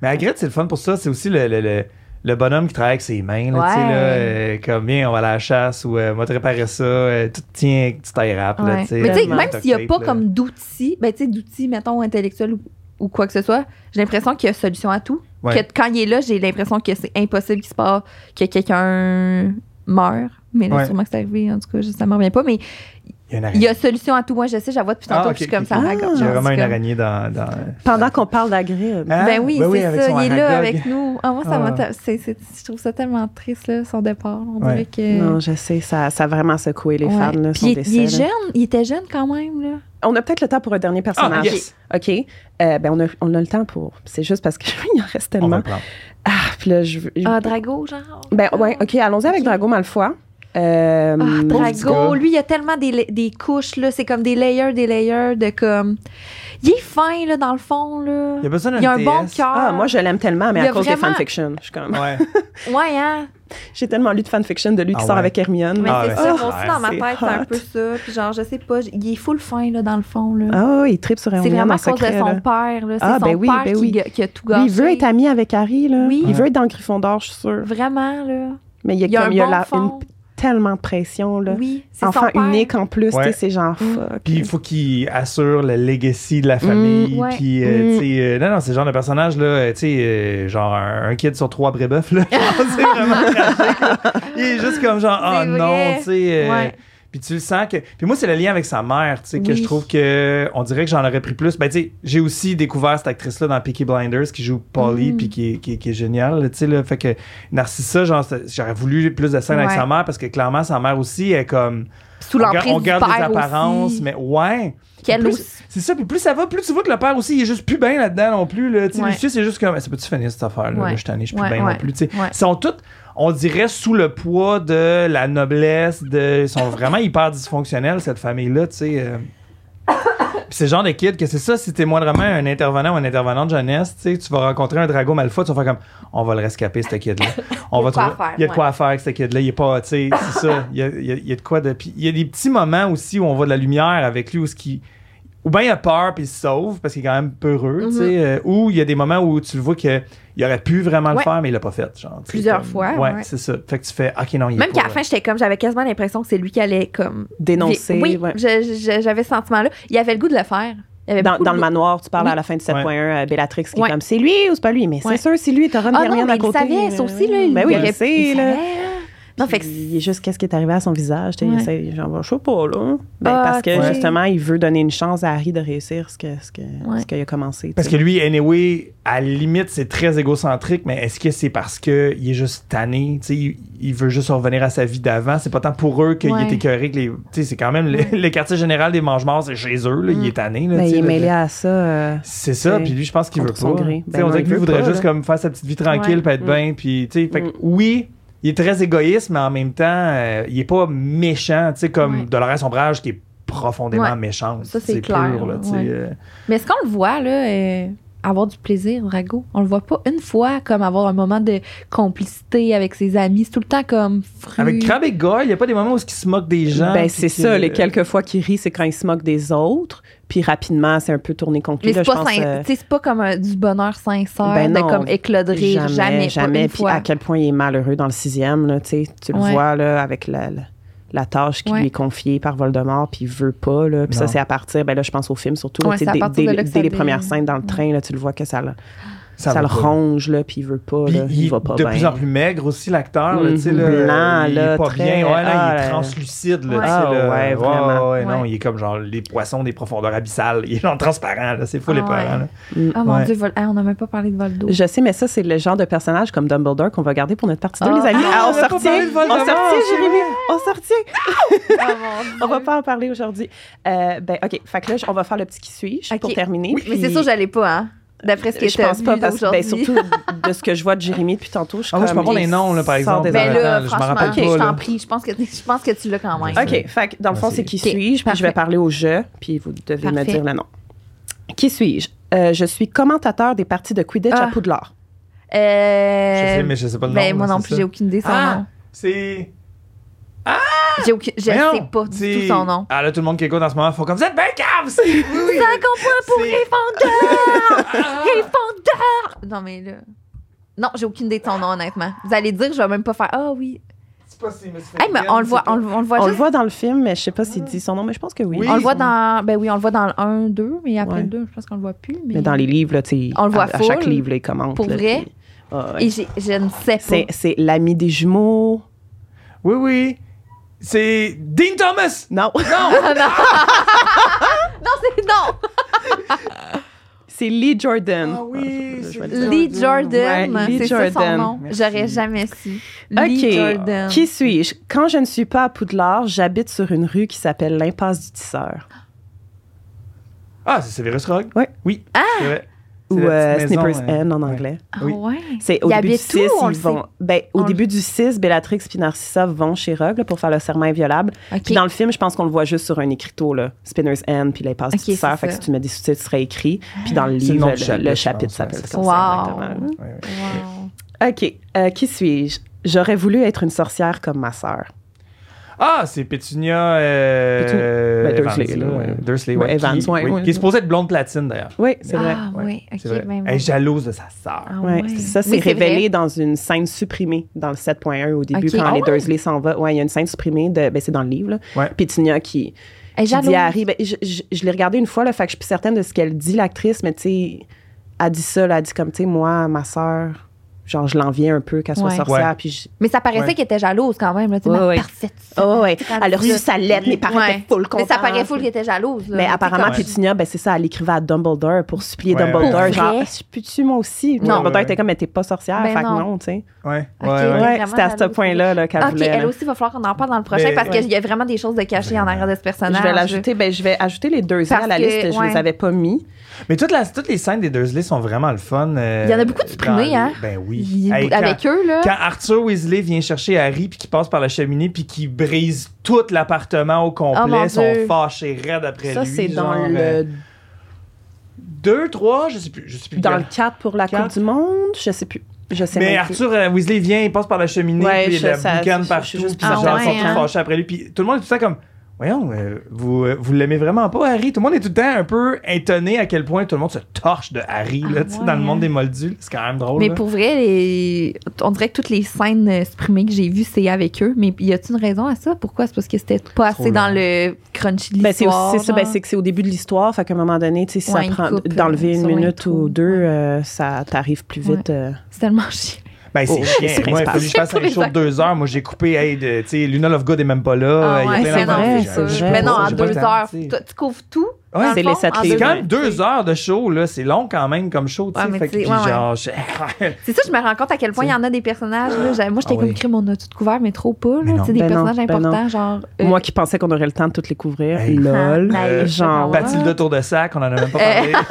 C: Mais Hagrid, c'est le fun pour ça. C'est aussi le, le- le- le bonhomme qui travaille avec ses mains. Là, tu sais,
B: Ouais.
C: là, euh, comme bien, on va à la chasse ou euh, moi, te réparer ça. euh, tout tient, tu t'ailles rap.
B: Ouais.
C: Là, tu sais,
B: Mais tu sais,
A: tellement
B: même s'il n'y a
C: duct
B: pas
C: tape, là.
B: comme d'outils, ben tu sais, d'outils, mettons, intellectuels ou, ou quoi que ce soit, j'ai l'impression qu'il y a solution à tout.
C: Ouais.
B: Que quand il est là, j'ai l'impression que c'est impossible qu'il se passe, que quelqu'un meure. Mais là,
C: Ouais.
B: sûrement que c'est arrivé, en tout cas, je- ça ne me revient pas. Mais
C: Il y a une
B: il
C: araignée.
B: y a solution à tout. Moi, je sais, j'avoue depuis
C: Ah,
B: tantôt,
C: ok,
B: puis je suis comme
C: ok,
B: ça,
C: ok.
B: à la gorge,
C: Il y a
B: genre,
C: vraiment
B: c'est
C: une
B: comme-
C: araignée dans. dans-
A: Pendant qu'on parle d'Agrid,
C: Hein?
B: Ben oui, c'est
C: avec
B: ça.
C: son
B: Il est là
C: Aragog.
B: avec nous. Ah, moi, ça m'a
C: Ah.
B: ta- c'est- c'est- Je trouve ça tellement triste, là, son départ. On
C: Ouais.
B: dirait que.
A: non, je sais, ça, ça a vraiment secoué les
B: Euh, Ouais.
A: fans, là, son
B: Puis il- il est
A: décès, là.
B: jeune, il était jeune quand même, là.
A: On a peut-être le temps pour un dernier
C: Ah,
A: personnage.
C: yes!
A: OK. Euh, ben, on a, on a le temps pour. C'est juste parce qu'il en reste
C: On va
A: tellement.
C: le prendre.
A: Ah, puis là, je veux-
B: Ah, Drago, genre.
A: ben, ouais, OK, allons-y avec
B: Ok.
A: Drago Malfoy. Euh,
B: Ah, Drago,
C: gars.
B: lui, il y a tellement des, la- des couches, là. C'est comme des layers, des layers de comme. Il est fin, là, dans le fond, là.
C: Il a besoin d'un
B: Il a un
C: TS.
B: bon cœur.
A: ah, moi, je l'aime tellement, mais
B: Il y
A: à
B: a
A: cause des
B: vraiment-
A: fanfictions. Je suis comme-
C: Ouais.
B: Ouais, hein.
A: J'ai tellement lu de fanfiction de lui qui
C: Ah
A: sort
C: ouais.
A: avec Hermione.
B: Mais
C: Ah
B: c'est
C: ouais.
B: ça,
A: Ah,
B: moi aussi, dans ma
A: c'est
B: tête, c'est un
A: hot.
B: peu ça. Puis genre, je sais pas, j- il est full fin, là, dans le fond, là.
A: Ah oui, il tripe sur
B: c'est
A: Hermione
B: vraiment
A: en
B: à cause
A: secret.
B: de son
A: là.
B: père, là. C'est
A: Ah,
B: son
A: ben oui,
B: père
A: ben
B: qui,
A: oui,
B: ga- qui a tout
A: Lui,
B: gâché.
A: il veut être ami avec Harry, là.
B: Oui.
A: Il veut
C: Ouais.
A: être dans Gryffondor, je suis sûre.
B: Vraiment, là.
A: Mais il y a,
B: Il y a
A: comme,
B: un
A: il y a
B: bon
A: la-
B: fond.
A: une- tellement de pression, là.
B: Oui, c'est son
A: Enfant
B: père.
A: unique en plus,
C: Ouais.
A: tu sais, c'est genre
B: Mm.
A: fuck.
C: Puis il faut qu'il assure le legacy de la famille.
B: Mm, ouais.
C: Puis, euh,
A: Mm.
C: tu sais, euh, non, non, c'est le genre de personnage, là, euh, tu sais, euh, genre un, un kid sur trois brébeufs, là. c'est vraiment tragique, là. Il est juste comme genre, ah
B: C'est
C: non,
B: vrai.
C: tu sais. euh,
B: Ouais.
C: Puis tu le sens que. Puis moi, c'est le lien avec sa mère, tu sais, que
B: Oui.
C: je trouve que. On dirait que j'en aurais pris plus. Ben, tu sais, j'ai aussi découvert cette actrice-là dans Peaky Blinders qui joue Polly,
B: Mm.
C: puis qui, est- qui, est- qui est géniale, là, tu sais, là. Fait que Narcissa, genre, c'est- j'aurais voulu plus de scènes avec
B: Ouais.
C: sa mère parce que clairement, sa mère aussi est comme.
B: Sous
C: on garde-
B: l'emprise
C: on
B: du
C: garde les
B: père
C: apparences,
B: aussi.
C: mais ouais.
B: Qu'elle
C: Plus-
B: aussi.
C: C'est ça, puis plus ça va, plus tu vois que le père aussi, il est juste plus bien là-dedans non plus. Là. Tu sais,
B: Ouais.
C: Lucius, c'est juste comme, eh, ça peut-tu finir cette affaire-là?
B: Ouais.
C: Là, je suis tanné, je suis
B: Ouais,
C: plus bien
B: ouais,
C: non plus. tu sais.
B: ouais.
C: Ils sont tous, on dirait, sous le poids de la noblesse. De, ils sont vraiment hyper dysfonctionnels, cette famille-là. tu sais, euh. Puis c'est le genre de kid que c'est ça, si t'es moindrement un intervenant ou une intervenante jeunesse, tu sais, tu vas rencontrer un Drago Malfoy, tu vas faire comme, on va le rescaper, ce kid-là. On
B: Il y a
C: va
B: de quoi
C: trouver-
B: à faire,
C: Il y a de
B: ouais.
C: quoi à faire avec ce kid-là. Il est pas, tu sais, c'est ça. Il y a, il y a- il y a de quoi de. Puis il y a des petits moments aussi où on voit de la lumière avec lui, où ce qui. Ou bien il a peur puis il se sauve parce qu'il est quand même peureux, tu
B: Mhm.
C: sais. euh, ou il y a des moments où tu le vois qu'il aurait pu vraiment le
B: Ouais.
C: faire, mais il l'a pas fait. Genre, tu sais,
B: Plusieurs
C: comme-
B: fois,
C: Ouais,
B: ouais.
C: c'est ça. Fait que tu fais, ok, non, il est
B: Même
C: pas-
B: qu'à la fin, j'étais comme, j'avais quasiment l'impression que c'est lui qui allait comme.
A: Dénoncé.
B: Oui,
A: ouais.
B: je- je- j'avais ce sentiment-là. Il avait le goût de le faire. Il avait
A: Dans,
B: beaucoup
A: dans
B: le
A: le manoir, tu parles
B: Oui.
A: à la fin de 7.1 à euh, Bellatrix qui
B: Ouais.
A: est comme c'est lui ou c'est pas lui, mais c'est
B: Ouais.
A: sûr, c'est lui, t'as Ron
B: Ah non,
A: Hermione
B: mais
A: à
B: il le
A: côté.
B: savait, ça aussi, là. Il
A: Ben oui,
B: aurait-
A: je sais,
B: il
A: là.
B: savait, là. Non, fait que
A: Il est juste qu'est-ce qui est arrivé à son visage, tu sais, il
B: Ouais.
A: essaie, genre, je sais pas, là. Ben,
B: Ah,
A: parce que
B: tu sais.
A: justement, il veut donner une chance à Harry de réussir ce que- ce que-
B: Ouais.
A: ce qu'il a commencé. tu
C: Parce
A: sais.
C: que lui, anyway, à la limite, c'est très égocentrique, mais est-ce que c'est parce que il est juste tanné? tu sais, Il, il veut juste revenir à sa vie d'avant. C'est pas tant pour eux qu'il
B: Ouais.
C: est écœuré que les. tu sais, C'est quand même le, le quartier général des mange-morts, c'est chez eux. là,
B: Mm.
C: Il est tanné. là,
A: Ben,
C: tu
A: il
C: sais,
A: est
C: là,
A: mêlé à ça. euh,
C: C'est ça,
A: C'est
C: puis lui, je pense qu'il veut
A: contre son
C: pas.
A: gré.
C: Tu sais,
A: Ben non,
C: on dirait
A: il
C: que lui
A: veut
C: voudrait
A: pas,
C: juste
A: là.
C: comme faire sa petite vie tranquille,
B: Ouais.
C: puis être bien, puis tu sais, fait que
A: Mm.
C: oui, il est très égoïste, mais en même temps, euh, il est pas méchant, tu sais, comme
B: Ouais.
C: Dolores Ombrage qui est profondément
B: Ouais.
C: méchante.
B: Ça, c'est
C: pur,
B: clair,
C: là, tu sais,
B: ouais.
C: euh,
B: Mais est-ce qu'on le voit, là, euh, avoir du plaisir, Drago? On le voit pas une fois comme avoir un moment de complicité avec ses amis. C'est tout le temps comme fruit.
C: Avec Crabbe et Goyle, il n'y a pas des moments où il se moque des gens.
A: ben,
C: puis
A: c'est
C: que-
A: ça, les quelques fois qu'il rit, c'est quand il se moque des autres, puis rapidement, c'est un peu tourné contre lui.
B: Mais
A: là,
B: c'est
A: je
B: pas,
A: pense,
B: sin-
A: euh,
B: tu sais, c'est pas comme un- du bonheur sincère,
A: Ben
B: de
A: non,
B: comme éclat de rire,
A: jamais,
B: jamais, jamais, pas une
A: puis
B: fois.
A: à quel point il est malheureux dans le sixième, là, tu sais, tu le
B: Ouais.
A: vois là, avec la, la- la tâche qui
B: Ouais.
A: lui est confiée par Voldemort, puis il veut pas. Là, puis ça,
C: Non.
A: c'est à partir, ben là, je pense au film surtout, là,
B: Ouais,
A: tu sais,
B: c'est à
A: dès,
B: partir de
A: dès-
B: là que
A: dès
B: ça
A: les premières
B: devient-
A: scènes dans le train, là, tu le vois que ça, le-
C: Ça,
A: ça,
C: va
A: le
C: pas.
A: ronge, là, puis il veut pas,
C: Puis
A: là, il,
C: il,
A: va pas
C: de
A: bien.
C: plus en plus maigre aussi, l'acteur. là, tu sais,
A: Mhm.
C: là,
A: Blanc,
C: il
A: là,
C: est pas
A: très-
C: bien. Ouais, là, il
A: ah,
C: est translucide. Là,
B: ouais.
C: tu sais,
A: Ah,
C: là.
A: ouais, vraiment.
C: ouais, Non,
B: Ouais.
C: il est comme genre les poissons des profondeurs abyssales. Il est genre transparent. là, C'est fou, les
B: Ah,
C: parents.
B: ouais.
C: là.
B: Ah mon
C: Ouais.
B: dieu, Vol- ah, on n'a même pas parlé de Voldo.
A: Je sais, mais ça, c'est le genre de personnage comme Dumbledore qu'on va garder pour notre partie 2,
B: Ah.
A: les amis.
C: Ah,
A: Ah,
C: on
A: on
C: a pas
A: sortit,
C: parlé de
A: on
C: Voldemort,
A: sortit,
C: c'est
A: Jérémy,
C: vrai.
A: on sortit.
B: Ah, mon Dieu.
A: On va pas en parler aujourd'hui. Euh, ben, OK. Fait que là, j- on va faire le petit qui suis-je pour
B: Ok.
A: terminer.
B: Mais c'est
A: Puis,
B: sûr, j'allais pas, hein? D'après ce que
A: je pense
B: t'as
A: pas
B: vu
A: parce que, ben,
B: d'aujourd'hui.
A: surtout de ce que je vois de Jérémy depuis tantôt, je suis
C: Ah, moi, je peux
A: comme-
C: avoir les noms, là, par
A: Sors
C: exemple.
A: des
B: Ben
A: affaires.
B: là,
C: je m'en
B: franchement,
C: rappelle
A: pas,
B: je
C: là.
B: t'en prie, je pense que je pense que tu l'as quand même.
C: Ok.
A: OK. Fait que, dans le fond,
C: Merci.
A: c'est qui
B: Ok,
A: suis-je, puis je vais
B: parfait.
A: parler au je, puis vous devez me
B: Parfait.
A: dire le nom. Qui suis-je? Euh, je suis commentateur des parties de Quidditch à
B: Ah.
A: Poudlard.
B: Euh,
C: Je sais, mais je sais pas le nom.
B: ben,
C: là,
B: moi non
C: c'est
B: plus,
C: ça.
B: j'ai aucune idée de son
C: Ah!
B: nom.
C: C'est.
B: J'ai aucune, je
C: Mais non,
B: sais pas du
C: c'est-
B: tout son nom.
C: Ah, là, tout le monde qui écoute en ce moment, font comme ça. Ben, cave! c'est- oui, oui.
A: euh,
B: 50 points pour
C: C'est-
B: Gryffondor!
A: Ah!
B: Gryffondor! Non, mais là. Non, j'ai aucune idée de son nom, honnêtement. Vous allez dire, je vais même pas faire. Ah oui.
C: C'est pas si Miss
B: Hey, mais on le
C: Finnegan,
B: voit,
C: c'est
B: on
C: pas-
B: le on le voit
A: On le
B: juste.
A: voit dans le film, mais je sais pas s'il dit son nom, mais je pense que oui.
C: Oui.
B: Ah. On le voit
A: son-
B: dans. Ben oui, on le voit dans le 1, 2, mais après
A: Ouais.
B: le 2, je pense qu'on le voit plus. Mais,
A: Mais dans les livres, là, tu sais,
B: On le voit
A: à, à chaque
B: full.
A: livre, là, il commente.
B: Pour
A: là,
B: vrai?
A: puis- Ah, ouais.
B: Et j'ai- je ne sais
A: C'est
B: pas.
A: c'est l'ami des jumeaux.
C: Oui, oui. C'est Dean Thomas!
A: Non.
B: Non, c'est. Non!
A: C'est Lee Jordan.
C: Ah oui,
A: Je- je vais
C: c'est
A: le dire.
B: Lee Jordan,
A: Ouais, Lee
B: c'est ça son
A: Jordan.
B: nom.
C: Merci.
B: J'aurais jamais su. Lee Jordan.
A: OK. Qui suis-je? Quand je ne suis pas à Poudlard, j'habite sur une rue qui s'appelle l'impasse du Tisseur.
C: Ah, c'est Severus Rogue?
A: Ouais.
C: Oui. C'est vrai.
A: ou
C: la
A: euh,
C: petite maison,
A: Snipper's
C: euh,
A: End en
C: ouais.
A: anglais.
B: Ah
C: Oui.
B: ouais.
A: C'est au
B: Ils
A: début du
B: habitent où,
A: 6,
B: on le
A: ils vont. Ben, au
B: On le-
A: début du 6, Bellatrix et Narcissa vont chez Rogue là, pour faire le serment inviolable.
B: OK.
A: Puis dans le film, je pense qu'on le voit juste sur un écriteau, là. Spinner's End, puis les passes
B: Ok,
A: du tisseur.
B: c'est
A: Fait que
B: ça.
A: si tu mets des sous-titres, ce serait écrit. Puis dans le
C: C'est le
A: livre,
C: nom
A: le,
C: du chapitre,
A: le
C: je
A: chapitre
C: pense,
A: s'appelle
C: ouais,
A: comme ça.
B: Wow.
A: exactement.
C: Ouais, ouais.
B: Wow.
A: OK. euh, qui suis-je? J'aurais voulu être une sorcière comme ma sœur.
C: Ah, c'est Petunia euh,
A: Petunia- ben,
C: Evans,
A: Dursley,
C: là,
A: là, ouais.
C: ouais. Dursley,
A: Ben,
C: ouais, qui-
A: Evans, ouais,
C: oui,
A: ouais.
C: qui est supposée être blonde platine d'ailleurs.
A: Oui, c'est vrai.
B: Ah
C: Ouais,
B: oui, ok.
C: C'est vrai.
B: ben
C: Elle est
B: oui.
C: jalouse de sa sœur.
B: Ah
A: Ouais,
B: ouais.
A: Ça, c'est
B: Oui,
A: révélé
B: vrai.
A: dans une scène supprimée dans le 7.1 au début,
B: Ok.
A: quand
B: Ah
A: les
B: ouais?
A: Dursley s'en vont. Ouais, il y a une scène supprimée, de, ben, c'est dans le livre. Là.
C: Ouais.
A: Petunia qui,
B: Elle est
A: Qui
B: jalouse.
A: dit à Harry, ben, je, je- je l'ai regardé une fois, là, fait que je suis plus certaine de ce qu'elle dit, l'actrice, mais tu sais, elle dit ça, là, elle dit comme, tu sais, moi, ma sœur, genre, je l'enviais un peu qu'elle soit
B: Ouais.
A: sorcière,
C: Ouais.
A: puis je-
B: Mais ça paraissait
C: Ouais.
B: qu'elle était jalouse quand même. Là, tu sais,
A: Ouais,
B: ma
A: ouais.
B: parfaite sœur.
A: Oh, ouais,
B: Quand
A: elle a reçu
B: tu-
A: sa lettre, mes parents
B: Ouais.
A: étaient full
B: Mais ça
A: contents.
B: paraît full qu'elle était jalouse. là.
A: Mais
B: Tu sais,
A: apparemment,
B: comme-
A: Petunia, ben, c'est ça, elle écrivait à Dumbledore pour supplier
C: Ouais, ouais.
A: Dumbledore,
B: Pour
A: genre, Ah,
B: vrai?
A: je peux-tu moi aussi? Puis
C: Non.
A: Dumbledore
C: Ouais,
A: était comme, mais t'es pas sorcière,
B: Ben
A: fait que
B: non.
A: non, tu sais.
C: Ouais,
B: Ok.
C: ouais, ouais.
B: est
A: Ouais,
B: vraiment
A: c'était à ce
B: jalouse.
A: point-là là, qu'elle
B: Ok,
A: voulait.
B: elle
A: là.
B: aussi, il va falloir qu'on en parle dans le prochain
C: Mais-
B: parce
A: ouais.
B: qu'il y a vraiment des choses de cachées en arrière de ce personnage.
A: Je vais l'ajouter, ben, je vais ajouter les deux
B: Parce
A: à la
B: que,
A: liste, je les
B: ouais.
A: avais pas mis.
C: Mais toutes, la- toutes les scènes des Dursley sont vraiment le fun. euh,
B: Il y en a beaucoup de
C: dans
B: supprimés,
C: les-
B: hein?
C: Ben oui.
B: Il-
C: Hey, quand-
B: Avec eux, là.
C: Quand Arthur Weasley vient chercher Harry puis qui passe par la cheminée puis qui brise tout l'appartement au
B: Oh, mon
C: complet,
B: Dieu.
C: sont fâchés raides après
A: Ça,
C: lui.
A: c'est dans
C: genre, euh,
A: le
C: deux, trois, je sais plus, je sais plus.
A: dans le
C: lequel.
A: 4 pour la Coupe
C: Quatre.
A: du Monde, je sais plus. Je sais
C: Mais
A: même plus.
C: Arthur euh, Weasley vient, il passe par la cheminée,
A: Ouais,
C: puis il
A: je-
C: y a de
A: ça-
C: la boucane
A: je- je-
C: partout,
A: je-
C: puis
A: je-
C: les
B: Ah
C: gens
B: ouais,
C: sont tous
B: hein.
C: fâchés après lui, puis tout le monde est tout le temps comme, voyons, euh, vous, euh, vous l'aimez vraiment pas, Harry. Tout le monde est tout le temps un peu étonné à quel point tout le monde se torche de Harry, là,
B: Ah
C: tu sais,
B: ouais,
C: dans le
B: hein.
C: monde des moldus, c'est quand même drôle.
B: Mais
C: là.
B: pour vrai, les- on dirait que toutes les scènes euh, supprimées que j'ai vues, c'est avec eux. Mais y a-t-il une raison à ça? Pourquoi? C'est parce que c'était pas
C: Trop
B: assez
C: long.
B: dans le crunchy de
A: Ben, c'est
B: l'histoire.
A: aussi ça, ben,
B: genre.
A: c'est que c'est au début de l'histoire, fait qu'à un moment donné, tu sais, si
B: Ouais,
A: ça
B: une
A: prend
B: coupe,
A: d'enlever
B: euh,
A: une
B: sur
A: minute
B: l'intro.
A: ou deux, euh, ça t'arrive plus vite. euh.
B: C'est tellement chiant.
C: Ben, c'est
A: Oh,
C: chiant.
A: c'est
C: Moi, il faut que je
A: principal.
C: fasse un
B: C'est
C: show de deux heures. Moi, j'ai coupé, hey, de- tu sais, Luna Lovegood est même pas là.
B: Ah
C: Il y a
B: ouais,
C: plein
B: c'est
A: d'affaires
B: non,
A: que
C: que
A: j'ai-
B: c'est sûr.
A: j'ai
B: Mais
A: pas-
B: non, en
A: j'ai
C: pas le
B: deux
C: temps,
B: heures,
C: tu sais.
B: toi, tu couvres tout.
C: Ouais,
B: dans
A: c'est
B: le
A: les
B: fond,
A: sept
B: en
A: livres.
C: C'est quand
B: heures,
C: même
B: tu sais.
C: deux heures de show, là. C'est long quand même comme show, tu
B: Ouais,
C: sais.
B: mais
C: Fait que
B: tu sais,
C: puis
B: ouais, ouais.
C: genre, je-
B: C'est ça, je me rends compte à quel point il y en a des personnages. là. J'ai- Moi, j'étais
C: Ah
B: comme
C: oui.
B: crime, on a tout couvert, mais trop pas.
C: Mais
B: là.
C: non.
B: Tu sais, des
A: Ben non,
B: personnages
A: ben non.
B: importants, genre. euh,
A: Moi qui pensais qu'on aurait le temps de toutes les couvrir,
C: Hey.
A: lol.
B: Ah, ben,
A: genre.
B: ben,
C: Bathilde Tour de Sac, on en a même pas parlé.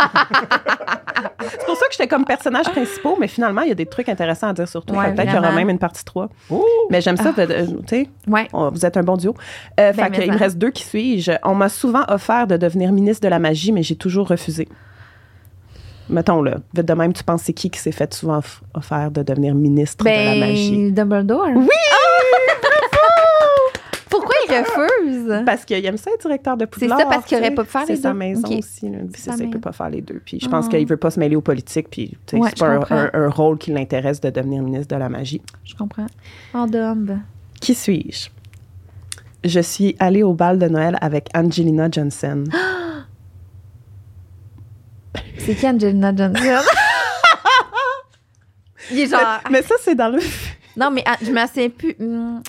A: C'est pour ça que j'étais comme personnage principal, mais finalement, il y a des trucs intéressants à dire sur toi.
B: Ouais,
A: Fait que Peut-être qu'il y aura
B: vraiment.
A: même une partie 3.
C: Ouh!
A: Mais j'aime ça, de- de- tu sais,
B: Ouais.
A: on- vous êtes un bon duo. Euh,
B: Ben,
A: fait
B: mais
A: qu'il
B: ça.
A: me reste deux qui suis-je. On m'a souvent offert de devenir ministre de la magie, mais j'ai toujours refusé. Mettons, là, vite de même, tu penses c'est qui qui s'est fait souvent off- offert de devenir ministre de la magie?
B: Ben, Dumbledore. Ah Oui! Pourquoi il refuse?
A: Parce qu'il aime ça être directeur de Poudlard.
B: ça, parce qu'il
A: tu sais.
B: aurait pas pu faire les
A: C'est sa
B: deux.
A: maison
B: Ok.
A: aussi. là. Puis
B: C'est
A: C'est ça, il
B: sa
A: peut
B: maison.
A: pas faire les deux. Puis je pense
B: Ah.
A: qu'il veut pas se mêler aux politiques. Puis tu sais,
B: Ouais,
A: c'est
B: je
A: pas un,
B: comprends.
A: un- un rôle qui l'intéresse de devenir ministre de la magie.
B: Je comprends. En Dumb.
A: Qui suis-je? Je suis allée au bal de Noël avec Angelina Johnson.
B: C'est qui Angelina Johnson? il est genre.
A: Mais ça, c'est dans le.
B: Non, mais ah, je m'en souviens plus. Hmm.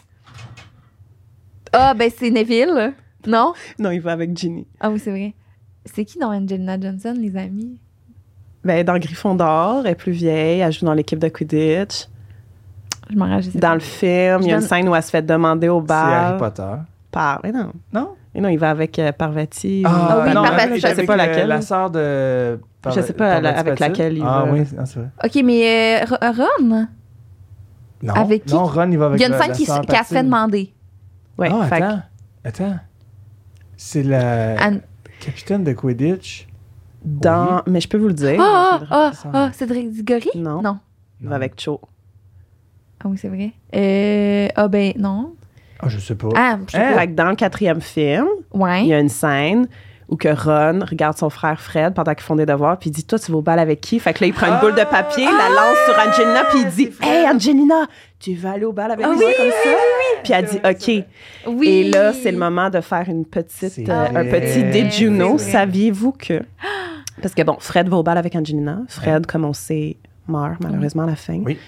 B: Ah, ben, c'est Neville. Non?
A: non, il va avec Ginny.
B: Ah oui, c'est vrai. C'est qui dans Angelina Johnson, les amis?
A: Ben, dans Gryffondor, elle est plus vieille, elle joue dans l'équipe de Quidditch.
B: Je m'en rajoute.
A: Dans le film, il y a une
B: donne-
A: scène où elle se fait demander au
C: C'est
A: bal.
C: Harry Potter.
A: par. Mais non.
C: Non?
A: Mais non, il va avec euh, Parvati.
B: Ah oui,
C: non,
B: parfait,
C: avec-
A: je sais
C: avec,
A: pas
C: euh,
A: laquelle.
C: La sœur de.
A: Je sais pas, la- avec laquelle il
C: Ah
A: va.
C: oui, ah, c'est vrai.
B: OK, mais euh, Ro- Ron?
C: Non,
B: Avec qui?
C: non, Ron, il va avec
B: Il y a une
C: la-
B: scène
C: la
B: qui,
C: sœur
B: s- qui a se fait
C: Patine.
B: demander.
A: Ouais,
C: Ah,
A: fait que-
C: attends. Attends. C'est la
B: Anne-
C: capitaine de Quidditch.
A: Dans, mais je peux vous le
C: Eh,
A: dire.
B: Ah, ah,
C: ça,
B: ah, ah, Cédric Diggory?
A: Non.
B: Non.
A: Il va avec Cho.
B: Ah oui, c'est vrai. Euh, ah ben, non.
C: Ah, je sais pas.
B: Ah, je sais
C: Hein?
A: Fait que dans le quatrième film,
B: pas. ouais.
A: il y a une scène où que Ron regarde son frère Fred pendant qu'ils font des devoirs, puis il dit Toi, tu vas au bal avec qui Fait que là, il prend une
C: Ah!
A: boule de papier, la lance sur Angelina, puis il dit
C: c'est Fred.
A: Hey, Angelina, tu vas aller au bal avec
B: Ah
A: moi
B: oui,
A: comme ça Puis elle
C: C'est
A: dit
C: vrai, c'est
A: OK.
C: vrai.
B: Oui.
A: Et là, c'est le moment de faire une petite,
C: C'est
A: euh, un
C: vrai.
A: petit Did you know
B: C'est vrai.
A: Saviez-vous que Parce que bon, Fred va au bal avec Angelina. Fred, comme on sait, meurt malheureusement à la fin.
C: Oui.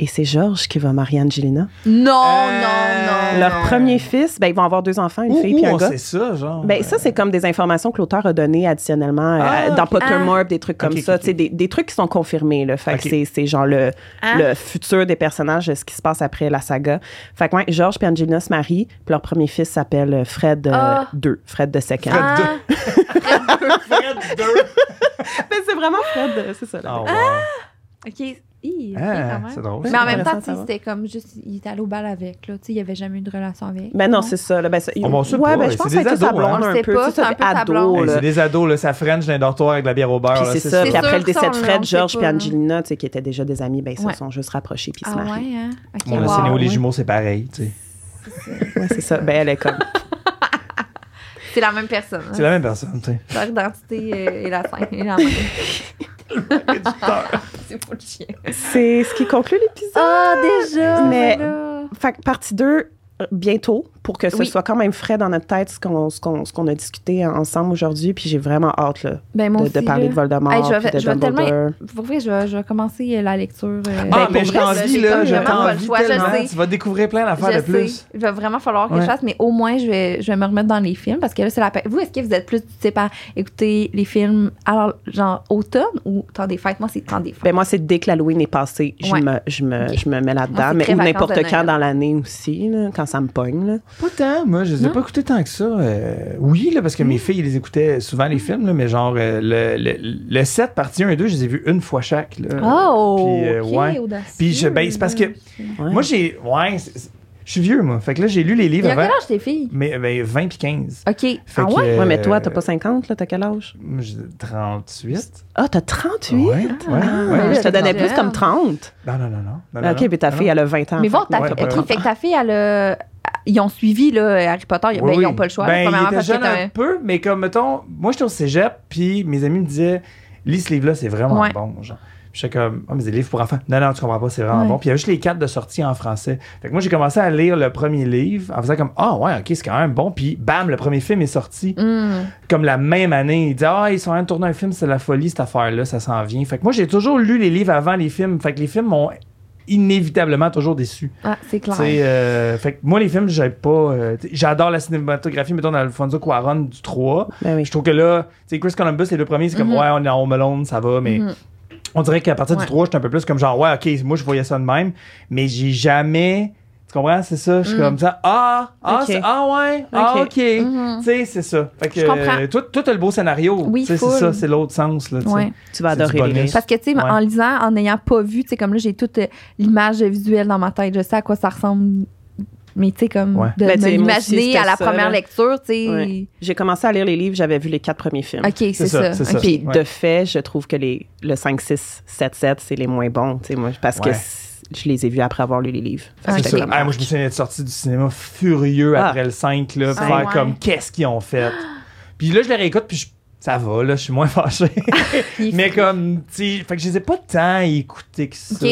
A: Et c'est Georges qui va marier Angelina.
B: Non,
C: Euh,
B: non, non.
A: Leur
B: non.
A: premier fils, ben, ils vont avoir deux enfants, une
C: Où,
A: fille
C: où
A: puis un
C: on
A: gars.
C: sait ça, genre?
A: Ben, ça, c'est comme des informations que l'auteur a données additionnellement euh,
C: Ah,
A: dans
C: ok.
A: Pottermore, des trucs comme
C: Ok,
A: ça.
C: ok,
A: tu sais,
C: ok.
A: Des, des trucs qui sont confirmés. Là. Fait
C: Ok.
A: que c'est- c'est genre le,
B: Ah.
A: le futur des personnages, ce qui se passe après la saga. Fait que, ouais, George et Angelina se marient, puis leur premier fils s'appelle euh, Fred euh,
B: Ah.
A: 2, Fred de Second.
C: Fred
B: Ah.
C: Fred deux.
A: Mais c'est vraiment Fred, euh, c'est ça. là.
C: Ah, wow.
B: OK. Hi, ok,
C: Ah,
B: quand même.
C: c'est drôle.
B: Mais en même
A: Intéressant
B: temps,
A: à
B: tu sais,
A: savoir.
B: c'était comme juste, il était allé au bal avec, là. Tu sais, il n'y avait jamais eu de relation avec.
A: Ben non, c'est ça. Là, ben, ça
C: On m'en sait
A: ouais,
C: pas,
A: ben, je
C: c'est
A: pense
C: des
A: que c'est
C: ados,
A: sa
C: hein.
A: blonde
B: On
A: un
B: sait
A: peu.
B: pas,
A: tu sais,
B: Ah. c'est un peu sa
A: ado,
B: blonde.
C: Hey,
A: là.
C: c'est des ados, là, ça French dans un dortoir avec de la bière au beurre.
A: Puis
C: là,
A: c'est ça.
B: c'est
A: Puis après le
B: sûr que
A: décès
B: ça,
A: de
B: on- on
A: Fred,
B: le sait
A: George puis
B: pas, hein.
A: Angelina, tu sais, qui étaient déjà des amis, ben, ils
B: Ouais.
A: se sont juste rapprochés puis ils
B: Ah
A: se marient.
B: ouais, hein? OK,
C: Bon, là,
B: wow.
C: c'est Néo les
A: ouais.
C: jumeaux, c'est pareil. tu sais.
A: Ouais, c'est ça. Ben, elle est comme.
B: C'est la même personne. hein.
C: C'est la même personne. tu sais.
B: Leur identité euh, est la scène. est la même. c'est pour le chien.
A: c'est ce qui conclut l'épisode.
B: Ah, déjà!
A: Mais-
B: là.
A: Fait que partie 2, euh, bientôt, pour que ce
B: Oui.
A: soit quand même frais dans notre tête ce qu'on ce qu'on- ce qu'on a discuté en- ensemble aujourd'hui. Puis j'ai vraiment hâte là,
B: Ben, moi
A: de,
B: aussi,
A: de parler
B: là.
A: de Voldemort
B: Hey, je vais-
A: puis de
B: je vais
A: Dumbledore.
B: Pour vrai, je vais, je vais commencer euh, la lecture. euh,
A: Ben,
C: Ah,
B: pour
C: mais je
B: vrai,
C: t'envie,
B: j'ai
C: là.
B: comme
C: Je
B: vraiment pas le
C: t'envie
B: choix, je sais.
C: tellement. Tu vas découvrir plein d'affaires de
B: je
C: plus.
B: sais. Il va vraiment falloir que je
C: Ouais.
B: fasse, mais au moins, je vais, je vais me remettre dans les films parce que là, c'est la pa- Vous, est-ce que vous êtes plus, tu sais, par écouter les films, alors, genre, automne ou temps des fêtes? Moi, c'est temps des fêtes.
A: Ben moi, c'est dès que l'Halloween est passé, je,
B: Ouais.
A: me, je, me,
B: Ok.
A: je me mets
B: Ah,
A: là-dedans.
B: c'est
A: Mais
B: très
A: ou
B: vacances de
A: n'importe
B: Noël.
A: quand dans l'année aussi, là, quand ça me pogne. là.
C: Pas tant, moi, je les ai
B: Non? Mm.
C: pas écoutés tant que ça. Euh, oui, là, parce que mes filles, ils les écoutaient souvent, les films, là, mais genre, euh, le, le, le 7, partie 1 et 2, je les ai vus une fois chaque. Là.
B: oh!
C: Puis, Ben, euh,
B: ok,
C: ouais.
B: audacieux,
C: Puis je- ben, c'est parce que-
B: là.
A: Ouais.
C: Moi, j'ai. Ouais, c'est- c'est- je suis vieux, moi. Fait que là, j'ai lu les
B: Il y
C: livres
B: a quel
C: avant.
B: âge tes filles?
C: Mais ben, 20 puis 15.
B: OK.
C: Fait
B: ah
C: que,
B: ouais?
C: euh,
A: Ouais, mais toi, t'as pas 50, là, t'as quel âge?
C: moi, j'ai 38.
A: Ah, t'as 38?
C: Ouais, ouais,
A: Ah,
C: ouais.
A: je te donnais plus
B: Jeune.
A: comme 30.
C: Non, non, non, non. non, non,
A: OK, puis ta
C: non,
A: fille, elle a 20 ans.
B: Mais bon,
A: Fait que
B: ta,
A: non,
C: ouais,
A: t'as pas
B: ok,
C: ouais.
B: fait que ta fille, elle a- ils ont suivi là, Harry Potter. Ben,
C: Oui,
B: Ils
C: oui.
B: n'ont pas le choix.
C: Ben,
B: premièrement,
C: il était
B: parce que
C: jeune
B: t'as-
C: un peu, mais comme, mettons, moi, j'étais au cégep, puis mes amis me disaient, lis ce livre-là, c'est vraiment
B: Ouais.
C: bon. Genre. Puis J'étais comme, ah, mais c'est des livres pour enfants. Non, non, tu comprends pas, c'est vraiment
B: Ouais.
C: bon. Puis il y a juste les quatre de sortie en français. Fait que moi, j'ai commencé à lire le premier livre en faisant comme, ah ouais, ok, c'est quand même bon. Puis bam, le premier film est sorti
B: Hmm.
C: comme la même année. Il dit Ah, ils sont en train de tourner un film, c'est la folie cette affaire-là, ça s'en vient. Fait que moi, j'ai toujours lu les livres avant les films. Fait que les films m'ont inévitablement toujours déçu.
B: Ah, c'est
C: Tu
B: clair.
C: sais, euh, fait que moi, les films, j'aime pas. euh, t'sais, J'adore la cinématographie, mettons, d'Alfonso Cuaron du 3.
A: Ben oui.
C: Je trouve que là, tu sais, Chris Columbus, les deux premiers, c'est comme Ouais, on est en Home Alone, ça va, mais.
B: Mhm.
C: On dirait qu'à partir
B: Ouais.
C: du 3, j'étais un peu plus comme genre, ouais, ok, moi je voyais ça de même, mais j'ai jamais. Tu comprends? C'est ça. Je suis
B: Mm.
C: comme ça. Ah, ah,
A: Ok.
C: c'est- ah ouais, ah,
A: Ok.
C: ok. Tu sais, c'est ça. Fait que,
B: Mhm. Je comprends.
C: euh, toi, toi, t'as le beau scénario.
B: Oui,
C: Tu sais,
B: full.
C: c'est ça, c'est l'autre sens. Là, tu sais.
B: Ouais. Ah,
A: Tu vas
C: C'est du
A: adorer les
C: bonus.
A: livres.
B: Parce que, tu sais,
C: Ouais.
B: en lisant, en n'ayant pas vu, tu sais, comme là, j'ai toute euh, l'image visuelle dans ma tête. Je sais à quoi ça ressemble. Mais, tu sais, comme
C: Ouais.
B: de
A: Ben, tu
B: me
A: sais, moi aussi,
B: l'imaginer
A: c'était
B: à la
A: ça,
B: première
A: là.
B: lecture, tu sais.
A: Ouais. J'ai commencé à lire les livres, j'avais vu les quatre premiers films.
B: OK, c'est
C: ça,
B: ça.
C: c'est ça.
B: OK.
A: Puis
C: Ouais.
A: de fait, je trouve que les, le 5, 6, 7, 7, c'est les moins bons, tu sais, moi, parce que
C: Ouais.
A: c- je les ai vus après avoir lu les livres. Fait que
B: C'est
C: C'est
A: j'étais
C: ça.
A: comme,
C: Ah, moi, je me souviens d'être sorti du cinéma furieux
A: Ah.
C: après le 5, là, pour
B: Ah,
C: faire
B: ouais.
C: comme qu'est-ce qu'ils ont fait. Puis là, je les réécoute, puis je- ça va, là, je suis moins fâché.
B: Il-
C: mais comme, tu sais, fait que je les ai pas tant écoutés que ça.
B: OK.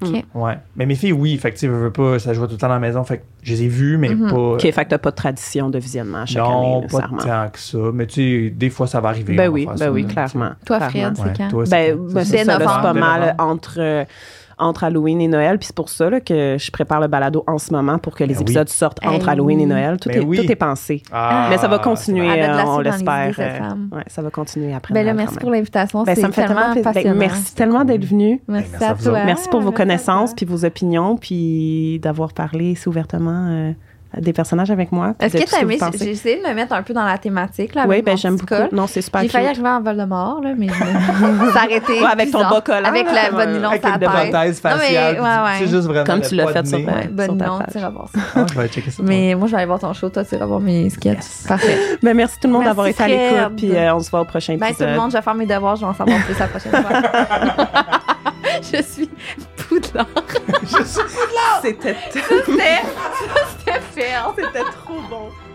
A: Hmm.
B: OK.
C: Ouais. Mais mes filles, oui, fait que tu sais, veux, veux pas, ça jouait tout le temps dans la maison, fait que je les ai vues, mais
B: Mhm.
C: pas.
A: OK, fait que t'as pas de tradition de visionnement à chaque
C: non,
A: année,
C: pas
A: nécessairement.
C: tant que ça. Mais tu sais, des fois, ça va arriver.
A: Ben
C: on va
A: oui,
C: faire
A: ben
C: ça,
A: oui,
C: là,
A: clairement.
B: Toi,
A: clairement.
B: Fred,
C: tu sais.
B: c'est
C: Ouais,
B: quand?
C: toi, c'est
A: Ben,
C: quand?
A: ben,
C: C'est
A: c'est ça, là, c'est pas
B: novembre.
A: mal entre, euh, entre Halloween et Noël. Puis c'est pour ça là, que je prépare le balado en ce moment pour que les
C: Ben oui.
A: épisodes sortent
B: Eh
A: entre Halloween et
B: oui.
A: Noël. Tout,
C: Ben
A: est,
C: oui.
A: tout est pensé.
C: Ah,
A: Mais ça va
C: c'est bon.
A: continuer,
B: Elle a de
A: euh,
B: la
A: on
B: suite dans les
A: l'espère.
B: idées, cette
A: euh,
B: femme.
A: ouais, ça va continuer après.
B: Ben là,
A: Noël,
B: merci
A: Ah, quand
B: pour
A: même.
B: l'invitation.
A: Ben,
B: c'est
A: ça me fait tellement
B: tellement
A: plaisir. Ben,
B: passionnant.
A: merci tellement d'être venu.
B: Merci
C: Ben, merci à
B: à
C: vous autres.
B: toi. Euh,
A: Merci pour vos
B: à
A: connaissances,
B: toi.
A: puis vos opinions, puis d'avoir parlé si ouvertement euh, des personnages avec moi. puis
B: Est-ce
A: de
B: que
A: tout ce
B: t'as
A: vous
B: aimé?
A: pensez.
B: J'ai essayé de me mettre un peu dans la thématique, là.
A: Oui,
B: avec
A: ben
B: mon
A: j'aime
B: petit col.
A: beaucoup. Non, c'est super
B: J'ai failli
A: cute.
B: arriver en Voldemort, là, mais je- ça a arrêté.
A: Ouais, avec ton
B: bizarre.
A: bas collant,
B: Avec
A: là,
B: la
A: comme
B: bonne
A: un-
B: nylon
C: Avec
B: sur
C: une
B: la tête.
C: prothèse faciale.
B: Non, mais- ouais, ouais.
C: C'est juste vraiment.
A: Comme
C: le
A: tu l'as
C: poids
A: fait
C: de
A: sur
C: nez.
A: ta-
B: Ouais, bonne
A: sur ta
B: nylon,
A: page.
B: tu iras voir ça.
C: Ah, je vais checker ça.
B: Mais moi, je vais aller voir ton show, toi, tu iras voir mes sketchs. Parfait.
A: Ben, merci tout le monde
B: Merci,
A: d'avoir été à
B: Fred.
A: l'écoute, puis euh, on se voit au prochain
B: Ben,
A: épisode.
B: tout le monde, je vais faire mes devoirs, je vais en savoir plus la prochaine fois. je suis poudlard.
C: Je sais.
A: C'était
B: C'était, c'était Pearl.
A: c'était trop bon.